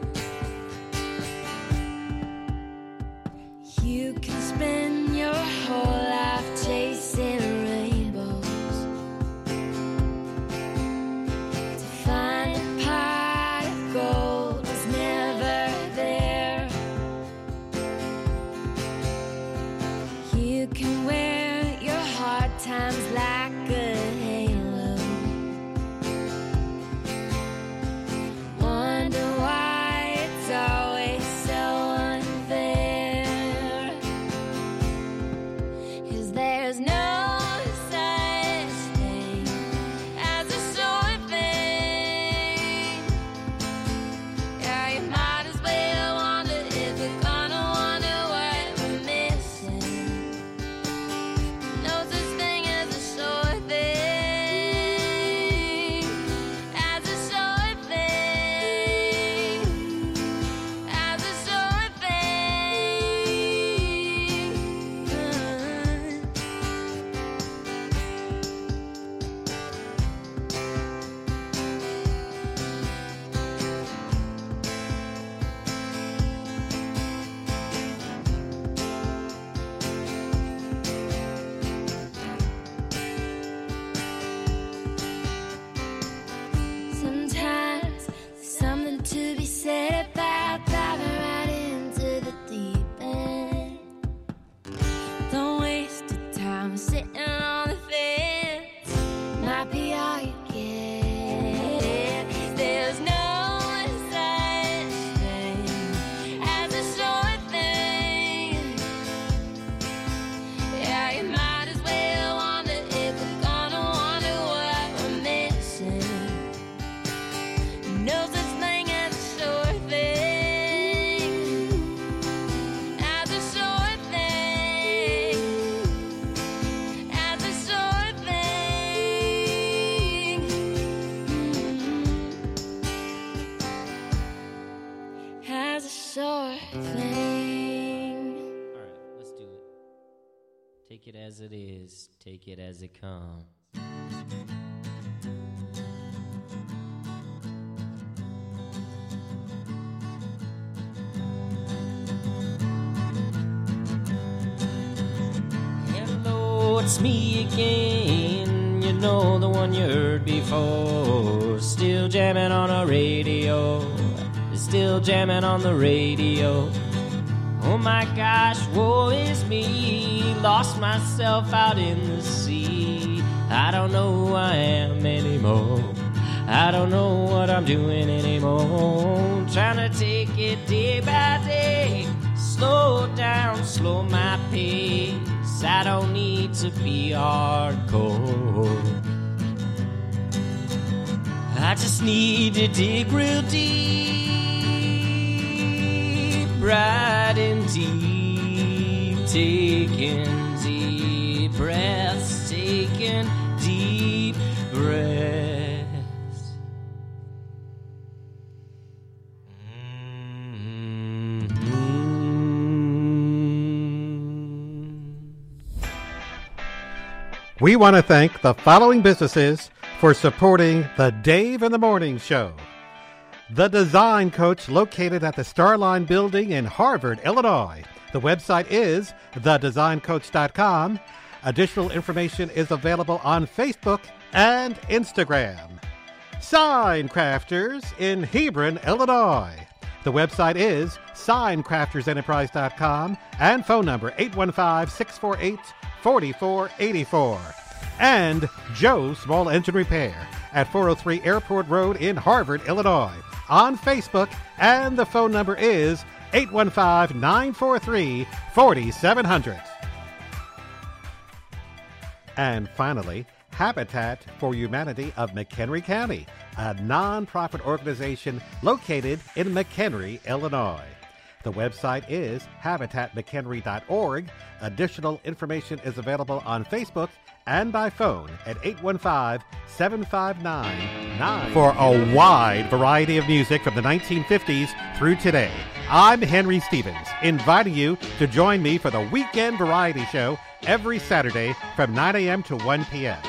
Speaker 14: You can spend your whole life chasing rainbows to find a pot of gold was never there. You can wear your hard times like a halo. Wonder why it's always so unfair. 'Cause there's no such thing as a sure thing. Yeah, you might as well wonder if we're gonna wonder what we're missing. No such thing as a sure thing. As a sure thing. As a sure thing. Sometimes there's something to be said about diving right into the deep end. Don't waste your time sitting on the fence. Might be all you get. There's no such thing as a sure thing. Yeah, you might as well wonder if we're gonna wonder what we're missing. No such thing as a sure thing. As a sure thing. As a sure thing. As a sure thing.
Speaker 16: Take it as it is, take it as it comes. Hello, it's me again. You know the one you heard before. Still jamming on a radio. Still jamming on the radio. Oh my gosh, woe is me. Lost myself out in the sea. I don't know who I am anymore. I don't know what I'm doing anymore. Trying to take it day by day. Slow down, slow my pace. I don't need to be hardcore. I just need to dig real deep, right and deep, taking deep breaths, taking deep breaths.
Speaker 3: We want to thank the following businesses for supporting the Dave in the Morning Show. The Design Coach, located at the Starline Building in Harvard, Illinois. The website is thedesigncoach.com. Additional information is available on Facebook and Instagram. Sign Crafters in Hebron, Illinois. The website is signcraftersenterprise.com and phone number 815 648 4484. And Joe Small Engine Repair at 403 Airport Road in Harvard, Illinois on Facebook and the phone number is 815 943 4700. And finally, Habitat for Humanity of McHenry County, a nonprofit organization located in McHenry, Illinois. The website is habitatmchenry.org. Additional information is available on Facebook and by phone at 815 759 9 for a wide variety of music from the 1950s through today. I'm Henry Stevens, inviting you to join me for the Weekend Variety Show every Saturday from 9 a.m. to 1 p.m.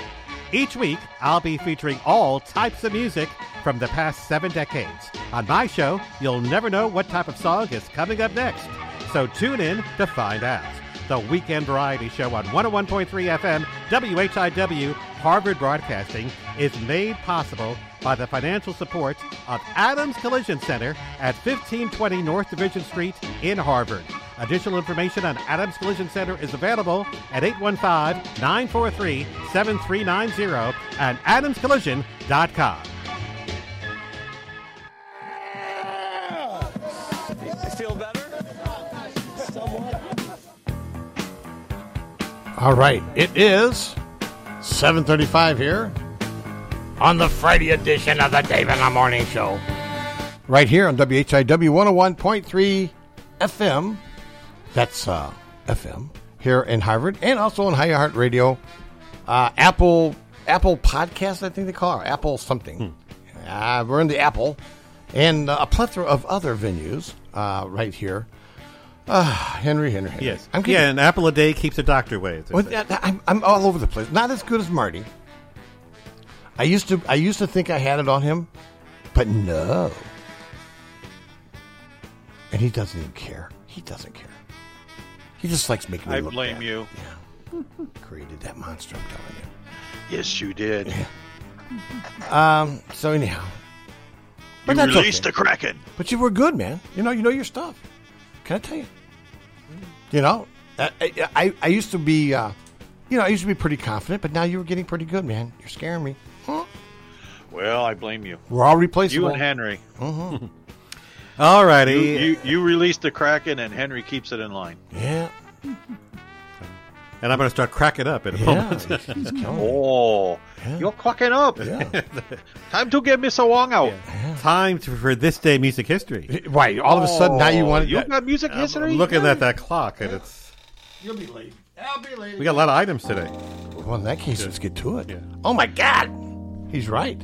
Speaker 3: Each week, I'll be featuring all types of music from the past seven decades. On my show, you'll never know what type of song is coming up next. So tune in to find out. The Weekend Variety Show on 101.3 FM, WHIW, Harvard Broadcasting, is made possible by the financial support of Adams Collision Center at 1520 North Division Street in Harvard. Additional information on Adams Collision Center is available at 815-943-7390 and adamscollision.com.
Speaker 17: Feel better?
Speaker 8: All right, it is 7:35 here on the Friday edition of the Dave in the Morning Show. Right here on WHIW 101.3 FM. That's uh, FM here in Harvard and also on High Heart Radio, uh, Apple Apple Podcast, I think they call it, Apple something.
Speaker 3: Hmm.
Speaker 8: Uh, we're in the Apple and uh, a plethora of other venues uh, right here. Uh, Henry, Henry, Henry.
Speaker 3: Yes.
Speaker 8: I'm
Speaker 3: yeah,
Speaker 8: getting-
Speaker 3: an apple a day keeps the doctor away. as they
Speaker 8: well,
Speaker 3: say.
Speaker 8: that- that- I'm, I'm all over the place. Not as good as Marty. I used to I used to think I had it on him, but no. And he doesn't even care. He doesn't care. He just likes making me
Speaker 9: I
Speaker 8: look
Speaker 9: blame
Speaker 8: bad.
Speaker 9: you.
Speaker 8: Created that monster, I'm telling you.
Speaker 9: Yes, you did.
Speaker 8: Um. So anyhow,
Speaker 9: You
Speaker 8: that's
Speaker 9: released the Kraken.
Speaker 8: But you were good, man. You know, you know your stuff. Can I tell you? You know, I I, I- I used to be, uh, you know, I used to be pretty confident, but now you were getting pretty good, man. You're scaring me.
Speaker 9: Well, I blame you.
Speaker 8: We're all replaceable.
Speaker 9: You and Henry.
Speaker 8: Mhm.
Speaker 3: All
Speaker 9: You,
Speaker 3: righty.
Speaker 9: you, you released the Kraken, and Henry keeps it in line.
Speaker 8: Yeah.
Speaker 3: and I'm going to start cracking up in a moment.
Speaker 9: oh, you're clocking up. Time to get Mr. Wong out.
Speaker 3: Time to, for this day music history.
Speaker 8: Right.
Speaker 9: all of a sudden, now you wanna-
Speaker 3: want
Speaker 9: Oh, You got music history?
Speaker 3: I'm looking
Speaker 9: Yeah.
Speaker 3: at that clock, and it's
Speaker 8: You'll be late. I'll be late.
Speaker 3: we got a lot of items today.
Speaker 8: Well, in that case, let's get to it. Oh my God, he's right.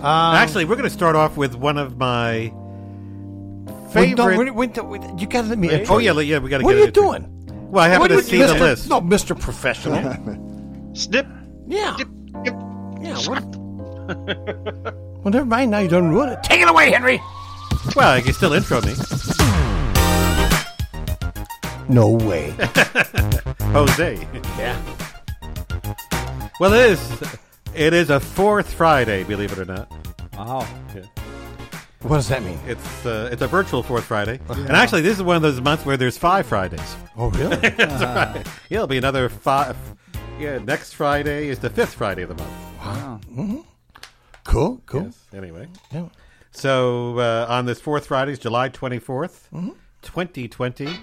Speaker 3: Uh, Actually, we're going to start off with one of my
Speaker 8: Wait, no,
Speaker 3: favorite.
Speaker 8: wait, wait, wait, you gotta let me.
Speaker 3: Wait.
Speaker 8: intro
Speaker 3: Oh, yeah,
Speaker 8: you.
Speaker 3: yeah, we gotta
Speaker 8: What
Speaker 3: get
Speaker 8: are you
Speaker 3: into it.
Speaker 8: doing?
Speaker 3: Well, I
Speaker 8: What
Speaker 3: happened
Speaker 8: are
Speaker 3: to
Speaker 8: you-
Speaker 3: see the
Speaker 8: Mr.
Speaker 3: list.
Speaker 8: No, Mister Professional.
Speaker 9: Snip.
Speaker 8: Yeah. Yeah. What? well, never mind. Now you done ruin it. Take it away, Henry.
Speaker 3: Well, you can still intro me.
Speaker 8: No way.
Speaker 3: Jose.
Speaker 8: Yeah.
Speaker 3: Well, it is. It is a fourth Friday, believe it or not.
Speaker 4: Wow.
Speaker 8: What does that mean?
Speaker 3: It's uh, it's a virtual fourth Friday, and
Speaker 8: Yeah.
Speaker 3: actually, this is one of those months where there's five Fridays.
Speaker 8: Oh, really?
Speaker 3: That's right. Yeah, it'll be another five. Yeah, next Friday is the fifth Friday of the month.
Speaker 17: Oh.
Speaker 8: Wow.
Speaker 17: Mm-hmm.
Speaker 8: hmm Cool. Cool.
Speaker 3: Yes, Anyway,
Speaker 8: Yeah.
Speaker 3: so uh, on this fourth Friday, is July twenty twenty twenty.
Speaker 8: Mm-hmm.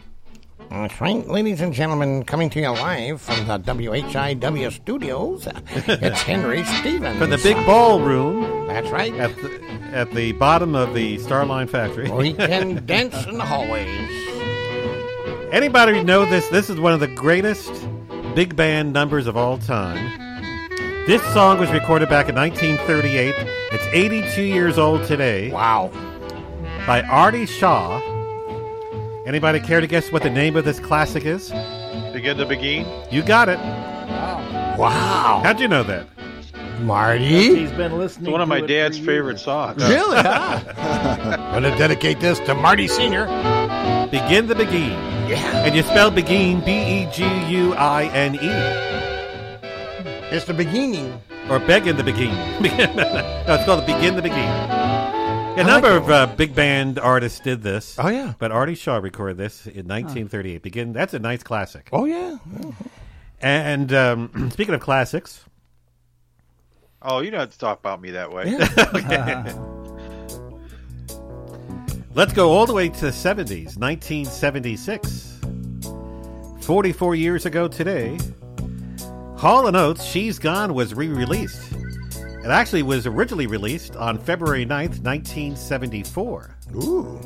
Speaker 8: That's right, ladies and gentlemen, coming to you live from the WHIW studios. It's Henry Stevens
Speaker 3: From the big ballroom.
Speaker 8: That's right.
Speaker 3: At the, at the bottom of the Starline Factory.
Speaker 8: We can dance in the hallways.
Speaker 3: Anybody know this? This is one of the greatest big band numbers of all time. This song was recorded back in 1938. It's 82 years old today.
Speaker 8: Wow.
Speaker 3: By Artie Shaw. Anybody care to guess what the name of this classic is?
Speaker 9: Begin to begin.
Speaker 3: You got it.
Speaker 8: Wow.
Speaker 3: How'd you know that?
Speaker 8: Marty?
Speaker 2: He's been
Speaker 9: It's
Speaker 2: listening.
Speaker 9: one of
Speaker 2: to
Speaker 9: my
Speaker 2: it for
Speaker 9: dad's
Speaker 2: years.
Speaker 9: favorite songs.
Speaker 8: Really? Gonna dedicate this to Marty Sr.
Speaker 3: Begin the Begin.
Speaker 8: Yeah.
Speaker 3: And you spell Begin B E G U I N E.
Speaker 8: It's the beginning.
Speaker 3: Or Begin the Begin. no, it's called Begin the Begin. A number of uh, big band artists did this.
Speaker 8: Oh, yeah.
Speaker 3: But Artie Shaw recorded this in 1938. Begin. That's a nice classic.
Speaker 8: Oh, yeah.
Speaker 3: And um, speaking of classics,
Speaker 9: Oh, you don't have to talk about me that way.
Speaker 3: Let's go all the way to the 70s, 1976. 44 years ago today, Hall & Oates' She's Gone was re-released. It actually was originally released on February 9th, 1974. Ooh.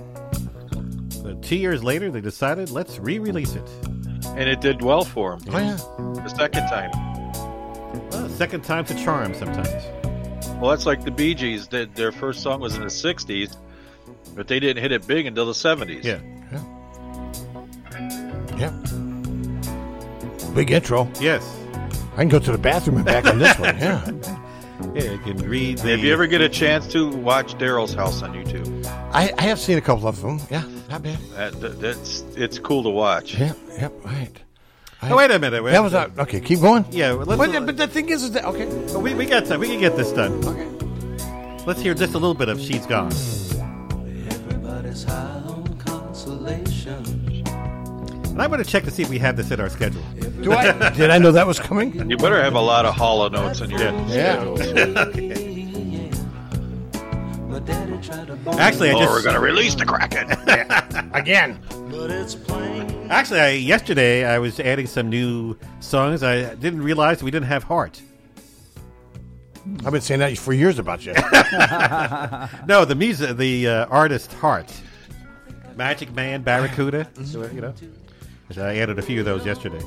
Speaker 3: So two years later, they decided, let's re-release it.
Speaker 9: And it did well for him. Oh, yeah. The second time.
Speaker 3: Well, second time's a charm sometimes.
Speaker 9: Well, that's like the Bee Gees. Their- Their first song was in the 60s, but they didn't hit it big until the 70s.
Speaker 3: Yeah.
Speaker 8: Big intro.
Speaker 3: Yes.
Speaker 8: I can go to the bathroom and back on this one. Yeah.
Speaker 3: Yeah, you can read the...
Speaker 9: If you ever get a chance to, watch Daryl's House on YouTube.
Speaker 8: I, I have seen a couple of them. Yeah. Not bad.
Speaker 9: That, that- that's, it's cool to watch.
Speaker 8: Yeah. Yep. Right.
Speaker 3: Oh, wait a minute. Wait
Speaker 8: That was not. Okay, keep going.
Speaker 3: Yeah, well, let's-
Speaker 8: But, but the thing is, is that. Okay.
Speaker 3: But we, we got time. We can get this done. Okay. Let's hear just a little bit of She's Gone.
Speaker 1: Everybody's high on consolation.
Speaker 3: And I'm going to check to see if we have this in our schedule.
Speaker 8: Do I? Did I know that was coming?
Speaker 9: You better have a lot of hollow notes in your schedule.
Speaker 3: Actually, I
Speaker 9: Oh,
Speaker 3: just.
Speaker 9: we're gonna release the Kraken.
Speaker 8: Again.
Speaker 1: But it's plain.
Speaker 3: Actually, I, yesterday I was adding some new songs. I didn't realize we didn't have Heart.
Speaker 8: I've been saying that for years about you.
Speaker 3: no, the music, the uh, artist Heart, Magic Man, Barracuda. you know, So I added a few of those yesterday.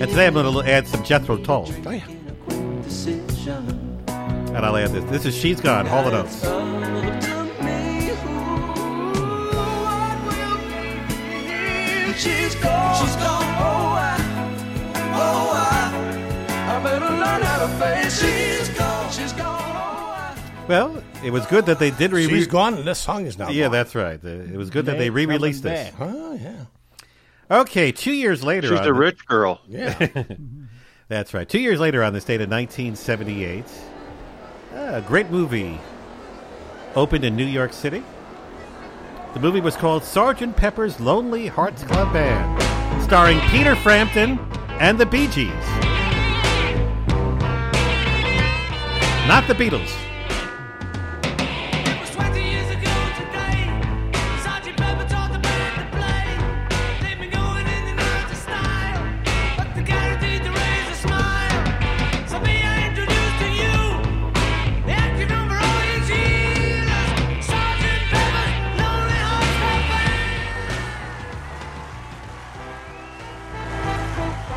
Speaker 3: And today I'm going to add some Jethro Tull,
Speaker 8: Oh, yeah.
Speaker 1: Decision.
Speaker 3: and I'll add this. This is She's Gone, Hall and Oates.
Speaker 1: Up to me who I will be. She's gone. She's gone. Oh, I, oh, I, I better learn how to face. it. She's gone. She's gone.
Speaker 3: Well, it was good that they did re.
Speaker 8: She's gone, and this song is now.
Speaker 3: yeah, that's right. Uh, It was good that they
Speaker 8: Ain't
Speaker 3: re-released
Speaker 8: coming
Speaker 3: this.
Speaker 8: back. Oh, yeah.
Speaker 3: Okay, two years later.
Speaker 9: She's
Speaker 3: on
Speaker 9: the rich girl.
Speaker 8: Yeah.
Speaker 3: That's right. Two years later, on this date in 1978, uh, a great movie opened in New York City. The movie was called Sergeant Pepper's Lonely Hearts Club Band, starring Peter Frampton and the Bee Gees. Not the Beatles.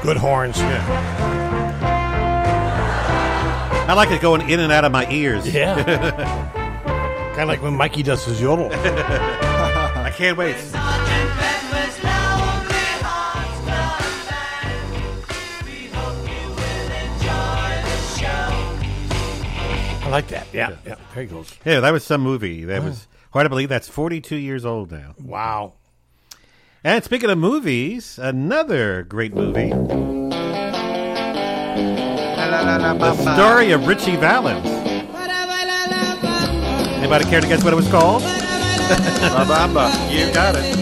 Speaker 8: Good horns.
Speaker 3: I like it going in and out of my ears.
Speaker 8: Yeah. kind of like when Mikey does his yodel.
Speaker 3: I can't wait.
Speaker 8: I like that. Yeah. Yeah. There he goes.
Speaker 3: Yeah, that was some movie. That was hard to believe. That's 42 years old now.
Speaker 8: Wow.
Speaker 3: And speaking of movies, another great movie. The story of Richie Valens. Anybody care to guess what it was called? La Bamba. You got it.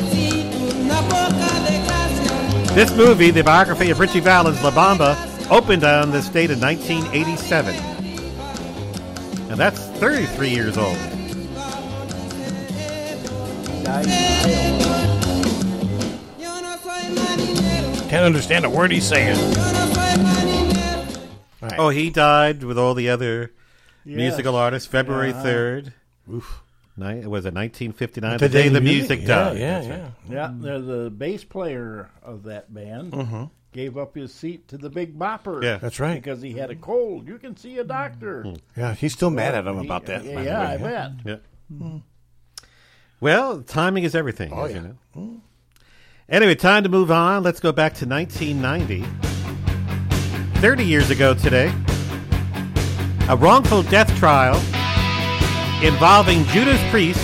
Speaker 3: This movie, the biography of Richie Valens, La Bamba, opened on this date in 1987. And that's 33 years old.
Speaker 8: Can't understand a word he's saying.
Speaker 3: Oh, he died with all the other
Speaker 8: Yeah.
Speaker 3: musical artists February
Speaker 8: Yeah.
Speaker 3: 3rd.
Speaker 8: Oof.
Speaker 3: Ni- was it 1959? The, day, the music, died. That's right.
Speaker 2: Yeah,
Speaker 8: Mm-hmm.
Speaker 2: the, the bass player of that band
Speaker 3: Mhm.
Speaker 2: gave up his seat to the Big Bopper.
Speaker 8: Yeah. That's right.
Speaker 2: Because he had a cold. You can see a doctor.
Speaker 8: Yeah, he's still mad at him about that.
Speaker 2: Yeah,
Speaker 8: by the
Speaker 2: yeah,
Speaker 8: way.
Speaker 2: I bet.
Speaker 3: Yeah. Well, timing is everything.
Speaker 8: Oh,
Speaker 3: as you
Speaker 8: yeah.
Speaker 3: know. Anyway, time to move on. Let's go back to 1990. 30 years ago today, a wrongful death trial involving Judas Priest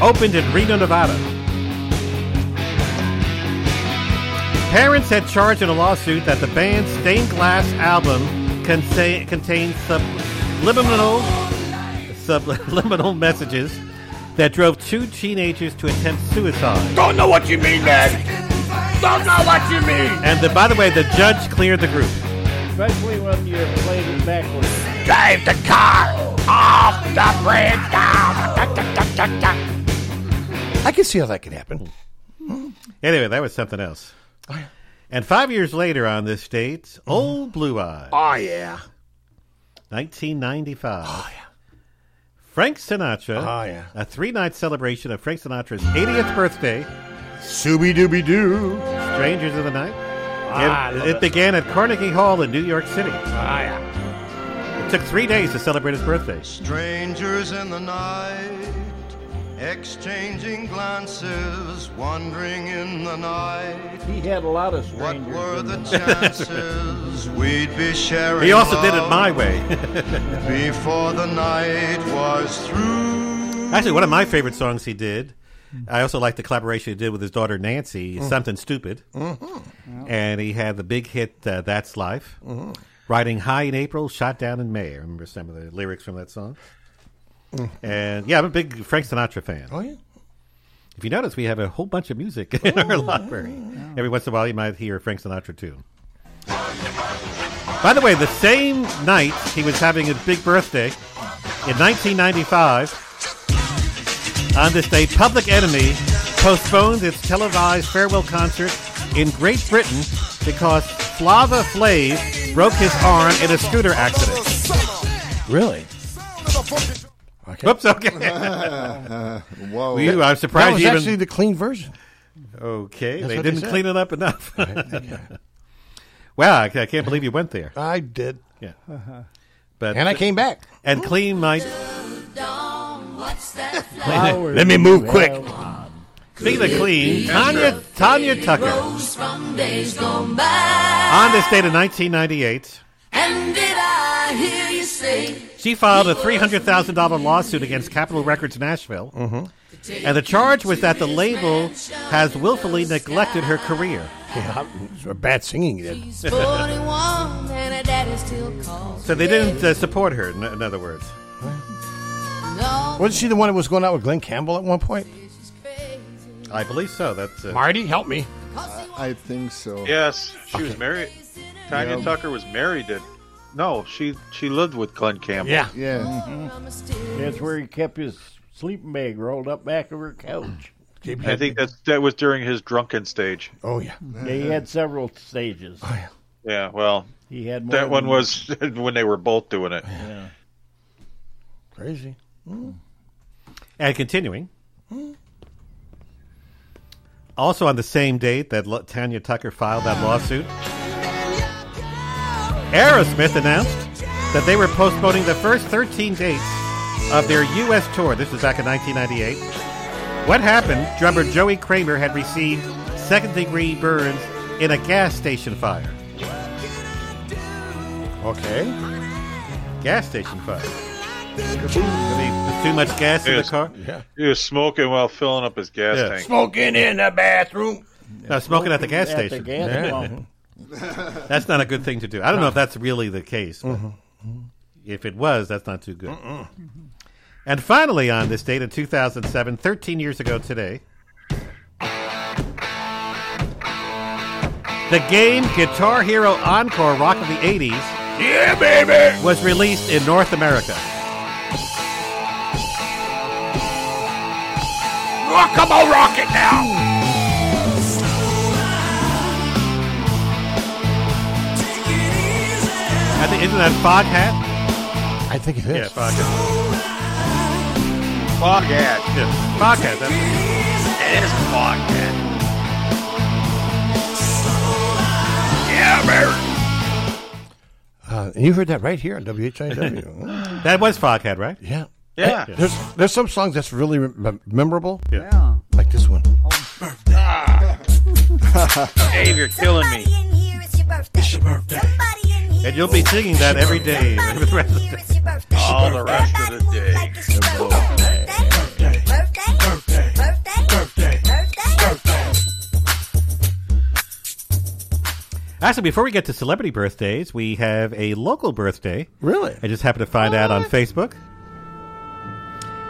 Speaker 3: opened in Reno, Nevada. Parents had charged in a lawsuit that the band's stained glass album contain, contains subliminal subliminal messages that drove two teenagers to attempt suicide.
Speaker 1: Don't know what you mean, man. Don't know what you mean.
Speaker 3: And the, by the way, the judge cleared the group.
Speaker 2: Especially when you played it backwards.
Speaker 1: Drive the car off the bridge.
Speaker 8: I can see how that can happen. Oh,
Speaker 3: Anyway, that was something else. And five years later on this date, Old Blue Eyes.
Speaker 8: Oh, yeah.
Speaker 3: 1995. Oh, yeah. Frank Sinatra.
Speaker 8: Oh, yeah.
Speaker 3: A three night celebration of Frank Sinatra's 80th birthday.
Speaker 8: Scooby Dooby Doo.
Speaker 3: Strangers of the Night.
Speaker 8: Ah, I
Speaker 3: it
Speaker 8: love
Speaker 3: it
Speaker 8: that
Speaker 3: began at Carnegie Hall in New York City.
Speaker 8: Ah, yeah.
Speaker 3: It took three days to celebrate his birthday.
Speaker 18: Strangers in the night, exchanging glances, wandering in the night.
Speaker 2: He had a lot of strangers.
Speaker 18: What were the
Speaker 2: That's
Speaker 18: chances we'd be sharing?
Speaker 3: He also did it
Speaker 18: love
Speaker 3: my way.
Speaker 18: before the night was through.
Speaker 3: Actually, one of my favorite songs he did. I also like the collaboration he did with his daughter Nancy,
Speaker 8: Mm.
Speaker 18: Mhm.
Speaker 3: Something Stupid.
Speaker 8: Mm-hmm.
Speaker 18: Mhm.
Speaker 3: And he had the big hit, uh, That's Life. Riding High in April, Shot Down in May. I remember some of the lyrics from that song.
Speaker 8: Mhm.
Speaker 3: And yeah, I'm a big Frank Sinatra fan.
Speaker 8: Oh, yeah. Oh,
Speaker 3: If you notice, we have a whole bunch of music in our library. Every once in a while, you might hear a Frank Sinatra tune. By the way, the same night he was having his big birthday in 1995, on this day, Public Enemy postponed its televised farewell concert in Great Britain because Flava Flav broke his arm in a scooter accident.
Speaker 8: Really?
Speaker 3: Whoops, okay.
Speaker 11: Uh, whoa.
Speaker 3: You- I'm surprised
Speaker 8: That was
Speaker 3: you even-
Speaker 8: actually the clean version.
Speaker 3: Okay,
Speaker 8: That's
Speaker 3: they
Speaker 8: what
Speaker 3: didn't
Speaker 8: said.
Speaker 3: clean it up enough.
Speaker 8: Right, okay.
Speaker 3: wow, I, I can't believe you went there.
Speaker 8: I did.
Speaker 3: Yeah.
Speaker 8: Uh-huh.
Speaker 3: But
Speaker 8: And I came back.
Speaker 3: And clean my.
Speaker 8: Flowers Let me move quick.
Speaker 3: Speaking of clean, Tanya Tanya Tucker
Speaker 14: Rose from days gone by.
Speaker 3: on this date in 1998.
Speaker 14: And did I hear you say?
Speaker 3: She filed a $300,000 lawsuit against Capitol Records Nashville. Mm-hmm. And the charge was that the label has willfully neglected her career.
Speaker 8: Yeah, it was bad singing then.
Speaker 14: She's 41 and her daddy still calls.
Speaker 3: So they didn't uh, support her, in, in other words.
Speaker 14: No,
Speaker 8: Wasn't she the one that was going out with Glenn Campbell at one point?
Speaker 3: I believe so. That's uh,
Speaker 8: Marty, help me.
Speaker 11: I think so.
Speaker 9: Yes, she was married. Tanya
Speaker 11: Yeah.
Speaker 9: Tucker was married to. No, she she lived with Glenn Campbell.
Speaker 2: Mm-hmm. where he kept his sleeping bag rolled up back of her couch.
Speaker 9: I think that's that was during his drunken stage.
Speaker 8: Oh yeah. Oh,
Speaker 2: Yeah, he had several stages.
Speaker 9: Yeah, well,
Speaker 2: He had more
Speaker 9: that one
Speaker 2: than-
Speaker 9: was when they were both doing it.
Speaker 2: Yeah.
Speaker 8: Crazy. Mm-hmm.
Speaker 3: And continuing. Mm-hmm. Also on the same date that Lo- Tanya Tucker filed that lawsuit, Aerosmith announced that they were postponing the first 13 dates of their U.S. tour. This was back in 1998. What happened? Drummer Joey Kramer had received second degree burns in a gas station fire. Okay. Gas station fire. I mean, too much gas in the car?
Speaker 8: Yeah.
Speaker 9: He was smoking while filling up his gas
Speaker 3: Yeah.
Speaker 9: tank.
Speaker 8: Smoking in the bathroom.
Speaker 3: No, smoking at the gas
Speaker 2: At the
Speaker 3: station.
Speaker 2: gas
Speaker 3: Yeah.
Speaker 2: pump.
Speaker 3: that's not a good thing to do. I don't know if that's really the case. but If it was, that's not too good. Mm-hmm. And finally, on this date in 2007, 13 years ago today, the game Guitar Hero Encore Rock of the 80s
Speaker 8: Yeah, baby!
Speaker 3: was released in North America.
Speaker 8: Oh, come on, rock it now.
Speaker 3: I think, isn't that Fog Hat?
Speaker 8: I think it is.
Speaker 3: Yeah, Fog Hat.
Speaker 9: Fog hat.
Speaker 3: Yeah, Fog Hat. That's
Speaker 8: It is fog hat. Yeah, baby. Uh, and you heard that right here on WHIW.
Speaker 3: That was Foghat, right?
Speaker 8: Yeah.
Speaker 9: Yeah.
Speaker 8: There's there's some songs that's really mem- memorable.
Speaker 3: Yeah.
Speaker 8: Like this one.
Speaker 9: Dave, you're killing me.
Speaker 3: And you'll be singing that every day for the rest of the day.
Speaker 9: All the rest of the day.
Speaker 3: Actually, before we get to celebrity birthdays, we have a local birthday.
Speaker 8: Really?
Speaker 3: I just happened to find out on Facebook.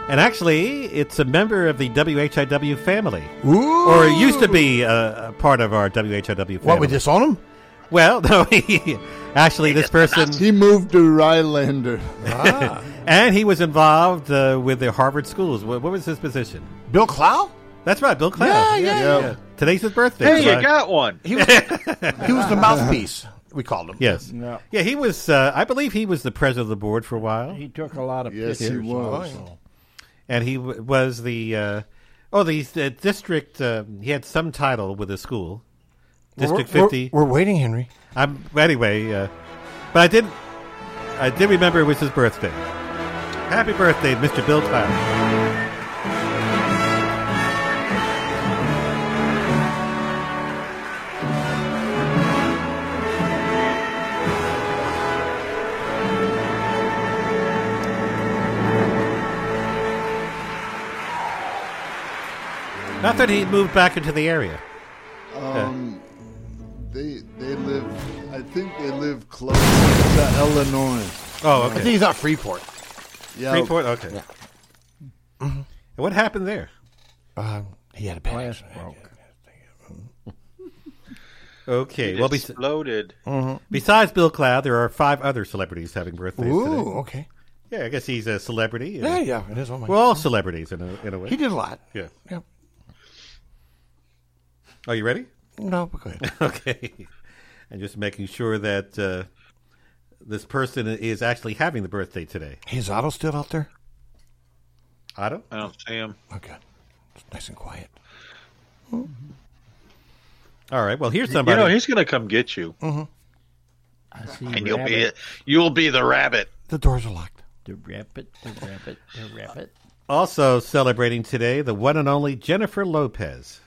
Speaker 3: And actually, it's a member of the WHIW family.
Speaker 8: Ooh.
Speaker 3: Or it used to be uh, a part of our WHIW family.
Speaker 8: What, we disown him?
Speaker 3: Well, no. he- actually, this person.
Speaker 11: He moved to Rylander.
Speaker 8: Ah.
Speaker 3: and he was involved uh, with the Harvard schools. What, what was his position?
Speaker 8: Bill Clow?
Speaker 3: That's right, Bill Cloud.
Speaker 8: Yeah, yeah, yeah.
Speaker 3: Today's his birthday.
Speaker 8: Hey,
Speaker 3: so
Speaker 8: you got
Speaker 9: one.
Speaker 8: He was, he was the mouthpiece. We called him.
Speaker 3: Yes.
Speaker 2: Yeah.
Speaker 3: Yeah, he was. Uh, I believe he was the president of the board for a while,
Speaker 2: He took a lot of
Speaker 3: Yes, he
Speaker 2: pictures.
Speaker 3: was.
Speaker 2: also.
Speaker 3: and he w- was the uh, oh the, the district. Uh, he had some title with the school,
Speaker 8: Well, we're-
Speaker 3: District
Speaker 8: we're-
Speaker 3: Fifty.
Speaker 8: We're, waiting, Henry.
Speaker 3: I'm anyway, uh, but I did. I did remember it was his birthday. Happy birthday, Mr. Bill Cloud. Not that he moved back into the area.
Speaker 11: Um, they they live. I think they live close to Illinois.
Speaker 3: Oh, okay. I think he's
Speaker 8: on Freeport.
Speaker 11: Yeah.
Speaker 3: Freeport. Okay. And what happened there?
Speaker 8: Um, he had a panic.
Speaker 3: Okay.
Speaker 9: It
Speaker 3: well, bes- Mm-hmm.
Speaker 9: exploded.
Speaker 3: besides Bill Cloud, there are five other celebrities having birthdays. today.
Speaker 8: Ooh, okay.
Speaker 3: Yeah, I guess he's a celebrity.
Speaker 8: Yeah, yeah, it is. Oh my
Speaker 3: We're all celebrities in a, in a way.
Speaker 8: He did a lot.
Speaker 3: Yeah.
Speaker 8: Yeah.
Speaker 3: Are you ready?
Speaker 8: No, but go ahead.
Speaker 3: okay. And just making sure that uh, this person is actually having the birthday today.
Speaker 8: Is Otto still out there?
Speaker 3: Otto?
Speaker 9: I don't see him.
Speaker 8: Okay. It's nice and quiet.
Speaker 3: Mm-hmm. All right. Well, here's
Speaker 9: You
Speaker 3: somebody.
Speaker 9: know, he's gonna come get you.
Speaker 8: Mm-hmm.
Speaker 9: And you'll be you'll be the rabbit.
Speaker 8: The doors are locked.
Speaker 2: The rabbit, the rabbit, the rabbit.
Speaker 3: Also celebrating today, the one and only Jennifer Lopez.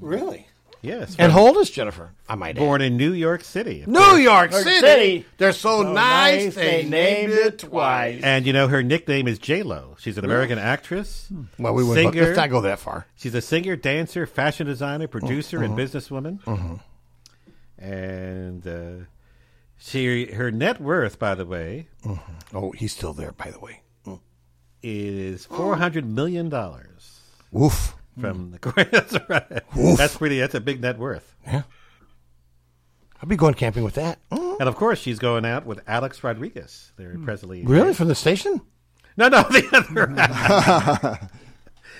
Speaker 8: Really?
Speaker 3: Yes. from-
Speaker 8: And how old is Jennifer? I might add.
Speaker 3: Born in New York City.
Speaker 8: New York
Speaker 2: York
Speaker 8: City.
Speaker 2: City.
Speaker 8: They're so,
Speaker 2: So
Speaker 8: nice,
Speaker 2: nice
Speaker 8: they,
Speaker 2: they
Speaker 8: named
Speaker 2: named
Speaker 8: it twice.
Speaker 3: And you know her nickname is J Lo. She's an
Speaker 8: Really?
Speaker 3: American actress.
Speaker 8: Well, we wouldn't- let's not go that far.
Speaker 3: She's a singer, dancer, fashion designer, producer,
Speaker 8: mhm.
Speaker 3: and businesswoman.
Speaker 8: Mm-hmm.
Speaker 3: And uh, she her net worth, by the way,
Speaker 8: Oh, he's still there, by the way. Mm.
Speaker 3: is four hundred million dollars.
Speaker 8: Woof. Mm.
Speaker 3: From the that's right. That's pretty. That's a big net worth.
Speaker 8: I'd be going camping with that. Oh,
Speaker 3: And of course, she's going out with Alex Rodriguez. They're presently
Speaker 8: Hmm. Really? From the station?
Speaker 3: No, no, the other.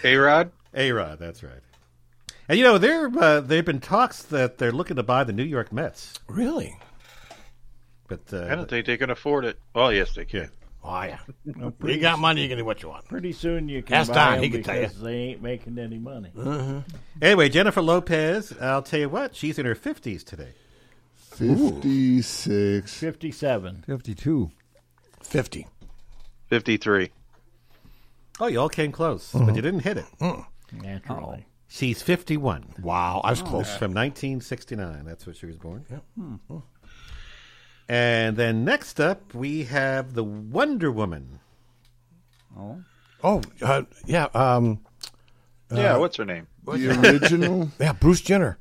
Speaker 9: A Rod.
Speaker 3: A Rod. That's right. And you know, there uh, there've been talks that they're looking to buy the New York Mets,
Speaker 8: Really?
Speaker 3: but
Speaker 9: I
Speaker 3: uh,
Speaker 9: don't think they can afford it. Well, yes, they can.
Speaker 8: Oh, yeah.
Speaker 2: No,
Speaker 8: you
Speaker 2: pretty
Speaker 8: got money, you can do what you want.
Speaker 2: Pretty soon you can
Speaker 8: Ask
Speaker 2: buy
Speaker 8: Don,
Speaker 2: them
Speaker 8: he can tell you. Uh-huh.
Speaker 2: because they ain't making any money.
Speaker 3: Uh-huh. anyway, Jennifer Lopez. I'll tell you what, she's in her fifties today.
Speaker 11: Fifty-six.
Speaker 2: 57.
Speaker 4: 52.
Speaker 8: 50.
Speaker 9: Fifty-three.
Speaker 3: Oh, you all came close,
Speaker 8: Mm-hmm.
Speaker 3: but you didn't hit it. Oh.
Speaker 2: Naturally.
Speaker 3: She's fifty-one.
Speaker 8: Mm. Wow, I was close. Mm,
Speaker 3: From nineteen sixty-nine. That's when she was born.
Speaker 8: Yep.
Speaker 3: And then next up, we have the Wonder Woman.
Speaker 4: Oh.
Speaker 8: Oh, uh, yeah. Um,
Speaker 9: yeah.
Speaker 8: uh,
Speaker 9: What's her name?
Speaker 8: what's her name? yeah, Bruce Jenner.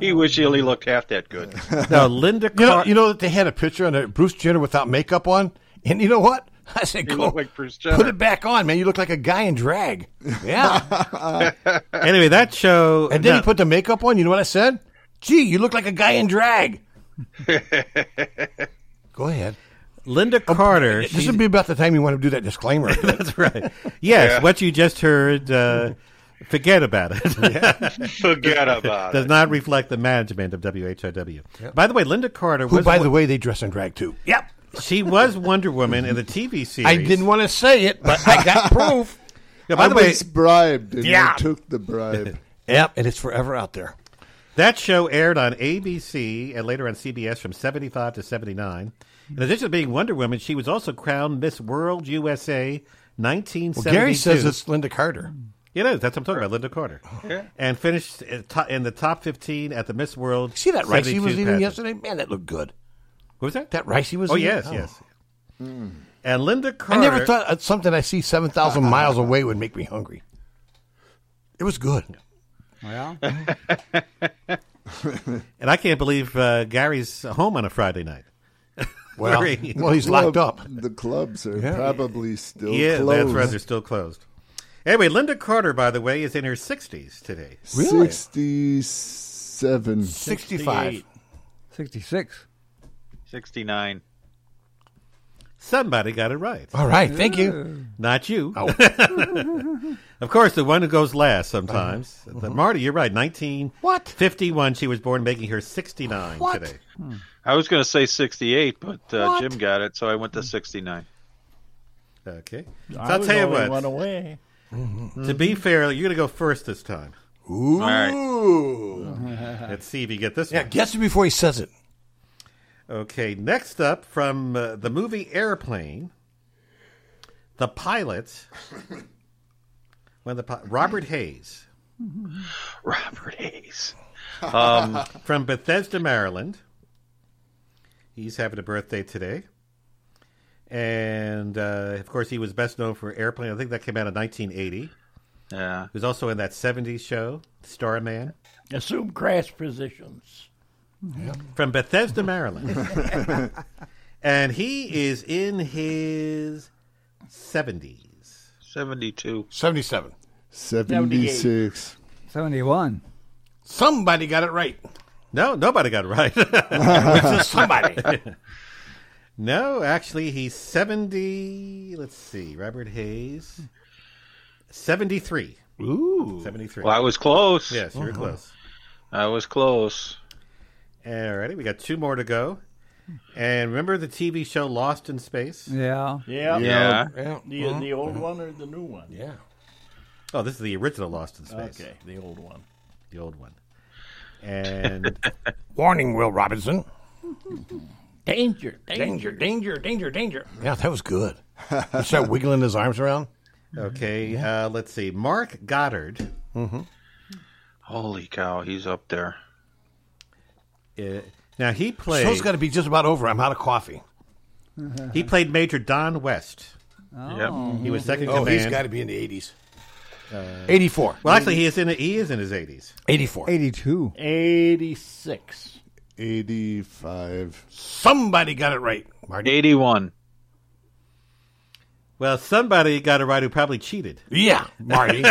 Speaker 9: he wish he only looked half that good.
Speaker 3: Now, Linda
Speaker 8: You know, you know that they had a picture on a Bruce Jenner without makeup on? And you know what? I said,
Speaker 9: He
Speaker 8: go.
Speaker 9: looked like Bruce Jenner.
Speaker 8: Put it back on, man. You look like a guy in drag. Yeah.
Speaker 3: anyway, that show.
Speaker 8: and then
Speaker 3: no.
Speaker 8: he put the makeup on. You know what I said? Gee, you look like a guy in drag. Go ahead.
Speaker 3: Linda Carter.
Speaker 8: um, This would be about the time you want to do that disclaimer.
Speaker 3: That's right. Yes, what you just heard. Uh, forget about it.
Speaker 9: Forget about
Speaker 3: Does
Speaker 9: it.
Speaker 3: not reflect the management of WHIW.
Speaker 8: Yep.
Speaker 3: By the way, Linda Carter
Speaker 8: Who,
Speaker 3: was.
Speaker 8: by the way, they dress in drag too. Yep.
Speaker 3: she was Wonder Woman in the TV series.
Speaker 8: I didn't want to say it, but I got proof.
Speaker 3: Yeah, by
Speaker 11: I
Speaker 3: the way,
Speaker 11: was bribed, and
Speaker 8: Yeah.
Speaker 11: I took the bribe.
Speaker 8: Yep, and it's forever out there.
Speaker 3: that show aired on ABC and later on CBS from seventy-five to seventy-nine. In addition to being Wonder Woman, she was also crowned Miss World USA nineteen
Speaker 8: Well,
Speaker 3: seventy-two.
Speaker 8: Gary says it's Linda Carter.
Speaker 3: It is. That's what I'm talking about, Linda Carter.
Speaker 9: Yeah.
Speaker 3: And finished in to- in the top 15 at the Miss World.
Speaker 8: See that rice he
Speaker 3: 72
Speaker 8: was eating
Speaker 3: pageant.
Speaker 8: yesterday? Man, that looked good.
Speaker 3: What was that?
Speaker 8: That rice he was
Speaker 3: Oh,
Speaker 8: eating? Hmm.
Speaker 3: yes, yes. And Linda
Speaker 8: I
Speaker 3: Carter.
Speaker 8: never thought uh, something I see 7,000 miles away would make me hungry. It was good.
Speaker 4: Well,
Speaker 3: And I can't believe uh, Gary's home on a Friday night.
Speaker 8: Well,
Speaker 3: Very-
Speaker 8: well he's locked up.
Speaker 11: The clubs are probably still
Speaker 3: yeah,
Speaker 11: closed.
Speaker 3: that's right. They're still closed. Anyway, Linda Carter, by the way, is in her 60s today.
Speaker 8: Really?
Speaker 11: 67.
Speaker 8: 65.
Speaker 4: 66.
Speaker 9: 69.
Speaker 3: Somebody got it right.
Speaker 8: All right, thank you. Oh.
Speaker 3: Not you. of course, the one who goes last sometimes. But Marty, you're right. Nineteen
Speaker 8: Uh-huh. what?
Speaker 3: Fifty-one. She was born, making her sixty-nine
Speaker 8: What?
Speaker 3: today.
Speaker 9: I was going to say 68, but uh,
Speaker 3: What?
Speaker 9: Jim got it, so I went to 69.
Speaker 3: Okay. So
Speaker 2: I
Speaker 3: I'll
Speaker 2: was
Speaker 3: tell you
Speaker 2: only
Speaker 3: what.
Speaker 2: one away.
Speaker 8: Mm-hmm.
Speaker 3: To be fair, you're gonna go first this time.
Speaker 8: Ooh.
Speaker 3: Let's see if you get this.
Speaker 8: Yeah,
Speaker 3: one.
Speaker 8: guess it before he says it.
Speaker 3: Okay, next up from uh, the movie Airplane, the pilot, one of the pi- Robert Hayes.
Speaker 9: Robert Hayes.
Speaker 3: Um, from Bethesda, Maryland. He's having a birthday today. And uh, of course, he was best known for Airplane. I think that came out in 1980.
Speaker 9: Yeah.
Speaker 3: He was also in that 70s show, Starman.
Speaker 2: Assume crash positions.
Speaker 3: From Bethesda, Maryland. and he is in his 70s.
Speaker 9: 72.
Speaker 8: 77.
Speaker 11: 76.
Speaker 4: 71.
Speaker 8: Somebody got it right.
Speaker 3: No, nobody got it right.
Speaker 8: Which is somebody.
Speaker 3: no, actually, he's 70. Let's see. Robert Hayes. 73.
Speaker 8: Ooh.
Speaker 3: 73.
Speaker 9: Well, I was close.
Speaker 3: Yes, you were
Speaker 9: Uh-huh.
Speaker 3: close.
Speaker 9: I was close.
Speaker 3: Alrighty, we got two more to go. And remember the TV show Lost in Space?
Speaker 4: Yeah.
Speaker 2: Yeah.
Speaker 3: Yeah.
Speaker 2: The, the old one or the new one?
Speaker 8: Uh-huh. Yeah.
Speaker 3: Oh, this is the original Lost in Space.
Speaker 2: Okay, the old one.
Speaker 3: The old one. And
Speaker 8: Warning, Will Robinson.
Speaker 2: Danger,
Speaker 8: Danger, danger, danger, danger. Yeah, that was good. He started wiggling his arms around.
Speaker 3: Okay, uh, let's see. Mark Goddard. Mm-hmm.
Speaker 9: Holy cow, he's up there.
Speaker 3: Uh, now he played. Uh-huh.
Speaker 8: Show's got to be just about over. I'm out of coffee.
Speaker 3: He played Major Don West.
Speaker 8: Oh.
Speaker 3: He was second
Speaker 8: Oh,
Speaker 3: command. Uh,
Speaker 8: he's gotta be in the 80s. 84.
Speaker 3: Well, actually, he is in. He is in his eighties.
Speaker 8: 84.
Speaker 4: 82.
Speaker 2: 86.
Speaker 11: 85.
Speaker 8: Somebody got it right. Marty.
Speaker 9: 81.
Speaker 3: Well, somebody got it right who probably cheated.
Speaker 8: Yeah, Marty.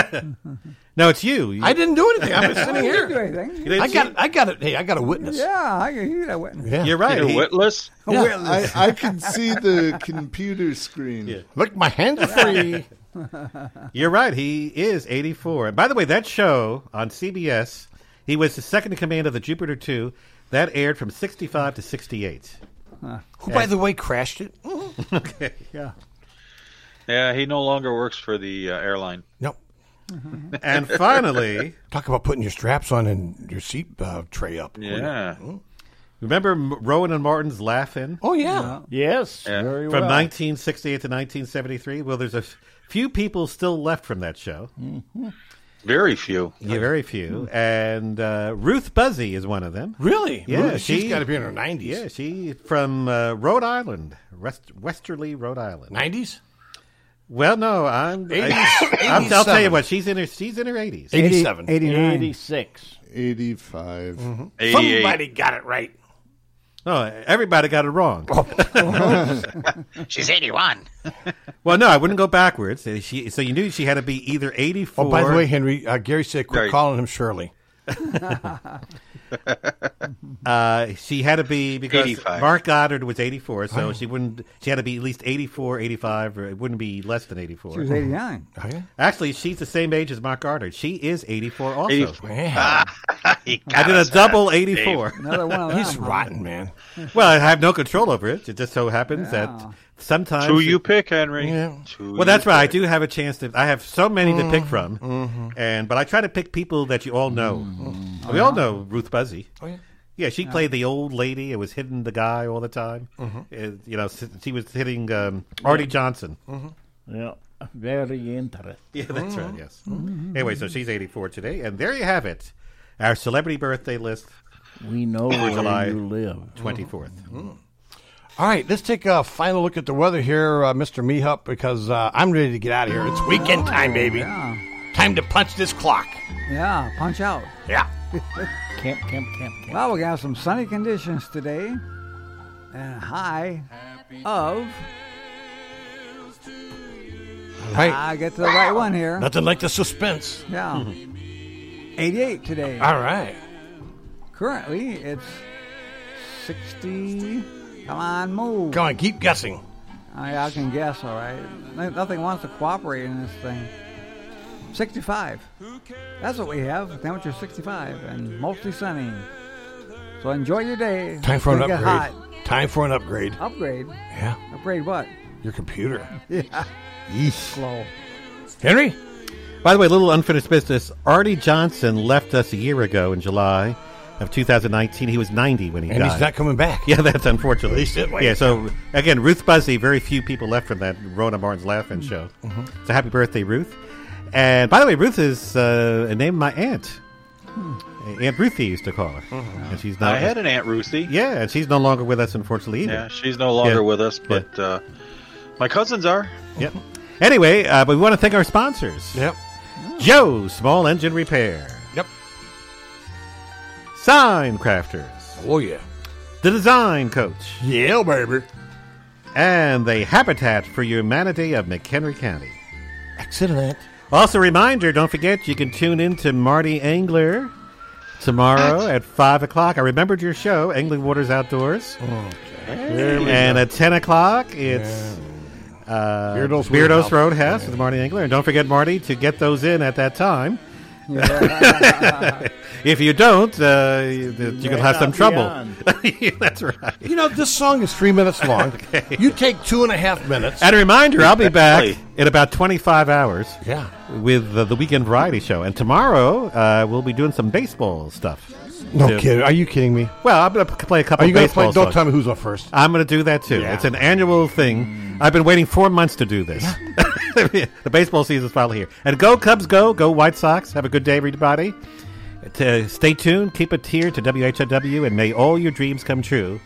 Speaker 3: no, it's you. You-
Speaker 8: I didn't do anything. I'm just
Speaker 4: I
Speaker 8: sitting here.
Speaker 4: didn't do anything.
Speaker 3: didn't
Speaker 8: I got.
Speaker 3: cheat?
Speaker 8: I got it. Hey, I got a witness.
Speaker 4: Yeah, I can hear that witness.
Speaker 8: Yeah.
Speaker 3: You're right.
Speaker 9: You're
Speaker 3: He-
Speaker 9: witless.
Speaker 11: I, I can see the computer screen.
Speaker 8: Look, my hands are free.
Speaker 3: You're right. He is 84. And by the way, that show on CBS, he was the second in command of the Jupiter 2. That aired from 65 to 68.
Speaker 8: Who, by the way, crashed it?
Speaker 3: okay.
Speaker 4: Yeah.
Speaker 9: Yeah, he no longer works for the uh, airline.
Speaker 8: Nope.
Speaker 3: And finally,
Speaker 8: Talk about putting your straps on and your seat uh, tray up.
Speaker 9: Yeah.
Speaker 3: remember M- Rowan and Martin's Laughing
Speaker 8: Oh yeah.
Speaker 2: Yes,
Speaker 9: Yeah.
Speaker 2: very
Speaker 3: from
Speaker 2: well.
Speaker 3: 1968 to 1973? Well, there's a f- few people still left from that show.
Speaker 9: Very few.
Speaker 3: Yeah, very few. And uh, Ruth Buzzy is one of them.
Speaker 8: Really?
Speaker 3: Yeah,
Speaker 8: Really? she's
Speaker 3: she-
Speaker 8: got to be in her 90s.
Speaker 3: Yeah, she from uh, Rhode Island, West, Westerly, Rhode Island.
Speaker 8: 90s?
Speaker 3: Well, no, I'm. I,
Speaker 8: Eighty-
Speaker 3: I'm I'll tell you
Speaker 8: 87.
Speaker 3: what, she's in her. She's in her eighties.
Speaker 8: 87.
Speaker 4: 89.
Speaker 2: 86.
Speaker 11: 85.
Speaker 9: 88.
Speaker 8: Mm-hmm. Somebody got it right.
Speaker 3: Oh, everybody got it wrong.
Speaker 9: Oh.
Speaker 10: She's 81.
Speaker 3: Well, no, I wouldn't go backwards. Uh, She, so you knew she had to be either eighty-four.
Speaker 8: Oh, by the way, Henry, uh, Gary said quit
Speaker 9: Right.
Speaker 8: calling him Shirley.
Speaker 3: uh, she had to be because
Speaker 9: 85.
Speaker 3: Mark Goddard was eighty-four, so
Speaker 8: Oh.
Speaker 3: she wouldn't. She had to be at least 84, 85, or it wouldn't be less than
Speaker 4: She was
Speaker 3: eighty-four.
Speaker 4: 89.
Speaker 8: Oh, yeah?
Speaker 3: Actually, she's the same age as Mark Goddard. She is eighty-four also.
Speaker 9: 84.
Speaker 8: Man,
Speaker 9: He got
Speaker 3: I did a
Speaker 9: us.
Speaker 3: double eighty-four.
Speaker 4: Another one of them.
Speaker 8: he's rotten, man.
Speaker 3: Well, I have no control over it. It just so happens that sometimes
Speaker 9: Who you pick, Henry?
Speaker 8: Yeah.
Speaker 9: Who
Speaker 3: Well, that's
Speaker 9: you
Speaker 3: right. I
Speaker 9: pick.
Speaker 3: do have a chance to. I have so many to
Speaker 8: Mm-hmm.
Speaker 3: pick from, and but I try to pick people that you all know. We all know Ruth Buzzy.
Speaker 8: Mm-hmm. Oh, yeah.
Speaker 3: Yeah, she played the old lady. It was hitting the guy all the time.
Speaker 8: Mm-hmm.
Speaker 3: Uh, you know, s- she was hitting um, Artie Johnson.
Speaker 2: Yeah, very interesting.
Speaker 3: Yeah, that's right. Yes. Mm-hmm. Anyway, so she's eighty-four today, and there you have it. Our celebrity birthday list,
Speaker 2: We know where
Speaker 3: July. Mm.
Speaker 2: you live.
Speaker 3: twenty fourth.
Speaker 8: All right, let's take a final look at the weather here, uh, Mr. Meehup, because uh, I'm ready to get out of here. It's weekend time, baby. Time to punch this clock.
Speaker 4: Yeah, punch out.
Speaker 8: Yeah.
Speaker 2: Camp, camp, camp, camp.
Speaker 4: Well, we're going to have some sunny conditions today. And a high of.
Speaker 8: Right.
Speaker 4: I get to the right one here.
Speaker 8: Nothing like the suspense. Mm-hmm.
Speaker 4: Yeah. 88 today.
Speaker 8: All right.
Speaker 4: Currently, it's 60. Come on, move.
Speaker 8: Come on, keep guessing.
Speaker 4: I, I can guess, all right. No- Nothing wants to cooperate in this thing. 65. That's what we have. Temperature 65 and mostly sunny. So enjoy your day.
Speaker 8: Time for an
Speaker 4: Don't get
Speaker 8: upgrade. Time for an upgrade.
Speaker 4: hot. Upgrade.
Speaker 8: Yeah.
Speaker 4: Upgrade what?
Speaker 8: Your computer.
Speaker 4: Yeah. Slow.
Speaker 8: Henry?
Speaker 3: By the way, little unfinished business. Artie Johnson left us a year ago in July of 2019. He was 90 when he
Speaker 8: And
Speaker 3: died.
Speaker 8: he's not coming back.
Speaker 3: Yeah, that's unfortunate.
Speaker 8: At least it was.
Speaker 3: Yeah, so again, Ruth Buzzy, very few people left from that Rona Barnes Laughing Show.
Speaker 8: Mhm.
Speaker 3: So happy birthday, Ruth. And by the way, Ruth is uh, a name of my aunt.
Speaker 8: Hmm.
Speaker 3: Aunt Ruthie used to call her.
Speaker 8: Mm-hmm.
Speaker 3: And she's not,
Speaker 9: I had an Aunt Ruthie.
Speaker 3: Yeah, and she's no longer with us, unfortunately, either.
Speaker 9: Yeah, she's no longer
Speaker 3: Yeah.
Speaker 9: with us, but uh, my cousins are.
Speaker 3: Yep. Anyway, uh, but we want to thank our sponsors. Yep. Joe Small Engine Repair.
Speaker 8: Yep.
Speaker 3: Sign Crafters.
Speaker 8: Oh yeah.
Speaker 3: The Design Coach.
Speaker 8: Yeah, baby.
Speaker 3: And the Habitat for Humanity of McHenry County.
Speaker 8: Excellent.
Speaker 3: Also, reminder: don't forget you can tune in to Marty Angler tomorrow at five o'clock. I remembered your show, Angling Waters Outdoors.
Speaker 8: There we
Speaker 3: And
Speaker 8: go.
Speaker 3: at ten o'clock, it's uh,
Speaker 8: Beardo's Roadhouse.
Speaker 3: Roadhouse, with Marty Angler. And don't forget, Marty, to get those in at that time. if you don't, uh, you, you
Speaker 8: may
Speaker 3: can have
Speaker 8: not
Speaker 3: some
Speaker 8: be
Speaker 3: trouble.
Speaker 8: on.
Speaker 3: That's right.
Speaker 8: You know, this song is three minutes long. You take two and a half minutes.
Speaker 3: And a reminder, I'll be back
Speaker 8: Exactly.
Speaker 3: in about 25 hours.
Speaker 8: Yeah.
Speaker 3: With uh, the Weekend Variety Show. And tomorrow, uh, we'll be doing some baseball stuff.
Speaker 8: No
Speaker 3: too.
Speaker 8: kidding. Are you kidding me?
Speaker 3: Well, I'm going to play a couple
Speaker 8: Are you gonna
Speaker 3: baseball
Speaker 8: play- don't
Speaker 3: songs.
Speaker 8: tell me who's up first.
Speaker 3: I'm going to do that, too.
Speaker 8: Yeah.
Speaker 3: It's an annual thing. I've been waiting four months to do this. the baseball season's finally here. And go, Cubs, go. Go, White Sox. Have a good day, everybody. To stay tuned, keep it here to WHIW, and may all your dreams come true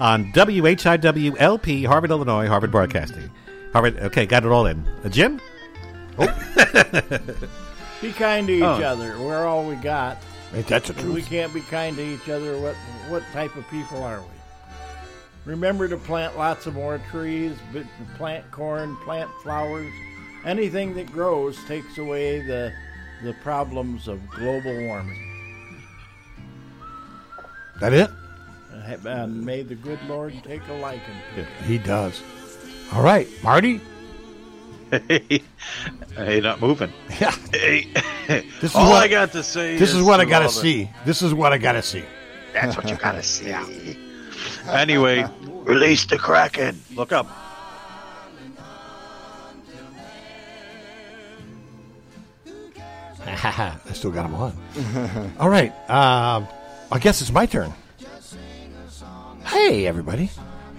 Speaker 3: on WHIW LP, Harvard, Illinois, Harvard Broadcasting. Harvard, okay, got it all in. Uh, Jim?
Speaker 2: Be kind to each
Speaker 3: Oh.
Speaker 2: other. We're all we got.
Speaker 3: Ain't that the
Speaker 2: We
Speaker 3: truth?
Speaker 2: can't be kind to each other. What what type of people are we? Remember to plant lots of more trees, but plant corn, plant flowers. Anything that grows takes away the the problems of global warming.
Speaker 8: That it?
Speaker 2: And ha- And may the good Lord take a liking to it.
Speaker 8: He does. All right, Marty.
Speaker 9: hey, not moving.
Speaker 8: Yeah.
Speaker 9: Hey,
Speaker 8: This is
Speaker 9: all
Speaker 8: what
Speaker 9: I got to say.
Speaker 8: This is what I
Speaker 9: to
Speaker 8: gotta
Speaker 9: all the-
Speaker 8: see. This is what I gotta see.
Speaker 9: That's what you gotta see. Anyway, release the kraken. Look up.
Speaker 8: I still got him on. All right. Uh, I guess it's my turn. Hey, everybody.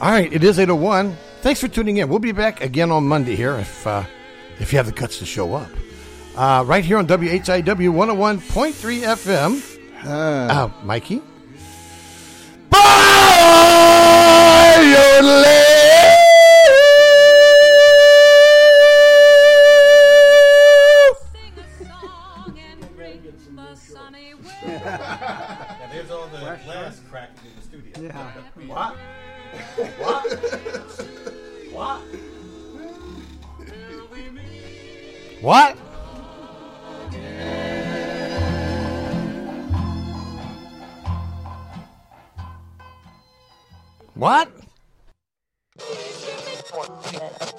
Speaker 8: All right, it is 801. Thanks for tuning in. We'll be back again on Monday here if uh, if you have the guts to show up. Uh, right here on WHIW 101.3 FM. Uh, Mikey?
Speaker 3: there's all the glass cracking in the studio.
Speaker 4: Yeah.
Speaker 3: What?
Speaker 8: What?
Speaker 3: what?
Speaker 8: What? What?
Speaker 19: What?